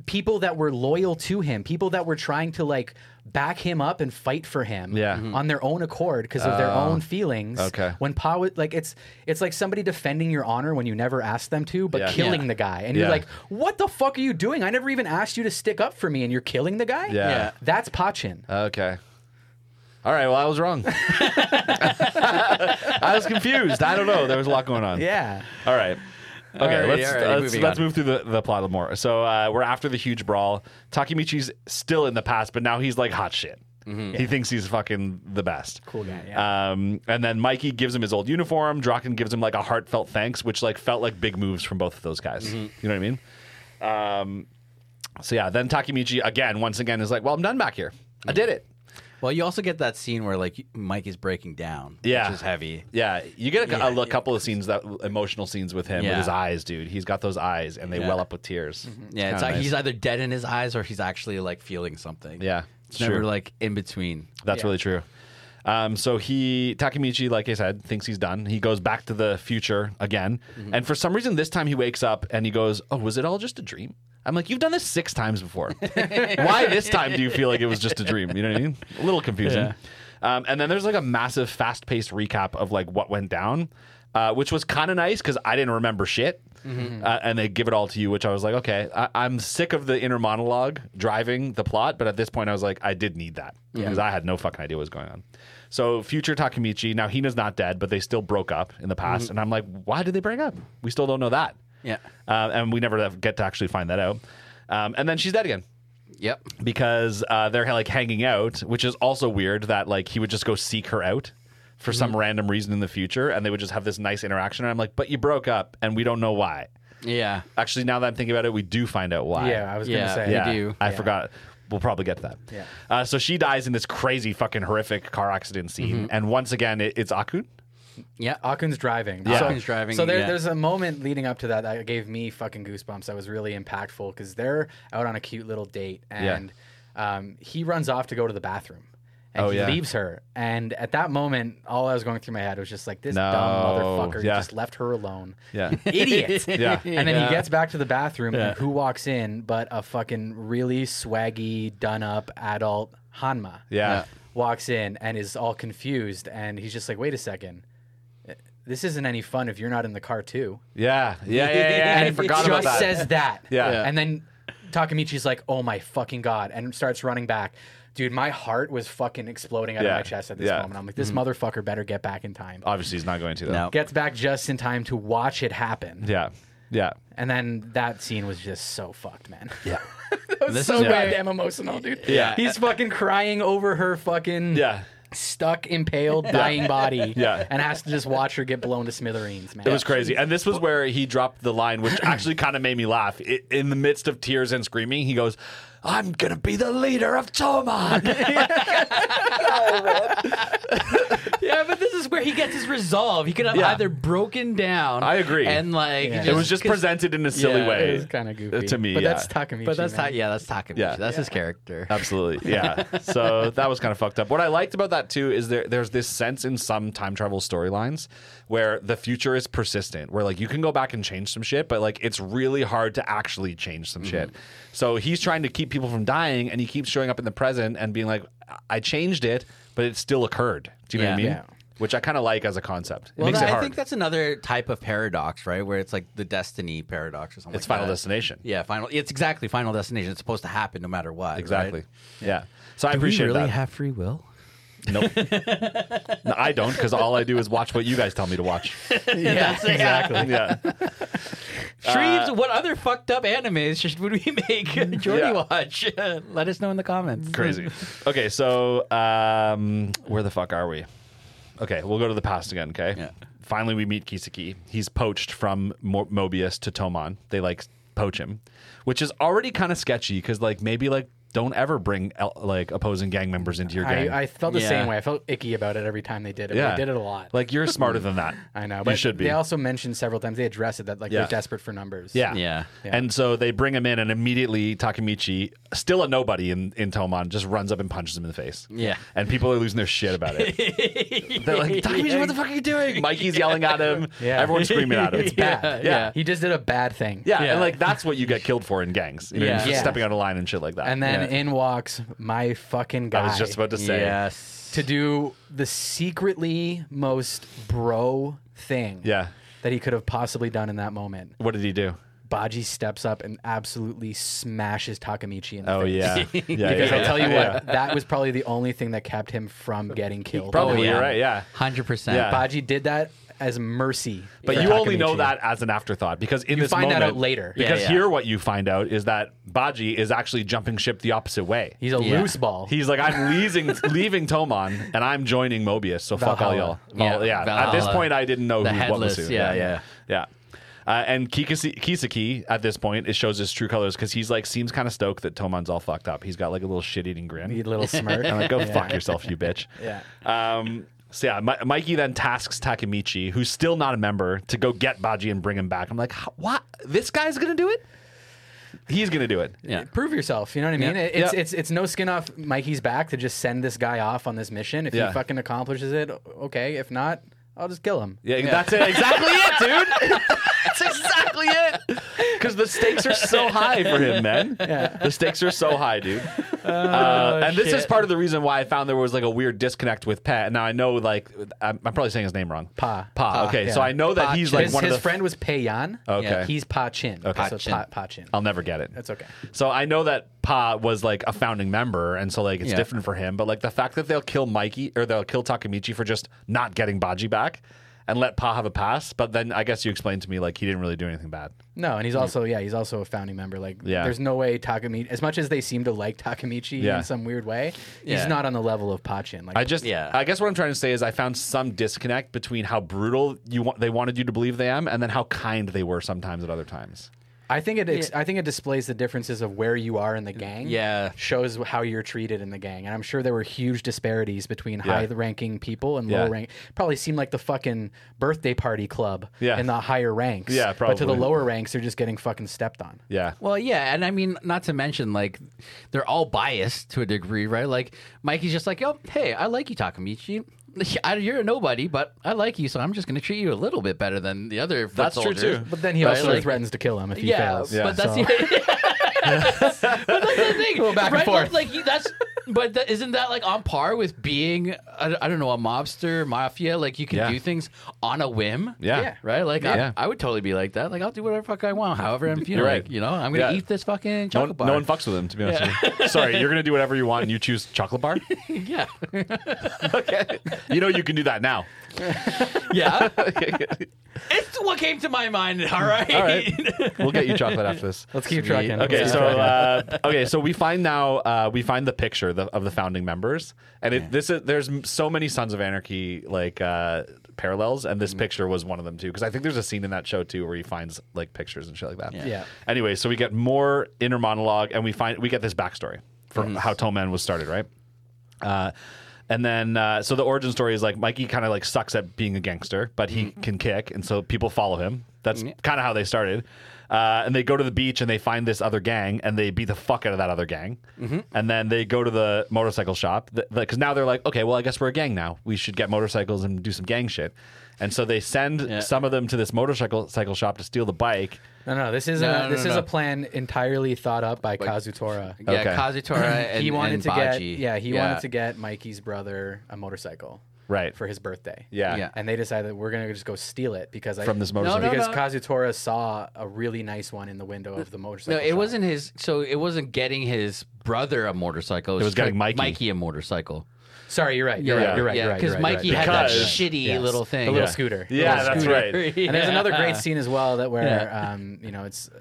Speaker 1: people that were loyal to him, people that were trying to like back him up and fight for him
Speaker 2: Yeah. Mhm.
Speaker 1: on their own accord because of their own feelings.
Speaker 2: okay.
Speaker 1: When Pa was like it's it's like somebody defending your honor when you never asked them to, but
Speaker 2: Yeah.
Speaker 1: killing
Speaker 3: Yeah.
Speaker 1: the guy. And
Speaker 2: Yeah.
Speaker 1: you're like, what the fuck are you doing? I never even asked you to stick up for me and you're killing the guy?
Speaker 2: Yeah. Uh,
Speaker 3: Yeah.
Speaker 1: That's Pachin.
Speaker 2: Okay. All right. Well, I was wrong. I was confused. I don't know. There was a lot going on.
Speaker 1: yeah.
Speaker 2: All right. Okay,
Speaker 3: Alrighty,
Speaker 2: let's,
Speaker 3: alrighty,
Speaker 2: let's,
Speaker 3: moving
Speaker 2: let's
Speaker 3: on.
Speaker 2: move through the, the plot a little more. So uh, we're after the huge brawl. Takemichi's still in the past, but now he's like hot shit. He thinks he's fucking the best. Mm-hmm. Cool
Speaker 1: guy,
Speaker 2: Yeah. Um, and then Mikey gives him his old uniform. Draken gives him like a heartfelt thanks, which like felt like big moves from both of those guys. You know what I mean? Um, so yeah, then Takemichi again, once again, is like, "Well, I'm done back here. I did it."
Speaker 3: Well, you also get that scene where like Mike is breaking down,
Speaker 2: Yeah.
Speaker 3: which is heavy.
Speaker 2: Yeah, you get a,
Speaker 3: Yeah,
Speaker 2: a l- couple of scenes that emotional scenes with him with
Speaker 3: Yeah.
Speaker 2: his eyes, dude. He's got those eyes, and they
Speaker 3: Yeah. Mm-hmm.
Speaker 2: well up with tears.
Speaker 3: Yeah,
Speaker 2: kinda
Speaker 3: it's like
Speaker 2: nice.
Speaker 3: he's either dead in his eyes or he's actually like feeling something.
Speaker 2: Yeah,
Speaker 3: it's never
Speaker 2: true.
Speaker 3: like in between.
Speaker 2: That's really true. Um, so he Takemichi, like I said, thinks he's done. He goes back to the future again,
Speaker 3: Mm-hmm.
Speaker 2: and for some reason, this time he wakes up and he goes, "Oh, was it all just a dream?" I'm like, "You've done this six times before. Why this time do you feel like it was just a dream?" You know what I mean? A little confusing. Um, and then there's like a massive, fast-paced recap of like what went down, uh, which was kind of nice because I didn't remember shit. Uh, and they give it all to you, which I was like, okay, I- I'm sick of the inner monologue driving the plot, but at this point, I was like, I did need that because I had no fucking idea what was going on. So, future Takemichi, now Hina's not dead, but they still broke up in the past, and I'm like, why did they break up? We still don't know that.
Speaker 3: Yeah.
Speaker 2: Uh, and we never have- get to actually find that out. Um, and then she's dead again
Speaker 3: Yep.
Speaker 2: because uh, they're like hanging out, which is also weird that like he would just go seek her out for
Speaker 1: Mm-hmm.
Speaker 2: some random reason in the future, and they would just have this nice interaction. And I'm like, but you broke up, and we don't know why.
Speaker 3: Yeah.
Speaker 2: Actually, now that I'm thinking about it, we do find out why.
Speaker 1: Yeah, I was
Speaker 3: Yeah,
Speaker 1: gonna say
Speaker 3: we
Speaker 2: yeah.
Speaker 3: do.
Speaker 2: I forgot. We'll probably get to that.
Speaker 1: Yeah.
Speaker 2: Uh, so she dies in this crazy, fucking horrific car accident scene,
Speaker 1: Mm-hmm.
Speaker 2: and once again, it, it's Akun.
Speaker 3: Yeah.
Speaker 1: Akun's driving.
Speaker 2: Yeah.
Speaker 1: So-
Speaker 3: Akun's driving,
Speaker 1: So there,
Speaker 3: yeah.
Speaker 1: there's a moment leading up to that that gave me fucking goosebumps. That was really impactful because they're out on a cute little date and um, he runs off to go to the bathroom. And
Speaker 2: Oh,
Speaker 1: he
Speaker 2: yeah.
Speaker 1: leaves her. And at that moment, all I was going through my head was just like, this
Speaker 2: No.
Speaker 1: dumb motherfucker
Speaker 2: Yeah.
Speaker 1: just left her alone.
Speaker 2: Yeah.
Speaker 1: Idiot.
Speaker 2: Yeah.
Speaker 1: And then he gets back to the bathroom, and who walks in but a fucking really swaggy, done up adult Hanma
Speaker 2: Yeah.
Speaker 1: walks in and is all confused and he's just like wait a second this isn't any fun if you're not in the car too
Speaker 2: Yeah. Yeah. Yeah. yeah, yeah. I
Speaker 1: and it
Speaker 2: forgot
Speaker 1: just
Speaker 2: about that.
Speaker 1: says that
Speaker 2: Yeah. Yeah.
Speaker 1: and then takamichi's like oh my fucking god and starts running back dude my heart was fucking exploding out
Speaker 2: Yeah.
Speaker 1: of my chest at this
Speaker 2: Yeah. Mm-hmm.
Speaker 1: moment i'm like this motherfucker better get back in time
Speaker 2: Obviously, he's not going to though.
Speaker 3: No.
Speaker 1: gets back just in time to watch it happen
Speaker 2: Yeah. Yeah.
Speaker 1: and then that scene was just so fucked man
Speaker 2: Yeah.
Speaker 1: that was
Speaker 3: This
Speaker 1: so
Speaker 3: is where-
Speaker 1: goddamn emotional dude
Speaker 2: Yeah.
Speaker 1: he's fucking crying over her fucking
Speaker 2: Yeah.
Speaker 1: stuck, impaled, dying body,
Speaker 2: Yeah.
Speaker 1: and has to just watch her get blown to smithereens, man.
Speaker 2: It was crazy. And this was where he dropped the line, which actually kind of made me laugh. I in the midst of tears and screaming, he goes, I'm going to be the leader of Toman.
Speaker 1: yeah,
Speaker 3: yeah, but this is where he gets his resolve. He could have
Speaker 2: Yeah.
Speaker 3: either broken down.
Speaker 2: I agree.
Speaker 3: And like,
Speaker 1: Yeah.
Speaker 2: it was just
Speaker 3: 'cause-
Speaker 2: presented in a silly
Speaker 3: yeah,
Speaker 2: way.
Speaker 1: It was kind of goofy
Speaker 2: to me,
Speaker 1: But
Speaker 2: yeah.
Speaker 1: that's Takamichi.
Speaker 3: But that's
Speaker 1: man.
Speaker 3: not. Yeah, that's Takamichi.
Speaker 2: Yeah.
Speaker 3: That's his character.
Speaker 2: Absolutely. Yeah. so that was kind of fucked up. What I liked about that too is there there's this sense in some time travel storylines where the future is persistent, where like you can go back and change some shit, but like it's really hard to actually change some shit.
Speaker 3: Mm-hmm.
Speaker 2: So he's trying to keep people from dying and he keeps showing up in the present and being like, I changed it, but it still occurred. Do you know what I mean?
Speaker 3: Yeah.
Speaker 1: Yeah.
Speaker 2: Which I kind of like as a concept. It
Speaker 3: Well,
Speaker 2: makes
Speaker 3: that-
Speaker 2: it
Speaker 3: I
Speaker 2: hard.
Speaker 3: think that's another type of paradox, right? Where it's like the destiny paradox or something.
Speaker 2: it's
Speaker 3: like
Speaker 2: Final
Speaker 3: that.
Speaker 2: Destination.
Speaker 3: Yeah, final. It's exactly final destination. It's supposed to happen no matter what. right?
Speaker 2: Exactly. Yeah. So I appreciate
Speaker 3: Do we really
Speaker 2: that.
Speaker 3: have free will?
Speaker 2: nope. no, I don't because all I do is watch what you guys tell me to watch.
Speaker 3: Yeah, exactly.
Speaker 2: Yeah.
Speaker 3: Shreves, what other fucked up animes should would we make Jordy
Speaker 2: Uh, Yeah.
Speaker 3: watch? Let us know in the comments.
Speaker 2: crazy. okay, so um, where the fuck are we? Okay, we'll go to the past again. Okay.
Speaker 3: Yeah.
Speaker 2: Finally, we meet Kisaki. He's poached from Mo- Mobius to Tomon. They like poach him, which is already kind of sketchy because like maybe like don't ever bring el- like opposing gang members into your gang.
Speaker 1: I, I felt the
Speaker 3: Yeah.
Speaker 1: same way. I felt icky about it every time they did it.
Speaker 2: yeah,
Speaker 1: They did it a lot.
Speaker 2: Like you're smarter than that.
Speaker 1: I know. But
Speaker 2: you should be.
Speaker 1: They also mentioned several times. They address it that like
Speaker 2: Yeah.
Speaker 1: they're desperate for numbers.
Speaker 2: Yeah.
Speaker 3: Yeah.
Speaker 1: Yeah.
Speaker 2: And so they bring him in, and immediately Takamichi, still a nobody in, in Tomon, just runs up and punches him in the face.
Speaker 3: Yeah.
Speaker 2: And people are losing their shit about it. They're like, Takamichi, what the fuck are you doing? Mikey's yelling at him.
Speaker 1: Yeah.
Speaker 2: Everyone's screaming at him.
Speaker 1: It's bad.
Speaker 2: Yeah. Yeah.
Speaker 1: He just did a bad thing.
Speaker 2: Yeah,
Speaker 3: Yeah.
Speaker 2: and like that's what you get killed for in gangs. You know,
Speaker 3: Yeah.
Speaker 2: just
Speaker 1: Yeah.
Speaker 2: stepping out of line and shit like that.
Speaker 1: And then
Speaker 3: Yeah.
Speaker 1: in walks my fucking guy.
Speaker 2: I was just about to say,
Speaker 3: Yes.
Speaker 1: to do the secretly most bro thing.
Speaker 2: Yeah.
Speaker 1: That he could have possibly done in that moment.
Speaker 2: what did he do?
Speaker 1: Baji steps up and absolutely smashes Takamichi in the
Speaker 2: Oh
Speaker 1: face.
Speaker 2: yeah, yeah
Speaker 1: Because
Speaker 2: yeah,
Speaker 1: I tell you
Speaker 2: yeah.
Speaker 1: what, that was probably the only thing that kept him from getting killed.
Speaker 2: probably
Speaker 3: yeah.
Speaker 2: you're right. Oh, Yeah,
Speaker 3: Hundred percent.
Speaker 2: Yeah.
Speaker 1: Baji did that as mercy.
Speaker 2: But
Speaker 1: for
Speaker 2: you only know
Speaker 1: Takamichi.
Speaker 2: that as an afterthought because in this
Speaker 1: find that
Speaker 2: moment-
Speaker 1: out later. Yeah,
Speaker 2: Because
Speaker 3: yeah.
Speaker 2: here, what you find out is that Baji is actually jumping ship the opposite way.
Speaker 1: He's a
Speaker 3: Yeah.
Speaker 1: loose ball.
Speaker 2: He's like, I'm leaving, leaving Tomon, and I'm joining Mobius. So fuck all
Speaker 1: Valhalla.
Speaker 2: y'all.
Speaker 3: Yeah,
Speaker 2: Val- yeah. At this
Speaker 3: Valhalla.
Speaker 2: point, I didn't know
Speaker 3: The
Speaker 2: who what was
Speaker 3: headless,
Speaker 2: who.
Speaker 3: yeah,
Speaker 2: yeah. Uh, and Kikasi- Kisaki at this point, it shows his true colors because he's like seems kind of stoked that Tomon's all fucked up. He's got like a little shit eating grin.
Speaker 1: He had a little smirk.
Speaker 2: I'm like, go
Speaker 1: Yeah.
Speaker 2: fuck yourself, you bitch.
Speaker 1: Yeah.
Speaker 2: Um, so yeah, Mi- Mikey then tasks Takamichi, who's still not a member, to go get Baji and bring him back. I'm like, "H- what? This guy's gonna do it? He's gonna do it.
Speaker 3: Yeah.
Speaker 1: Prove yourself. You know what I mean?
Speaker 3: Yeah.
Speaker 1: It's,
Speaker 2: Yeah.
Speaker 1: it's it's no skin off Mikey's back to just send this guy off on this mission. If
Speaker 2: Yeah.
Speaker 1: he fucking accomplishes it, okay. If not, I'll just kill him.
Speaker 2: Yeah, that's it. Exactly it, dude. that's exactly it. Because the stakes are so high for him, man. The stakes are so high, dude.
Speaker 1: Oh,
Speaker 2: Uh, and this is
Speaker 3: shit.
Speaker 2: part of the reason why I found there was like a weird disconnect with Pat. Now I know, like, I'm, I'm probably saying his name wrong.
Speaker 1: Pa.
Speaker 2: Pa. okay, so
Speaker 1: yeah.
Speaker 2: I know that
Speaker 3: Pa
Speaker 2: he's
Speaker 3: Chin.
Speaker 2: like
Speaker 1: his
Speaker 2: one
Speaker 1: his
Speaker 2: of the.
Speaker 1: friend was Peiyan.
Speaker 2: Okay.
Speaker 1: Yeah. He's Pa Chin.
Speaker 2: Okay.
Speaker 1: So it's
Speaker 3: Chin.
Speaker 1: Pa, pa Chin.
Speaker 2: I'll never get it.
Speaker 1: That's okay.
Speaker 2: So I know that Pa was like a founding member, and so like it's
Speaker 3: Yeah.
Speaker 2: different for him. But like the fact that they'll kill Mikey or they'll kill Takamichi for just not getting Baji back, and let Pa have a pass. But then I guess you explained to me like he didn't really do anything bad.
Speaker 1: No, and he's also yeah, he's also a founding member. Like,
Speaker 2: Yeah.
Speaker 1: there's no way Takamichi. As much as they seem to like Takamichi
Speaker 2: Yeah.
Speaker 1: in some weird way,
Speaker 3: Yeah.
Speaker 1: he's not on the level of Pachin. Like,
Speaker 2: I just
Speaker 3: Yeah.
Speaker 2: I guess what I'm trying to say is I found some disconnect between how brutal you want they wanted you to believe they am, and then how kind they were sometimes at other times.
Speaker 1: I think it. Ex- I think it displays the differences of where you are in the gang.
Speaker 3: Yeah.
Speaker 1: shows how you're treated in the gang, and I'm sure there were huge disparities between high-ranking people and
Speaker 2: Yeah.
Speaker 1: low-rank. Probably seemed like the fucking birthday party club
Speaker 2: Yeah.
Speaker 1: in the higher ranks.
Speaker 2: Yeah,
Speaker 1: But to the
Speaker 2: probably.
Speaker 1: lower ranks, they're just getting fucking stepped on.
Speaker 2: Yeah.
Speaker 3: Well, yeah, and I mean, not to mention, like, they're all biased to a degree, right? Like, Mikey's just like, oh, hey, I like you, Takamichi. I, you're a nobody, but I like you, so I'm just going to treat you a little bit better than the other foot
Speaker 2: That's true,
Speaker 3: soldiers.
Speaker 2: too.
Speaker 1: But then he
Speaker 3: Right,
Speaker 1: also
Speaker 3: like-
Speaker 1: threatens to kill him if he
Speaker 3: yeah,
Speaker 1: fails.
Speaker 3: but that's
Speaker 1: So-
Speaker 3: the. but that's the thing,
Speaker 1: back and
Speaker 3: right?
Speaker 1: forth.
Speaker 3: Like you- that's, but that, isn't that like on par with being I, I don't know a mobster mafia? Like you can
Speaker 2: Yeah.
Speaker 3: do things on a whim.
Speaker 2: Yeah.
Speaker 1: Yeah.
Speaker 3: Right, like
Speaker 2: Yeah.
Speaker 3: I, I would totally be like that. Like I'll do whatever fuck I want, however I'm feeling.
Speaker 2: You're right.
Speaker 3: Like, you know, I'm gonna
Speaker 2: Yeah.
Speaker 3: eat this fucking
Speaker 2: No
Speaker 3: chocolate
Speaker 2: one,
Speaker 3: bar.
Speaker 2: no one fucks with him, to be honest with you. Sorry, you're going to do whatever you want and you choose chocolate bar?
Speaker 3: Yeah.
Speaker 2: Okay. You know you can do that now.
Speaker 3: Yeah. it's what came to my mind. All right.
Speaker 2: All right. We'll get you chocolate after this.
Speaker 1: Let's keep
Speaker 3: Sweet.
Speaker 1: trucking.
Speaker 3: Okay,
Speaker 2: Okay,
Speaker 1: Let's
Speaker 2: so
Speaker 1: keep trucking.
Speaker 2: uh, okay, so we find now uh, we find the picture the, of the founding members, and it, this is there's m- so many Sons of Anarchy like uh, parallels, and this picture was one of them too because I think there's a scene in that show too where he finds like pictures and shit like that.
Speaker 1: Yeah.
Speaker 2: Anyway, so we get more inner monologue, and we find we get this backstory for how Toman was started, right? Uh, And then, uh, so the origin story is like Mikey kind of like sucks at being a gangster, but he can kick, and so people follow him. That's kind of how they started. Uh, and they go to the beach and they find this other gang and they beat the fuck out of that other gang. And then they go to the motorcycle shop because now they're like, okay, well, I guess we're a gang now. We should get motorcycles and do some gang shit. And so they send some of them to this motorcycle cycle shop to steal the bike.
Speaker 1: No, no, this isn't.
Speaker 3: No,
Speaker 1: a,
Speaker 3: no,
Speaker 1: this
Speaker 3: no,
Speaker 1: is
Speaker 3: no. uh,
Speaker 1: a plan entirely thought up by Kazutora.
Speaker 3: Yeah,
Speaker 2: Okay.
Speaker 3: Kazutora and
Speaker 1: he wanted
Speaker 3: and
Speaker 1: to get
Speaker 3: Baji.
Speaker 1: yeah, he wanted to get Mikey's brother a motorcycle.
Speaker 2: Right.
Speaker 1: For his birthday.
Speaker 2: Yeah.
Speaker 3: Yeah.
Speaker 1: And they decided we're gonna just go steal it because I
Speaker 2: From this motorcycle.
Speaker 3: No, no,
Speaker 1: because
Speaker 3: no.
Speaker 1: Kazutora saw a really nice one in the window of the motorcycle.
Speaker 3: No, it
Speaker 1: shop.
Speaker 3: wasn't his. So it wasn't getting his brother a motorcycle. It
Speaker 2: was getting Mikey.
Speaker 3: Mikey a motorcycle.
Speaker 1: Sorry, you're right. You're
Speaker 2: Yeah.
Speaker 1: right. You're right.
Speaker 3: yeah,
Speaker 1: you're right.
Speaker 3: because
Speaker 1: you're right,
Speaker 3: Mikey
Speaker 1: you're right.
Speaker 3: had that
Speaker 2: Because-
Speaker 3: shitty
Speaker 1: Yes.
Speaker 3: little thing.
Speaker 1: the little
Speaker 2: Yeah.
Speaker 1: scooter. the
Speaker 2: Yeah,
Speaker 1: little
Speaker 2: that's
Speaker 1: scooter.
Speaker 2: right.
Speaker 1: And there's another great
Speaker 3: Yeah.
Speaker 1: scene as well that where um, you know it's uh,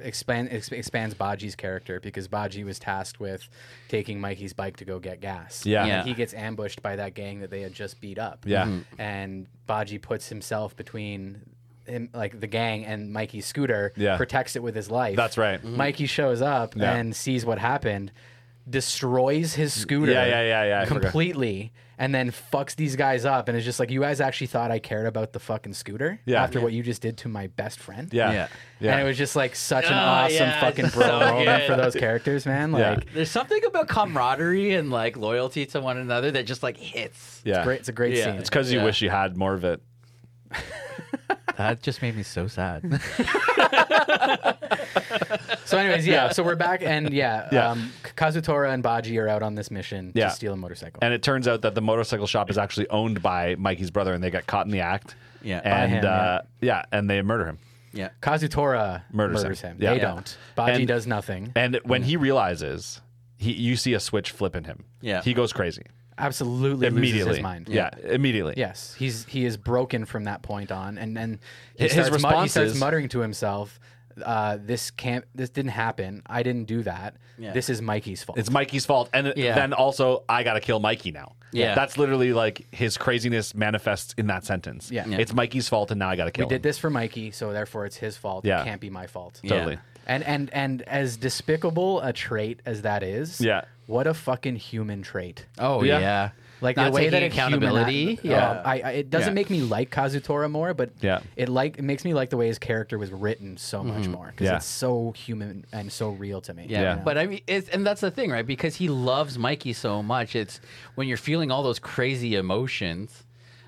Speaker 1: expand ex- expands Baji's character because Baji was tasked with taking Mikey's bike to go get gas.
Speaker 2: Yeah.
Speaker 1: and
Speaker 3: Yeah.
Speaker 1: he gets ambushed by that gang that they had just beat up.
Speaker 2: Yeah. Mhm.
Speaker 1: and Baji puts himself between. Him, like the gang and Mikey's scooter
Speaker 2: Yeah.
Speaker 1: protects it with his life.
Speaker 2: That's right. Mhm.
Speaker 1: Mikey shows up
Speaker 2: Yeah.
Speaker 1: and sees what happened, destroys his scooter.
Speaker 2: Yeah, yeah, yeah, yeah, I forgot.
Speaker 1: Completely, and then fucks these guys up, and it's just like you guys actually thought I cared about the fucking scooter
Speaker 2: Yeah.
Speaker 1: after what you just did to my best friend.
Speaker 2: Yeah.
Speaker 3: Yeah.
Speaker 2: Yeah.
Speaker 1: And it was just like such an
Speaker 3: Oh,
Speaker 1: awesome
Speaker 3: yeah,
Speaker 1: fucking
Speaker 3: it's
Speaker 1: bro
Speaker 3: so
Speaker 1: moment
Speaker 3: good.
Speaker 1: for those characters, man. Like,
Speaker 2: Yeah.
Speaker 3: There's something about camaraderie and like loyalty to one another that just like hits.
Speaker 2: yeah.
Speaker 1: great, it's a great
Speaker 3: Yeah.
Speaker 1: scene.
Speaker 2: It's because you
Speaker 3: Yeah.
Speaker 2: wish you had more of it.
Speaker 3: That just made me so sad.
Speaker 1: So, anyways, yeah, So we're back, and yeah,
Speaker 2: Yeah.
Speaker 1: Um, Kazutora and Baji are out on this mission
Speaker 2: Yeah.
Speaker 1: to steal a motorcycle.
Speaker 2: And it turns out that the motorcycle shop is actually owned by Mikey's brother, and they got caught in the act.
Speaker 3: Yeah. By
Speaker 2: and
Speaker 1: him,
Speaker 2: uh, yeah. and they murder him.
Speaker 3: yeah.
Speaker 1: Kazutora
Speaker 2: Murders
Speaker 1: murders,
Speaker 2: him.
Speaker 1: him.
Speaker 2: Yeah.
Speaker 1: They
Speaker 2: Yeah.
Speaker 1: don't. Baji
Speaker 2: And-
Speaker 1: does nothing.
Speaker 2: And when he realizes, he you see a switch flip in him.
Speaker 3: Yeah.
Speaker 2: he goes crazy
Speaker 1: Absolutely
Speaker 2: immediately.
Speaker 1: loses his mind.
Speaker 2: Yeah, immediately.
Speaker 1: Yes, he's he is broken from that point on, and then he
Speaker 2: His
Speaker 1: starts, mu- he
Speaker 2: response
Speaker 1: starts
Speaker 2: is-
Speaker 1: muttering to himself, uh, "This can't. This didn't happen. I didn't do that.
Speaker 3: Yeah.
Speaker 1: This is Mikey's fault."
Speaker 2: It's Mikey's fault, and
Speaker 3: Yeah.
Speaker 2: then also I gotta kill Mikey now.
Speaker 3: Yeah.
Speaker 2: that's literally like his craziness manifests in that sentence.
Speaker 1: Yeah. Yeah.
Speaker 2: it's Mikey's fault, and now I gotta kill
Speaker 1: we did
Speaker 2: him.
Speaker 1: this for Mikey, so therefore it's his fault.
Speaker 2: Yeah.
Speaker 1: It can't be my fault.
Speaker 3: Yeah.
Speaker 2: Totally.
Speaker 1: And and and as despicable a trait as that is,
Speaker 2: Yeah.
Speaker 1: what a fucking human trait.
Speaker 3: Oh
Speaker 2: Yeah.
Speaker 3: yeah.
Speaker 1: Like the
Speaker 3: Not
Speaker 1: way that
Speaker 3: taking
Speaker 1: it
Speaker 3: accountability.
Speaker 1: humani-
Speaker 3: yeah.
Speaker 1: um, I, I, it doesn't
Speaker 3: Yeah.
Speaker 1: make me like Kazutora more, but
Speaker 2: Yeah. Mm-hmm.
Speaker 1: it like it makes me like the way his character was written so much more because
Speaker 2: Yeah.
Speaker 1: it's so human and so real to me.
Speaker 3: Yeah.
Speaker 2: Yeah.
Speaker 3: But I mean, it's, and that's the thing, right? Because he loves Mikey so much. It's when you're feeling all those crazy emotions,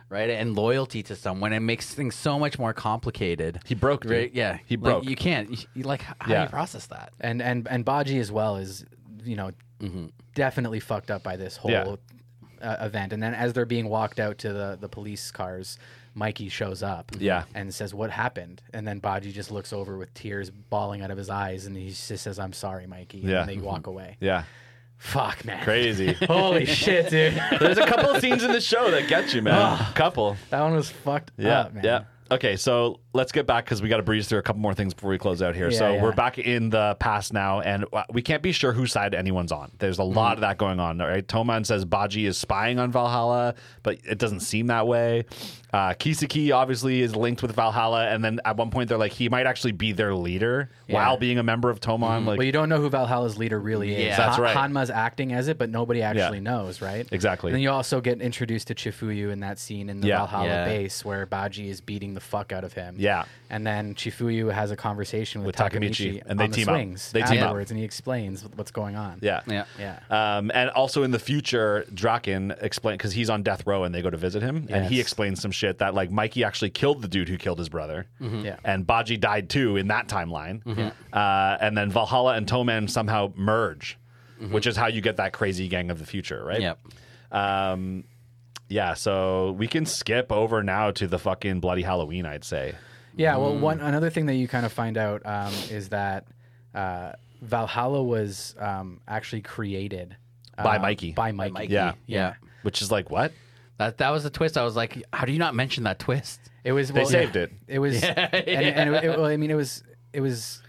Speaker 3: right? And loyalty to someone, it makes things so much more complicated.
Speaker 2: He broke, dude.
Speaker 3: Right? Yeah.
Speaker 2: He
Speaker 3: Like,
Speaker 2: broke.
Speaker 3: You can't. You, you- like, h- how do
Speaker 2: Yeah.
Speaker 3: you process that?
Speaker 1: and and and Baji as well is you know definitely fucked up by this whole
Speaker 2: Mm-hmm. Yeah.
Speaker 1: uh, event. And then as they're being walked out to the the police cars, Mikey shows up.
Speaker 2: Yeah.
Speaker 1: and says what happened, and then Baji just looks over with tears bawling out of his eyes, and he just says, "I'm sorry, Mikey." And
Speaker 2: Yeah.
Speaker 1: they walk away.
Speaker 2: yeah,
Speaker 1: Fuck, man.
Speaker 2: crazy.
Speaker 1: Holy shit, dude.
Speaker 2: There's a couple of scenes in the show that get you, man. couple.
Speaker 1: That one was fucked
Speaker 2: Yeah,
Speaker 1: up, Ah. man.
Speaker 2: yeah. Okay, so let's get back because we got to breeze through a couple more things before we close out here.
Speaker 1: Yeah,
Speaker 2: so
Speaker 1: yeah.
Speaker 2: we're back in the past now, and uh, we can't be sure whose side anyone's on. There's a
Speaker 1: Mm-hmm.
Speaker 2: lot of that going on. Right? Toman says Baji is spying on Valhalla, but it doesn't seem that way. Uh, Kisaki obviously is linked with Valhalla, and then at one point they're like he might actually be their leader while being a member of Toman. Like
Speaker 1: Mm-hmm. Well, you don't know who Valhalla's leader really is.
Speaker 3: Yeah.
Speaker 2: That's
Speaker 1: Han-
Speaker 2: right.
Speaker 1: Hanma's acting as it, but nobody actually
Speaker 2: Yeah.
Speaker 1: knows, right?
Speaker 2: Exactly.
Speaker 1: And then you also get introduced to Chifuyu in that scene in the
Speaker 2: Yeah.
Speaker 1: Valhalla
Speaker 3: Yeah.
Speaker 1: base where Baji is beating the fuck out of him.
Speaker 2: Yeah.
Speaker 1: And then Chifuyu has a conversation with,
Speaker 2: With Takemichi,
Speaker 1: Takemichi
Speaker 2: and they
Speaker 1: on the
Speaker 2: team up.
Speaker 1: swings
Speaker 2: They team up.
Speaker 1: afterwards, and he explains wh- what's going on.
Speaker 2: yeah,
Speaker 3: Yeah.
Speaker 1: Yeah.
Speaker 2: Um, and also in the future, Draken explain because he's on death row and they go to visit him, and he
Speaker 1: Yes.
Speaker 2: explains some shit that like Mikey actually killed the dude who killed his brother,
Speaker 1: Mm-hmm. Yeah. Mm-hmm.
Speaker 2: and Baji died too in that timeline, uh, and then Valhalla and Toman somehow merge,
Speaker 1: Mm-hmm.
Speaker 2: which is how you get that crazy gang of the future, right?
Speaker 3: Yep.
Speaker 2: Um, yeah. So we can skip over now to the fucking bloody Halloween, I'd say.
Speaker 1: Yeah, well, one another thing that you kind of find out um, is that uh, Valhalla was um, actually created
Speaker 2: By
Speaker 1: uh,
Speaker 2: Mikey.
Speaker 1: By Mikey.
Speaker 2: Yeah.
Speaker 3: Yeah.
Speaker 2: Which is like what?
Speaker 3: That that was the twist. I was like, how do you not mention that twist?
Speaker 1: It was well,
Speaker 2: saved it.
Speaker 1: It was, and, and it, well, I mean, it was, it was,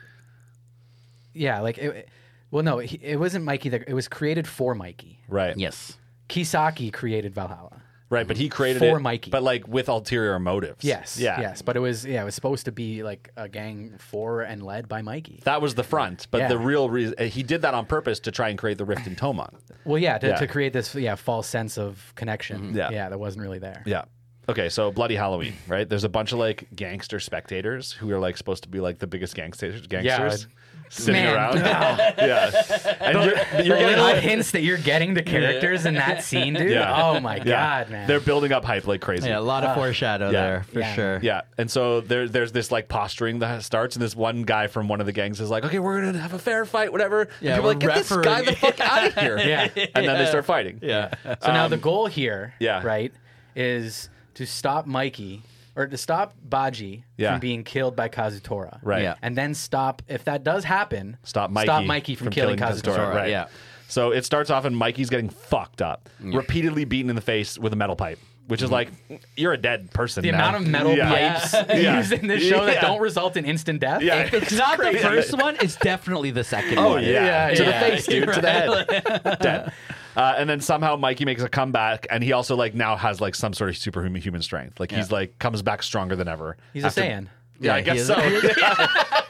Speaker 1: yeah, like it. Well, no, he, it wasn't Mikey. That it was created for Mikey.
Speaker 2: Right.
Speaker 3: Yes.
Speaker 1: Kisaki created Valhalla.
Speaker 2: Right, but he created
Speaker 1: Mm-hmm. For
Speaker 2: it,
Speaker 1: Mikey.
Speaker 2: but like with ulterior motives.
Speaker 1: Yes.
Speaker 2: yeah,
Speaker 1: Yes. But it was yeah, it was supposed to be like a gang for and led by Mikey.
Speaker 2: That was the front, but
Speaker 1: Yeah.
Speaker 2: the real reason he did that on purpose to try and create the rift in Tomon.
Speaker 1: Well, yeah, to,
Speaker 2: Yeah. Mm-hmm.
Speaker 1: to create this yeah false sense of connection.
Speaker 2: Yeah.
Speaker 1: Yeah, that wasn't really there.
Speaker 2: Yeah. Okay, so Bloody Halloween, right? There's a bunch of like gangster spectators who are like supposed to be like the biggest gangsters, gangsters sitting
Speaker 1: Man.
Speaker 2: around. yeah, and you're, you're
Speaker 1: The
Speaker 2: getting
Speaker 1: little hints that you're getting to characters in that scene, dude.
Speaker 2: Yeah.
Speaker 1: Oh my
Speaker 2: yeah,
Speaker 1: god, man.
Speaker 2: They're building up hype like crazy.
Speaker 3: Yeah, a lot of foreshadow
Speaker 2: Ah. yeah,
Speaker 3: there for
Speaker 1: yeah.
Speaker 3: sure.
Speaker 2: Yeah, and so there, there's this like posturing that starts, and this one guy from one of the gangs is like, "Okay, we're gonna have a fair fight, whatever." And
Speaker 3: Yeah,
Speaker 2: people are like,
Speaker 3: we're
Speaker 2: "Get this guy
Speaker 3: refereeing.
Speaker 2: the fuck out of here!"
Speaker 1: Yeah.
Speaker 2: and then they start fighting.
Speaker 3: Yeah.
Speaker 1: So now the goal here,
Speaker 2: Um, Yeah.
Speaker 1: right, is to stop Mikey or to stop Baji
Speaker 2: Yeah.
Speaker 1: from being killed by Kazutora.
Speaker 2: Right.
Speaker 3: Yeah.
Speaker 1: And then stop if that does happen,
Speaker 2: Stop Mikey.
Speaker 1: Stop Mikey from, killing, Kazutora.
Speaker 3: Kazutora.
Speaker 2: Right.
Speaker 3: yeah.
Speaker 2: So it starts off and Mikey's getting fucked up, repeatedly beaten in the face with a metal pipe, which is like you're a dead person.
Speaker 1: Mm-hmm. The amount of metal pipes
Speaker 2: Yeah.
Speaker 1: used in this show
Speaker 2: Yeah.
Speaker 1: that don't result in instant death.
Speaker 2: Yeah.
Speaker 3: If it's not the first one, it's definitely the second one.
Speaker 2: Oh yeah,
Speaker 1: Yeah,
Speaker 2: to
Speaker 1: yeah.
Speaker 2: the face, dude, to the
Speaker 3: Right.
Speaker 2: head, dead. Uh, and then somehow Mikey makes a comeback, and he also like now has like some sort of superhuman human strength. Like he's like comes back stronger than ever.
Speaker 1: He's a Saiyan.
Speaker 2: Yeah, I
Speaker 3: Yeah, he
Speaker 2: guess
Speaker 3: is-
Speaker 2: so.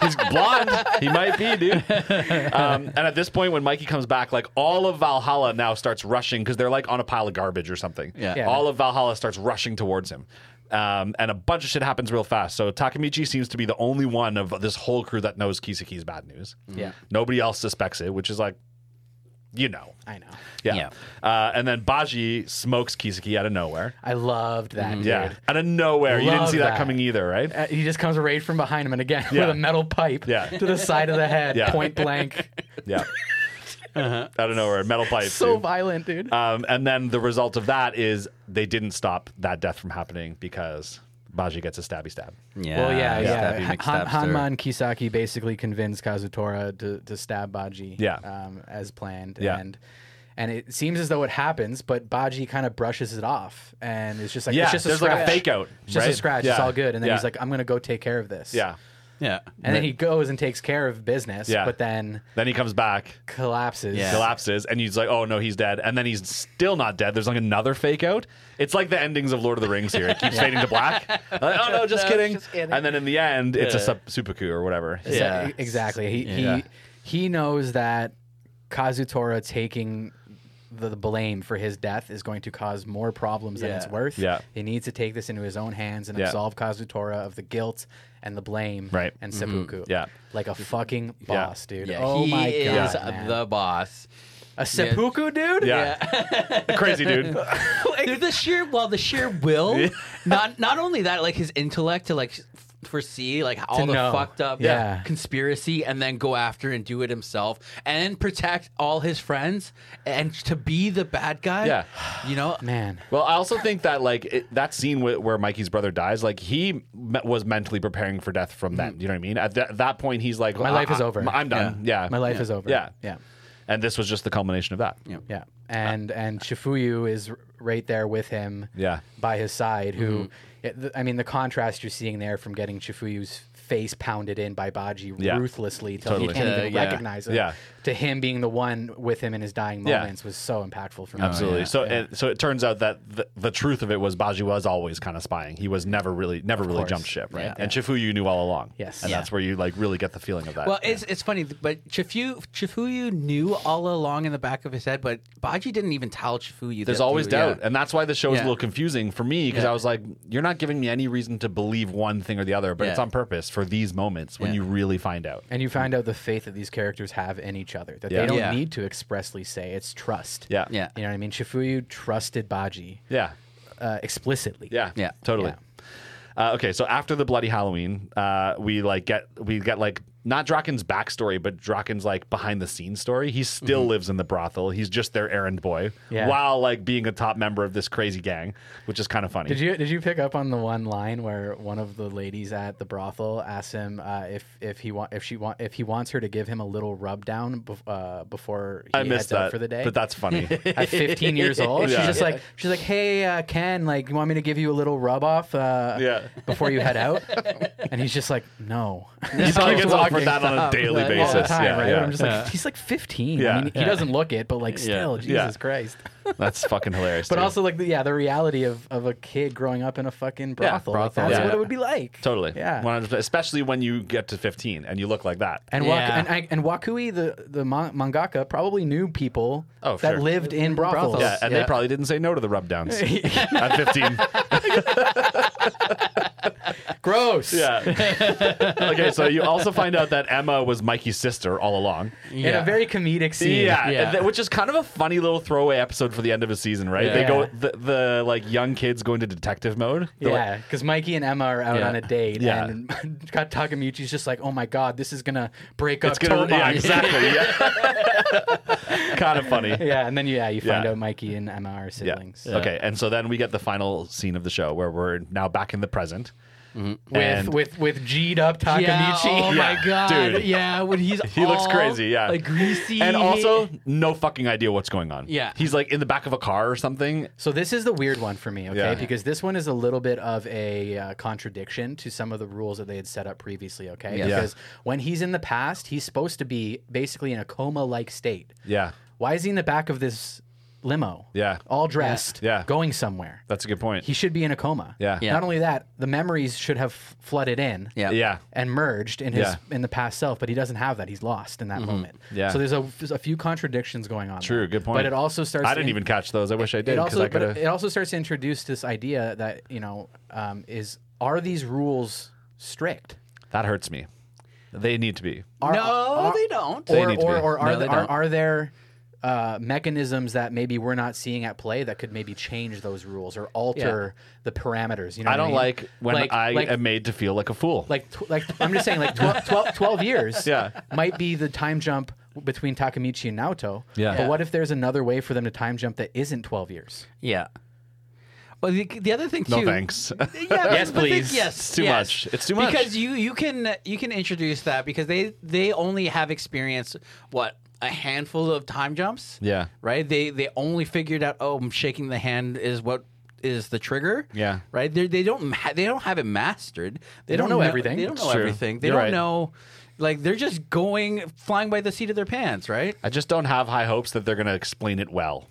Speaker 2: He's blonde. He might be, dude. Um, and at this point, when Mikey comes back, like all of Valhalla now starts rushing because they're like on a pile of garbage or something.
Speaker 3: Yeah. Yeah.
Speaker 2: All of Valhalla starts rushing towards him. Um, and a bunch of shit happens real fast. So Takamichi seems to be the only one of this whole crew that knows Kisaki's bad news.
Speaker 1: Yeah.
Speaker 2: Nobody else suspects it, which is like, you know.
Speaker 1: I know.
Speaker 2: Yeah.
Speaker 3: Yeah.
Speaker 2: Uh, and then Baji smokes Kisaki out of nowhere.
Speaker 1: I loved that.
Speaker 2: Mm-hmm. Yeah.
Speaker 1: dude.
Speaker 2: Out of nowhere. you didn't
Speaker 1: Love
Speaker 2: see that,
Speaker 1: that.
Speaker 2: coming either, right?
Speaker 1: Uh, he just comes right from behind him, and again
Speaker 2: Yeah.
Speaker 1: with a metal pipe
Speaker 2: Yeah.
Speaker 1: to the side of the head,
Speaker 2: Yeah.
Speaker 1: point blank.
Speaker 2: Yeah. Out of nowhere. Metal pipe.
Speaker 1: Uh-huh. so
Speaker 2: dude.
Speaker 1: violent, dude.
Speaker 2: Um, and then the result of that is they didn't stop that death from happening because Baji gets a stabby stab.
Speaker 3: Yeah.
Speaker 1: well, yeah,
Speaker 3: stabby
Speaker 1: yeah. Han-
Speaker 3: McStabster.
Speaker 1: Hanma and Kisaki basically convinced Kazutora to, to stab Baji,
Speaker 2: Yeah.
Speaker 1: um, as planned,
Speaker 2: Yeah.
Speaker 1: and and it seems as though it happens, but Baji kind of brushes it off, and it's just like
Speaker 2: Yeah,
Speaker 1: it's just a
Speaker 2: there's like
Speaker 1: scratch.
Speaker 2: a fake out,
Speaker 1: It's just a
Speaker 2: right?
Speaker 1: scratch. It's
Speaker 2: Yeah.
Speaker 1: all good, and then
Speaker 2: Yeah.
Speaker 1: he's like, "I'm gonna go take care of this."
Speaker 2: Yeah.
Speaker 3: Yeah.
Speaker 1: and then he goes and takes care of business,
Speaker 2: Yeah.
Speaker 1: but then
Speaker 2: Then he comes back,
Speaker 1: collapses.
Speaker 3: Yeah.
Speaker 2: collapses, and he's like, oh no, he's dead. And then he's still not dead. There's like another fake out. It's like the endings of Lord of the Rings here. It keeps fading to black. Like, oh no, just,
Speaker 1: No,
Speaker 2: kidding.
Speaker 1: just kidding.
Speaker 2: And then in the end, it's a
Speaker 3: Yeah.
Speaker 2: sup- super coup or whatever.
Speaker 1: Is that-
Speaker 3: Yeah.
Speaker 1: e-, exactly. He
Speaker 3: Yeah.
Speaker 1: he he knows that Kazutora taking the, the blame for his death is going to cause more problems than it's
Speaker 3: Yeah.
Speaker 1: worth.
Speaker 2: Yeah.
Speaker 1: He needs to take this into his own hands and
Speaker 2: Yeah.
Speaker 1: absolve Kazutora of the guilt and the blame
Speaker 2: Right.
Speaker 1: and seppuku.
Speaker 2: Yeah.
Speaker 1: Like a fucking boss, dude.
Speaker 3: Mm-hmm. Yeah,
Speaker 1: oh
Speaker 3: he
Speaker 1: my
Speaker 3: is
Speaker 1: god. man.
Speaker 3: the boss.
Speaker 1: a seppuku dude?
Speaker 2: Yeah. Crazy dude.
Speaker 3: Dude, the sheer well, the sheer will. Not not only that, like his intellect to like f- foresee like all the
Speaker 1: know.
Speaker 3: fucked up
Speaker 1: Yeah.
Speaker 3: conspiracy, and then go after and do it himself, and protect all his friends, and to be the bad guy.
Speaker 2: Yeah.
Speaker 3: you know,
Speaker 1: Man.
Speaker 2: Well, I also think that like it, that scene wh- where Mikey's brother dies, like he me- was mentally preparing for death from that. You know what I mean? At tha- that point, he's like,
Speaker 1: Hmm. My
Speaker 2: "I-
Speaker 1: life is
Speaker 2: I-
Speaker 1: over.
Speaker 2: I'm done. Yeah,
Speaker 1: My life is over.
Speaker 2: Yeah.
Speaker 1: Yeah.
Speaker 2: And this was just the culmination of that.
Speaker 3: Yeah.
Speaker 1: Yeah, and and Shifuyu is r- right there with him.
Speaker 2: Yeah. Mm-hmm.
Speaker 1: by his side. Who, it- th- I mean, the contrast you're seeing there from getting Shifuyu's face pounded in by Baji
Speaker 2: Yeah.
Speaker 1: ruthlessly till
Speaker 2: Totally.
Speaker 1: he can't
Speaker 3: Yeah,
Speaker 1: even
Speaker 3: yeah.
Speaker 1: recognize him.
Speaker 2: Yeah.
Speaker 1: to him being the one with him in his dying
Speaker 2: Yeah.
Speaker 1: moments was so impactful for me.
Speaker 2: Absolutely. so, and, so it turns out that the, the truth of it was Baji was always kind of spying. He was never really, never really
Speaker 1: course.
Speaker 2: jumped ship, right?
Speaker 3: Yeah.
Speaker 2: And Shifuyu knew all along.
Speaker 1: Yes.
Speaker 2: And
Speaker 1: Yeah.
Speaker 2: that's where you like really get the feeling of that.
Speaker 3: Well, it's it's funny, but Chifu Chifuyu knew all along in the back of his head, but Baji didn't even tell Chifuyu.
Speaker 2: There's
Speaker 3: that
Speaker 2: always
Speaker 3: he-
Speaker 2: doubt,
Speaker 3: yeah.
Speaker 2: and that's why the show is a
Speaker 3: Yeah.
Speaker 2: little confusing for me because
Speaker 3: Yeah.
Speaker 2: I was like, "You're not giving me any reason to believe one thing or the other," but it's
Speaker 3: Yeah.
Speaker 2: on purpose for these moments when
Speaker 3: Yeah.
Speaker 2: you really find out.
Speaker 1: And you find out the faith that these characters have in each other that
Speaker 2: Yeah.
Speaker 1: they don't
Speaker 3: Yeah.
Speaker 1: need to expressly say. It's trust.
Speaker 2: Yeah,
Speaker 3: Yeah.
Speaker 1: you know what I mean. Shifuyu trusted Baji
Speaker 2: yeah,
Speaker 1: uh, explicitly.
Speaker 2: yeah,
Speaker 3: Yeah.
Speaker 2: totally. Uh, okay, so after the bloody Halloween, uh, we like get we get like not Draken's backstory, but Draken's like behind the scenes story. He still lives in the brothel. He's just their errand boy
Speaker 1: Mm-hmm. Yeah.
Speaker 2: while like being a top member of this crazy gang, which is kind of funny.
Speaker 1: Did you did you pick up on the one line where one of the ladies at the brothel asks him uh, if if he want if she want if he wants her to give him a little rub down bef- uh, before he
Speaker 2: I
Speaker 1: heads
Speaker 2: missed
Speaker 1: out
Speaker 2: that
Speaker 1: for the day?
Speaker 2: but that's funny.
Speaker 1: at 15 years old,
Speaker 2: Yeah.
Speaker 1: she's just like she's like, "Hey, uh, Ken, like, you want me to give you a little rub off uh,
Speaker 2: Yeah.
Speaker 1: before you head out?" and he's just like, "No."
Speaker 2: He probably
Speaker 1: keeps
Speaker 2: gets off
Speaker 1: walking
Speaker 2: suffered that on a
Speaker 1: GameStop,
Speaker 2: daily
Speaker 1: like,
Speaker 2: basis.
Speaker 1: All the time,
Speaker 2: yeah,
Speaker 1: right?
Speaker 2: yeah.
Speaker 1: I'm just like,
Speaker 3: Yeah.
Speaker 1: he's like 15.
Speaker 2: Yeah.
Speaker 1: I mean, he
Speaker 2: Yeah.
Speaker 1: doesn't look it, but like
Speaker 3: Yeah.
Speaker 1: still, Jesus
Speaker 2: Yeah.
Speaker 1: Christ.
Speaker 2: That's fucking hilarious.
Speaker 1: But
Speaker 2: dude.
Speaker 1: also, like, the, yeah, the reality of, of a kid growing up in a fucking
Speaker 2: Yeah,
Speaker 1: brothel. Like,
Speaker 3: brothel,
Speaker 1: that's
Speaker 2: yeah.
Speaker 1: what it would be like.
Speaker 2: totally,
Speaker 1: Yeah.
Speaker 2: 100%, especially when you get to 15 and you look like that.
Speaker 1: And, Wak-
Speaker 3: Yeah.
Speaker 1: and, I- and Wakui, the, the mon- mangaka, probably knew people
Speaker 2: Oh,
Speaker 1: that
Speaker 2: sure.
Speaker 1: lived in brothels.
Speaker 2: yeah, and
Speaker 3: yeah.
Speaker 2: they probably didn't say no to the rub downs at 15.
Speaker 1: Gross.
Speaker 2: Yeah. okay, so you also find out that Emma was Mikey's sister all along.
Speaker 1: In a very comedic scene.
Speaker 2: Yeah,
Speaker 3: Yeah.
Speaker 2: th- which is kind of a funny little throwaway episode for the end of a season, right? They
Speaker 1: Yeah.
Speaker 2: go the, the like young kids go into detective mode. They're like,
Speaker 1: Yeah, because Mikey and Emma are out
Speaker 3: Yeah.
Speaker 1: on a date,
Speaker 2: Yeah.
Speaker 1: and God, Takamichi's just like, "Oh my God, this is gonna break up."
Speaker 2: it's gonna yeah,
Speaker 1: Tomon."
Speaker 2: exactly. Yeah. kind of funny.
Speaker 1: Yeah, and then yeah, you find
Speaker 2: Yeah.
Speaker 1: out Mikey and Emma are siblings.
Speaker 2: Okay, and so then we get the final scene of the show where we're now back in the present.
Speaker 1: Mm-hmm. With
Speaker 2: And-
Speaker 1: with with G'd up Takamichi.
Speaker 3: Yeah, oh
Speaker 2: Yeah,
Speaker 3: my god.
Speaker 2: dude.
Speaker 3: Yeah, when he's
Speaker 2: He looks
Speaker 3: all,
Speaker 2: crazy, yeah.
Speaker 3: like greasy,
Speaker 2: And also, no fucking idea what's going on.
Speaker 3: Yeah.
Speaker 2: He's like in the back of a car or something.
Speaker 1: So this is the weird one for me, okay?
Speaker 2: Yeah.
Speaker 1: Because this one is a little bit of a uh, contradiction to some of the rules that they had set up previously, okay?
Speaker 3: Yeah.
Speaker 1: Because when he's in the past, he's supposed to be basically in a coma-like state.
Speaker 2: Yeah.
Speaker 1: Why is he in the back of this limo?
Speaker 2: Yeah.
Speaker 1: All dressed,
Speaker 2: Yeah.
Speaker 1: going somewhere.
Speaker 2: That's a good point.
Speaker 1: He should be in a coma.
Speaker 2: Yeah. Yeah.
Speaker 1: Not only that, the memories should have f- flooded in.
Speaker 3: Yeah.
Speaker 2: yeah.
Speaker 1: and merged in his
Speaker 2: Yeah.
Speaker 1: in the past self, but he doesn't have that. He's lost in that
Speaker 3: Mm-hmm.
Speaker 1: moment.
Speaker 2: Yeah.
Speaker 1: So there's a, there's a few contradictions going on.
Speaker 2: True,
Speaker 1: there.
Speaker 2: good point.
Speaker 1: But it also starts.
Speaker 2: I didn't
Speaker 1: to-
Speaker 2: even catch those. I wish I did.
Speaker 1: It
Speaker 2: 'cause
Speaker 1: also,
Speaker 2: I
Speaker 1: but
Speaker 2: could've-
Speaker 1: it also starts to introduce this idea that you know um, is are these rules strict?
Speaker 2: that hurts me. They need to be.
Speaker 1: Are,
Speaker 3: No,
Speaker 1: are-
Speaker 3: they don't.
Speaker 2: They
Speaker 1: or,
Speaker 2: need to
Speaker 1: or,
Speaker 2: be.
Speaker 1: or are,
Speaker 3: No, they
Speaker 1: th- are
Speaker 3: don't.
Speaker 1: are there uh, mechanisms that maybe we're not seeing at play that could maybe change those rules or alter the parameters? You know,
Speaker 2: I
Speaker 1: what
Speaker 2: don't
Speaker 1: mean?
Speaker 2: like when I
Speaker 1: like-
Speaker 2: am made to feel like a fool.
Speaker 1: like tw- like I'm just saying like 12, 12 12 years
Speaker 2: Yeah.
Speaker 1: might be the time jump between Takamichi and Naoto.
Speaker 2: Yeah.
Speaker 1: But what if there's another way for them to time jump that isn't 12 years?
Speaker 3: Yeah. Well, the, the other thing
Speaker 2: no
Speaker 3: too.
Speaker 2: thanks.
Speaker 3: Yeah,
Speaker 1: Yes,
Speaker 3: but the thing-
Speaker 1: please.
Speaker 3: yes,
Speaker 2: It's too
Speaker 3: yes.
Speaker 2: much. It's too much.
Speaker 3: because you you can you can introduce that because they they only have experienced what a handful of time jumps.
Speaker 2: Yeah.
Speaker 3: right. They they only figured out oh, I'm shaking the hand is what is the trigger.
Speaker 2: Yeah.
Speaker 3: right. They they don't ma- they don't have it mastered. They,
Speaker 1: don't know everything.
Speaker 3: They don't
Speaker 1: It's
Speaker 3: know
Speaker 2: true.
Speaker 3: everything. They
Speaker 2: You're
Speaker 3: don't
Speaker 2: right.
Speaker 3: know. Like they're just going flying by the seat of their pants, right?
Speaker 2: I just don't have high hopes that they're going to explain it well.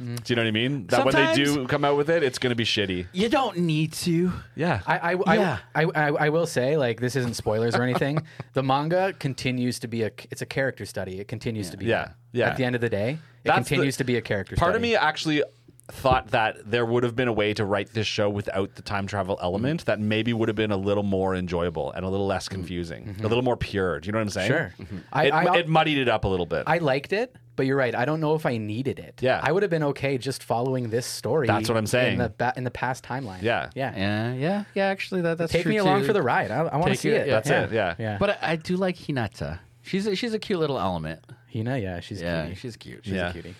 Speaker 1: Mm.
Speaker 2: Do you know what I mean? That when they do
Speaker 3: Sometimes-
Speaker 2: come out with it, it's going to be shitty.
Speaker 3: You don't need to.
Speaker 2: Yeah.
Speaker 1: I I,
Speaker 3: Yeah.
Speaker 1: I, I, I will say like this isn't spoilers or anything. the manga continues to be a it's a character study. It continues to be
Speaker 2: Yeah.
Speaker 1: that.
Speaker 2: Yeah.
Speaker 1: At the end of the day, it
Speaker 2: That's
Speaker 1: continues
Speaker 2: the-
Speaker 1: to be a character.
Speaker 2: Part
Speaker 1: study.
Speaker 2: of me actually thought that there would have been a way to write this show without the time travel element that maybe would have been a little more enjoyable and a little less confusing, a little more pure. Do you know what I'm saying?
Speaker 1: Mm-hmm.
Speaker 2: Mm-hmm.
Speaker 1: Sure. I-
Speaker 2: It,
Speaker 1: I-
Speaker 2: it muddied it up a little bit.
Speaker 1: I liked it, but you're right. I don't know if I needed it.
Speaker 2: Yeah.
Speaker 1: I would have been okay just following this story.
Speaker 2: That's what I'm saying.
Speaker 1: In the ba- in the past timeline.
Speaker 2: Yeah.
Speaker 1: Yeah.
Speaker 3: Yeah, yeah, yeah. Actually, that that's
Speaker 1: Take me along for the ride. I, I want to
Speaker 3: Take
Speaker 1: see
Speaker 3: it-
Speaker 1: it.
Speaker 2: That's it. Yeah.
Speaker 1: Yeah.
Speaker 3: But I, I do like Hinata. She's a, she's a cute little element.
Speaker 1: Hina, yeah, she's
Speaker 3: Yeah,
Speaker 1: cutie.
Speaker 3: she's cute.
Speaker 1: She's
Speaker 2: Yeah.
Speaker 1: a cutie.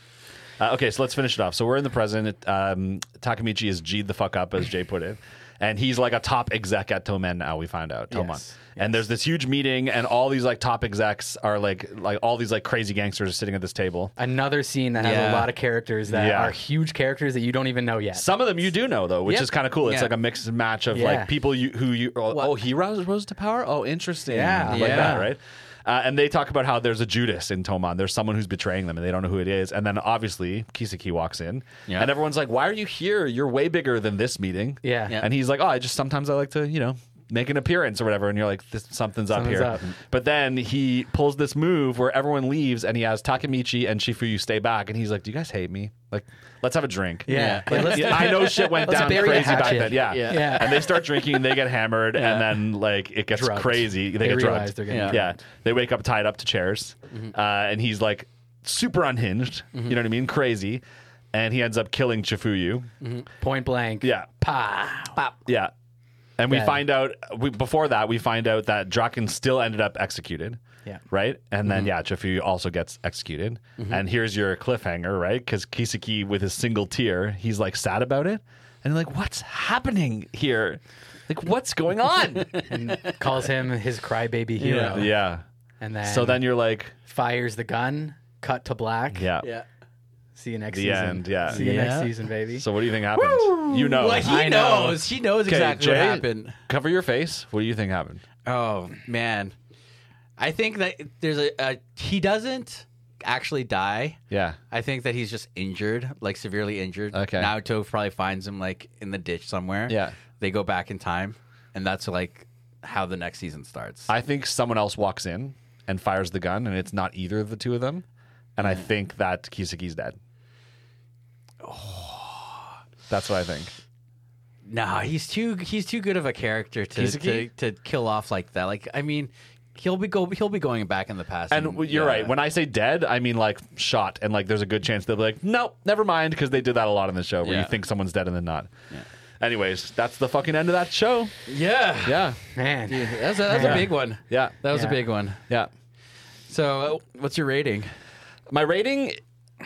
Speaker 2: Uh, okay, so let's finish it off. So we're in the present. Um, Takamichi is G'd the fuck up, as Jay put it. And he's like a top exec at Tomen now, we find out. Toman.
Speaker 1: Yes,
Speaker 2: And there's this huge meeting, and all these like top execs are like, like all these like crazy gangsters are sitting at this table.
Speaker 1: Another scene that has a
Speaker 3: Yeah.
Speaker 1: lot of characters that
Speaker 2: Yeah.
Speaker 1: are huge characters that you don't even know yet.
Speaker 2: Some of them you do know though, which
Speaker 1: Yep.
Speaker 2: is kind of cool. It's
Speaker 3: Yeah.
Speaker 2: like a mixed match of
Speaker 1: Yeah.
Speaker 2: like people you who you oh,
Speaker 3: What-
Speaker 2: oh he rose, rose to power. Oh, interesting.
Speaker 1: Yeah.
Speaker 2: like
Speaker 3: Yeah.
Speaker 2: that, right? Uh, and they talk about how there's a Judas in Toman. There's someone who's betraying them, and they don't know who it is. And then obviously Kisaki walks in,
Speaker 3: Yeah.
Speaker 2: and everyone's like, "Why are you here? You're way bigger than this meeting."
Speaker 1: Yeah. Yeah.
Speaker 2: And he's like, "Oh, I just sometimes I like to, you know." Make an appearance or whatever, and you're like, this, something's up
Speaker 1: Something's
Speaker 2: here.
Speaker 1: up.
Speaker 2: But then he pulls this move where everyone leaves, and he has Takamichi and Shifuyu stay back, and he's like, "Do you guys hate me? Like, let's have a drink."
Speaker 1: Yeah.
Speaker 2: Like,
Speaker 1: Yeah, let's-
Speaker 2: yeah, I know shit went
Speaker 1: let's
Speaker 2: down
Speaker 1: bury the
Speaker 2: crazy back
Speaker 1: hatchet.
Speaker 2: then. Yeah.
Speaker 3: Yeah.
Speaker 1: Yeah.
Speaker 2: And they start drinking, they get hammered, and then like it gets
Speaker 1: Drugged.
Speaker 2: crazy. They,
Speaker 1: They
Speaker 2: get
Speaker 1: realize
Speaker 2: drugged.
Speaker 1: they're getting Mm-hmm.
Speaker 2: yeah.
Speaker 1: drugged.
Speaker 2: Yeah. They wake up tied up to chairs. Uh, and he's like super unhinged.
Speaker 1: Mm-hmm.
Speaker 2: You know what I mean? Crazy. And he ends up killing Chifuyu.
Speaker 1: Mm-hmm. Point blank.
Speaker 2: Yeah.
Speaker 1: Pow.
Speaker 2: Yeah. And we
Speaker 1: Dead.
Speaker 2: find out we, before that we find out that Draken still ended up executed.
Speaker 1: Yeah.
Speaker 2: Right. And
Speaker 3: Mm-hmm.
Speaker 2: then yeah, Chifuyu also gets executed. And here's your cliffhanger, right? Because Kisaki with his single tear, he's like sad about it, and like, what's happening here? Like, what's going on?
Speaker 1: And calls him his crybaby hero.
Speaker 2: yeah.
Speaker 1: And then
Speaker 2: So then you're like,
Speaker 1: fires the gun, cut to black.
Speaker 2: yeah.
Speaker 3: Yeah.
Speaker 1: See you next
Speaker 2: The
Speaker 1: season.
Speaker 2: end, yeah.
Speaker 1: See you next
Speaker 3: Yeah.
Speaker 1: season, baby.
Speaker 2: So what do you think happened? You know.
Speaker 3: Well, he
Speaker 1: I know.
Speaker 3: knows. He knows
Speaker 2: Okay,
Speaker 3: exactly
Speaker 2: Jay,
Speaker 3: what happened.
Speaker 2: Cover your face. What do you think happened?
Speaker 3: Oh man, I think that there's a, a he doesn't actually die.
Speaker 2: Yeah.
Speaker 3: I think that he's just injured, like severely injured.
Speaker 2: Okay.
Speaker 3: Naoto probably finds him like in the ditch somewhere.
Speaker 2: Yeah.
Speaker 3: They go back in time, and that's like how the next season starts.
Speaker 2: I think someone else walks in and fires the gun, and it's not either of the two of them. And
Speaker 3: Mm.
Speaker 2: I think that Kisaki's dead.
Speaker 3: Oh.
Speaker 2: That's what I think.
Speaker 3: No, he's too he's too good of a character to, to
Speaker 2: Kizuki?
Speaker 3: to kill off like that. Like I mean, he'll be go he'll be going back in the past.
Speaker 2: And you're
Speaker 3: yeah.
Speaker 2: right. When I say dead, I mean like shot, and like there's a good chance they'll be like, nope, never mind, because they did that a lot in the show where
Speaker 3: Yeah.
Speaker 2: you think someone's dead and then not. Anyways, that's the fucking end of that show.
Speaker 3: yeah,
Speaker 2: Yeah,
Speaker 1: Man.
Speaker 3: That was a, that was a
Speaker 1: Yeah.
Speaker 3: big one.
Speaker 2: yeah,
Speaker 3: That was
Speaker 1: Yeah.
Speaker 3: a big one.
Speaker 2: yeah.
Speaker 3: So, uh, what's your rating?
Speaker 2: My rating.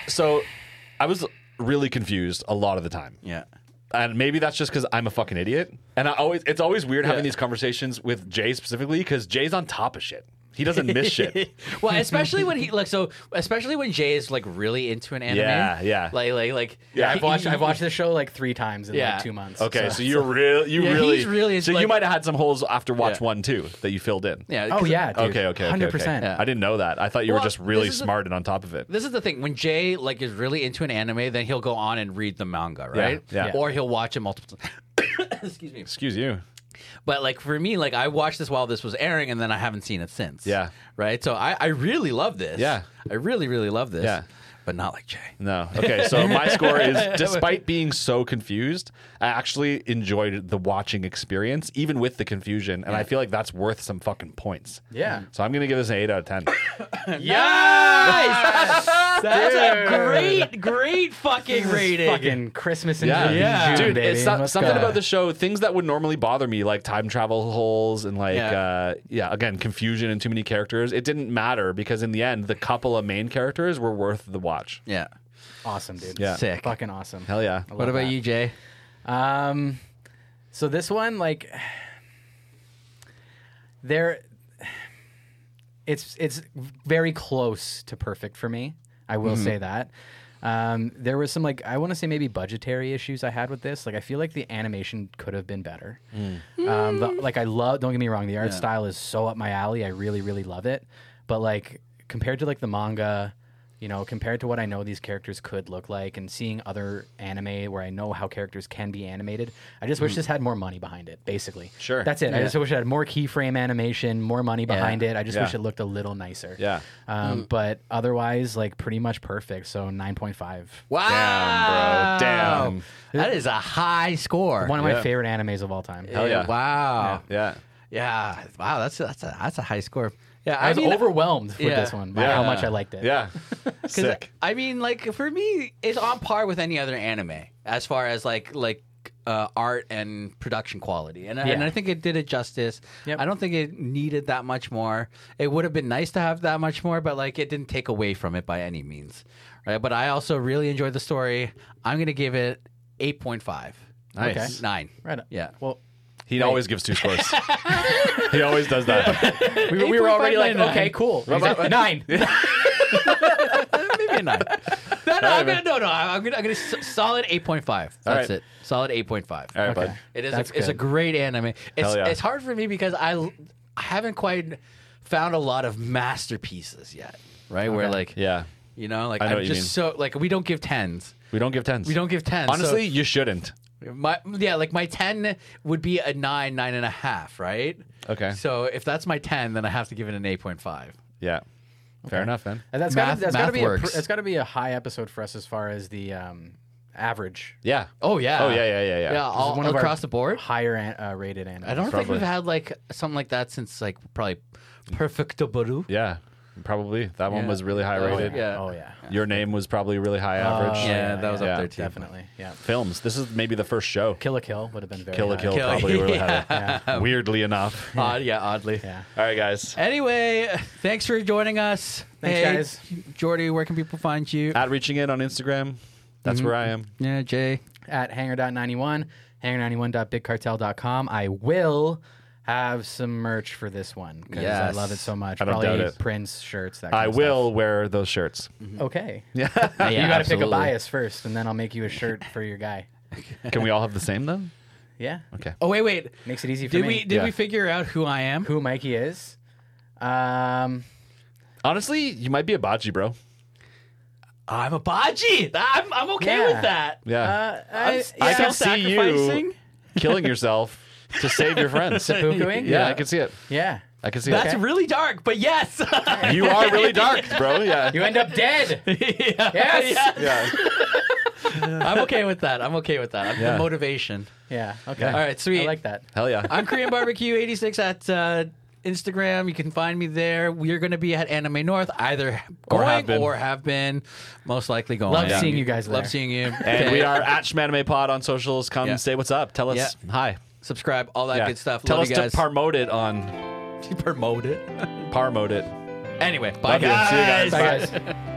Speaker 2: So, I was really confused a lot of the time.
Speaker 3: Yeah.
Speaker 2: and maybe that's just because I'm a fucking idiot. And I always, it's always weird having
Speaker 3: Yeah.
Speaker 2: these conversations with Jay specifically because Jay's on top of shit. He doesn't miss shit.
Speaker 3: well, especially when he like so, especially when Jay is like really into an anime.
Speaker 2: Yeah, yeah.
Speaker 3: Like, like, like.
Speaker 1: Yeah, I've watched I've watched the show like three times in
Speaker 3: Yeah.
Speaker 1: like two months.
Speaker 2: Okay,
Speaker 1: so-
Speaker 2: so, you're real. You
Speaker 3: Yeah,
Speaker 2: really,
Speaker 3: he's really-
Speaker 2: So you
Speaker 3: like-
Speaker 2: might have had some holes after watch
Speaker 3: Yeah.
Speaker 2: one too that you filled in.
Speaker 3: Yeah.
Speaker 1: oh
Speaker 3: 'cause-
Speaker 1: yeah, dude.
Speaker 2: Okay, okay, okay,
Speaker 1: hundred
Speaker 2: okay.
Speaker 1: percent.
Speaker 3: Yeah.
Speaker 2: I didn't know that. I thought you
Speaker 3: Well,
Speaker 2: were just really
Speaker 3: this is the-
Speaker 2: smart and on top of it.
Speaker 3: This is the thing. When Jay like is really into an anime, then he'll go on and read the manga, right?
Speaker 2: yeah.
Speaker 3: Or he'll watch it multiple times. Excuse me.
Speaker 2: Excuse you.
Speaker 3: But like for me, like I watched this while this was airing, and then I haven't seen it since.
Speaker 2: Yeah.
Speaker 3: Right. So I, I really love this.
Speaker 2: Yeah.
Speaker 3: I really really love this.
Speaker 2: Yeah.
Speaker 3: But not like Jay.
Speaker 2: No. Okay, so my score is despite being so confused, I actually enjoyed the watching experience, even with the confusion. And I feel like that's worth some fucking points.
Speaker 1: Yeah.
Speaker 2: So I'm going to give this an 8 out of 10.
Speaker 3: Yes. That's a
Speaker 1: Dude.
Speaker 3: great great fucking rating.
Speaker 1: Fucking Christmas in
Speaker 2: Yeah,
Speaker 1: June,
Speaker 3: Yeah.
Speaker 1: June,
Speaker 2: dude.
Speaker 1: baby.
Speaker 2: It's not,
Speaker 1: Let's
Speaker 2: something
Speaker 1: go.
Speaker 2: about the show. Things that would normally bother me, like time travel holes and like,
Speaker 3: Yeah.
Speaker 2: uh, yeah, again, confusion and too many characters. It didn't matter because in the end, the couple of main characters were worth the watch.
Speaker 3: yeah.
Speaker 1: awesome, dude.
Speaker 2: Yeah.
Speaker 3: Sick.
Speaker 1: Fucking awesome.
Speaker 2: Hell yeah!
Speaker 3: What about
Speaker 1: that.
Speaker 3: you, Jay?
Speaker 1: Um, so this one, like, there, it's it's very close to perfect for me. I will say that. Um, there was some like I want to say maybe budgetary issues I had with this. Like I feel like the animation could have been better. Um, the- like I love. Don't get me wrong. The art style is so up my alley. I really really love it. But like compared to like the manga, you know, compared to what I know these characters could look like, and seeing other anime where I know how characters can be animated, I just wish this had more money behind it. Basically,
Speaker 2: Sure.
Speaker 1: That's it. I just wish it had more keyframe animation, more money behind it. I just
Speaker 2: Yeah.
Speaker 1: wish it looked a little nicer.
Speaker 2: Yeah.
Speaker 1: Um,
Speaker 3: Mm.
Speaker 1: But otherwise, like pretty much perfect. So nine point five.
Speaker 3: Wow.
Speaker 2: Damn, bro. Damn.
Speaker 3: That is a high score.
Speaker 1: One of my
Speaker 2: Yeah.
Speaker 1: favorite animes of all time.
Speaker 2: Hell yeah.
Speaker 3: Wow.
Speaker 2: Yeah.
Speaker 3: Yeah. Wow. That's a, that's a that's a high score. Yeah.
Speaker 1: I was
Speaker 3: mean,
Speaker 1: overwhelmed with
Speaker 3: yeah.
Speaker 1: this one by
Speaker 2: Yeah.
Speaker 1: how much I liked it.
Speaker 2: Yeah.
Speaker 3: 'cause
Speaker 2: Sick.
Speaker 3: I mean, like for me, it's on par with any other anime as far as like like uh, art and production quality, and, I and
Speaker 1: Yeah.
Speaker 3: I think it did it justice.
Speaker 1: Yep.
Speaker 3: I don't think it needed that much more. It would have been nice to have that much more, but like it didn't take away from it by any means, right? But I also really enjoyed the story. I'm gonna give it eight point five.
Speaker 2: Nice.
Speaker 1: Okay.
Speaker 3: Nine.
Speaker 1: Right.
Speaker 3: Yeah.
Speaker 1: Well,
Speaker 2: He always gives two scores. he always does that.
Speaker 1: we, we were already like,
Speaker 3: 8.599.
Speaker 1: okay, cool. He's like, Nine.
Speaker 3: Maybe a nine. No, no, I'm gonna, no, no. I'm gonna, I'm gonna s- solid eight point five. That's
Speaker 2: right.
Speaker 3: it. Solid eight point five.
Speaker 2: All right,
Speaker 1: Okay.
Speaker 2: bud.
Speaker 3: It is.
Speaker 1: That's
Speaker 3: A, it's a
Speaker 1: good.
Speaker 3: great anime. It's
Speaker 2: Hell yeah.
Speaker 3: it's hard for me because I, l- I haven't quite found a lot of masterpieces yet. Right where like
Speaker 2: Yeah.
Speaker 3: you know like
Speaker 2: I know
Speaker 3: I'm
Speaker 2: what you
Speaker 3: just
Speaker 2: mean.
Speaker 3: so like we don't give tens.
Speaker 2: We don't give tens.
Speaker 3: We don't give tens. so
Speaker 2: Honestly, you shouldn't.
Speaker 3: my yeah like my ten would be a nine nine and a half. Right.
Speaker 2: Okay.
Speaker 3: So if that's my ten, then I have to give it an eight point five.
Speaker 2: Yeah. Fair enough, man.
Speaker 1: And that's gotta,
Speaker 3: Math-
Speaker 1: that's
Speaker 3: math
Speaker 1: gotta be a, pr-
Speaker 3: works.
Speaker 1: that's gotta be a high episode for us as far as the um, average.
Speaker 2: Yeah.
Speaker 3: Oh yeah.
Speaker 2: Oh, yeah, yeah, yeah, yeah.
Speaker 3: Yeah.
Speaker 1: This is
Speaker 3: All,
Speaker 1: one of our
Speaker 3: across the board.
Speaker 1: higher an- uh, rated anime.
Speaker 3: I don't think
Speaker 2: Probably.
Speaker 3: we've had like something like that since like probably Perfecto Baru.
Speaker 2: Yeah. Probably. That one
Speaker 3: Yeah.
Speaker 2: was really high
Speaker 3: Oh,
Speaker 2: rated.
Speaker 3: yeah.
Speaker 1: Oh yeah,
Speaker 2: Your name was probably really high average.
Speaker 1: Oh,
Speaker 3: yeah, that was up
Speaker 2: yeah,
Speaker 3: there too.
Speaker 1: definitely. Yeah,
Speaker 2: Films. This is maybe the first show.
Speaker 1: Kill a Kill would have been very
Speaker 2: Kill a
Speaker 1: high.
Speaker 2: Kill,
Speaker 3: Kill-
Speaker 2: probably really
Speaker 3: yeah.
Speaker 2: had it. Weirdly enough.
Speaker 3: Odd, yeah, oddly.
Speaker 1: Yeah.
Speaker 2: All right, guys.
Speaker 3: Anyway, thanks for joining us.
Speaker 1: Thanks,
Speaker 3: Hey,
Speaker 1: guys.
Speaker 3: Jordy, where can people find you?
Speaker 2: At reaching in on Instagram. That's
Speaker 3: Mm-hmm.
Speaker 2: where I am.
Speaker 3: yeah, Jay.
Speaker 1: at hanger.91, hanger91.bigcartel.com. I will have some merch for this one because I
Speaker 3: Yes.
Speaker 1: love it so much.
Speaker 2: I don't
Speaker 1: Probably
Speaker 2: doubt it.
Speaker 1: Prince shirts. That kind
Speaker 2: I
Speaker 1: of
Speaker 2: will wear those shirts.
Speaker 1: Stuff. Okay.
Speaker 2: Yeah.
Speaker 1: you got to pick a bias first, and then I'll make you a shirt for your guy.
Speaker 2: Can we all have the same though?
Speaker 1: Yeah.
Speaker 2: Okay.
Speaker 3: Oh wait, wait.
Speaker 1: Makes it easy for
Speaker 3: Did
Speaker 1: me.
Speaker 3: we did
Speaker 2: Yeah.
Speaker 3: we figure out who I am?
Speaker 1: Who Mikey is? Um,
Speaker 2: Honestly, you might be a bocce, bro.
Speaker 3: I'm a baji. I'm, I'm okay
Speaker 1: Yeah.
Speaker 3: with that.
Speaker 2: Yeah.
Speaker 1: uh, I,
Speaker 3: s-
Speaker 2: I
Speaker 1: yeah.
Speaker 2: can see you
Speaker 3: Self-sacrificing?
Speaker 2: killing yourself to save your friends.
Speaker 1: Seppukuing?
Speaker 2: Yeah,
Speaker 1: Yeah.
Speaker 2: I can see it.
Speaker 1: Yeah.
Speaker 2: I can see
Speaker 3: That's
Speaker 2: it.
Speaker 3: really dark, but yes.
Speaker 2: You are really dark, bro. Yeah.
Speaker 1: You end up dead.
Speaker 3: Yeah.
Speaker 1: Yes.
Speaker 2: yeah.
Speaker 3: Yeah. I'm okay with that. I'm okay with that. I'm
Speaker 2: Yeah.
Speaker 3: the motivation.
Speaker 1: yeah. Okay.
Speaker 3: All right, sweet.
Speaker 1: I like that.
Speaker 2: Hell yeah.
Speaker 3: I'm Korean Barbecue 86 at uh, Instagram. You can find me there. We are going to be at Anime North, either
Speaker 2: Or
Speaker 3: going
Speaker 2: have been.
Speaker 3: or have been, most likely going.
Speaker 1: Love
Speaker 2: yeah.
Speaker 1: seeing you guys.
Speaker 3: Love
Speaker 1: there.
Speaker 3: seeing you.
Speaker 2: And we
Speaker 3: Okay.
Speaker 2: are at Schmanime Pod on socials. Come
Speaker 3: Yeah.
Speaker 2: say what's up. Tell us
Speaker 3: Yeah.
Speaker 2: hi.
Speaker 3: subscribe, all that
Speaker 2: Yeah.
Speaker 3: good stuff.
Speaker 2: Tell
Speaker 3: Love
Speaker 2: us
Speaker 3: you guys.
Speaker 2: to parmote it on
Speaker 3: promote it.
Speaker 2: parmote it.
Speaker 3: Anyway, bye
Speaker 2: Love you. See you
Speaker 3: guys.
Speaker 2: guys.
Speaker 1: Bye, guys.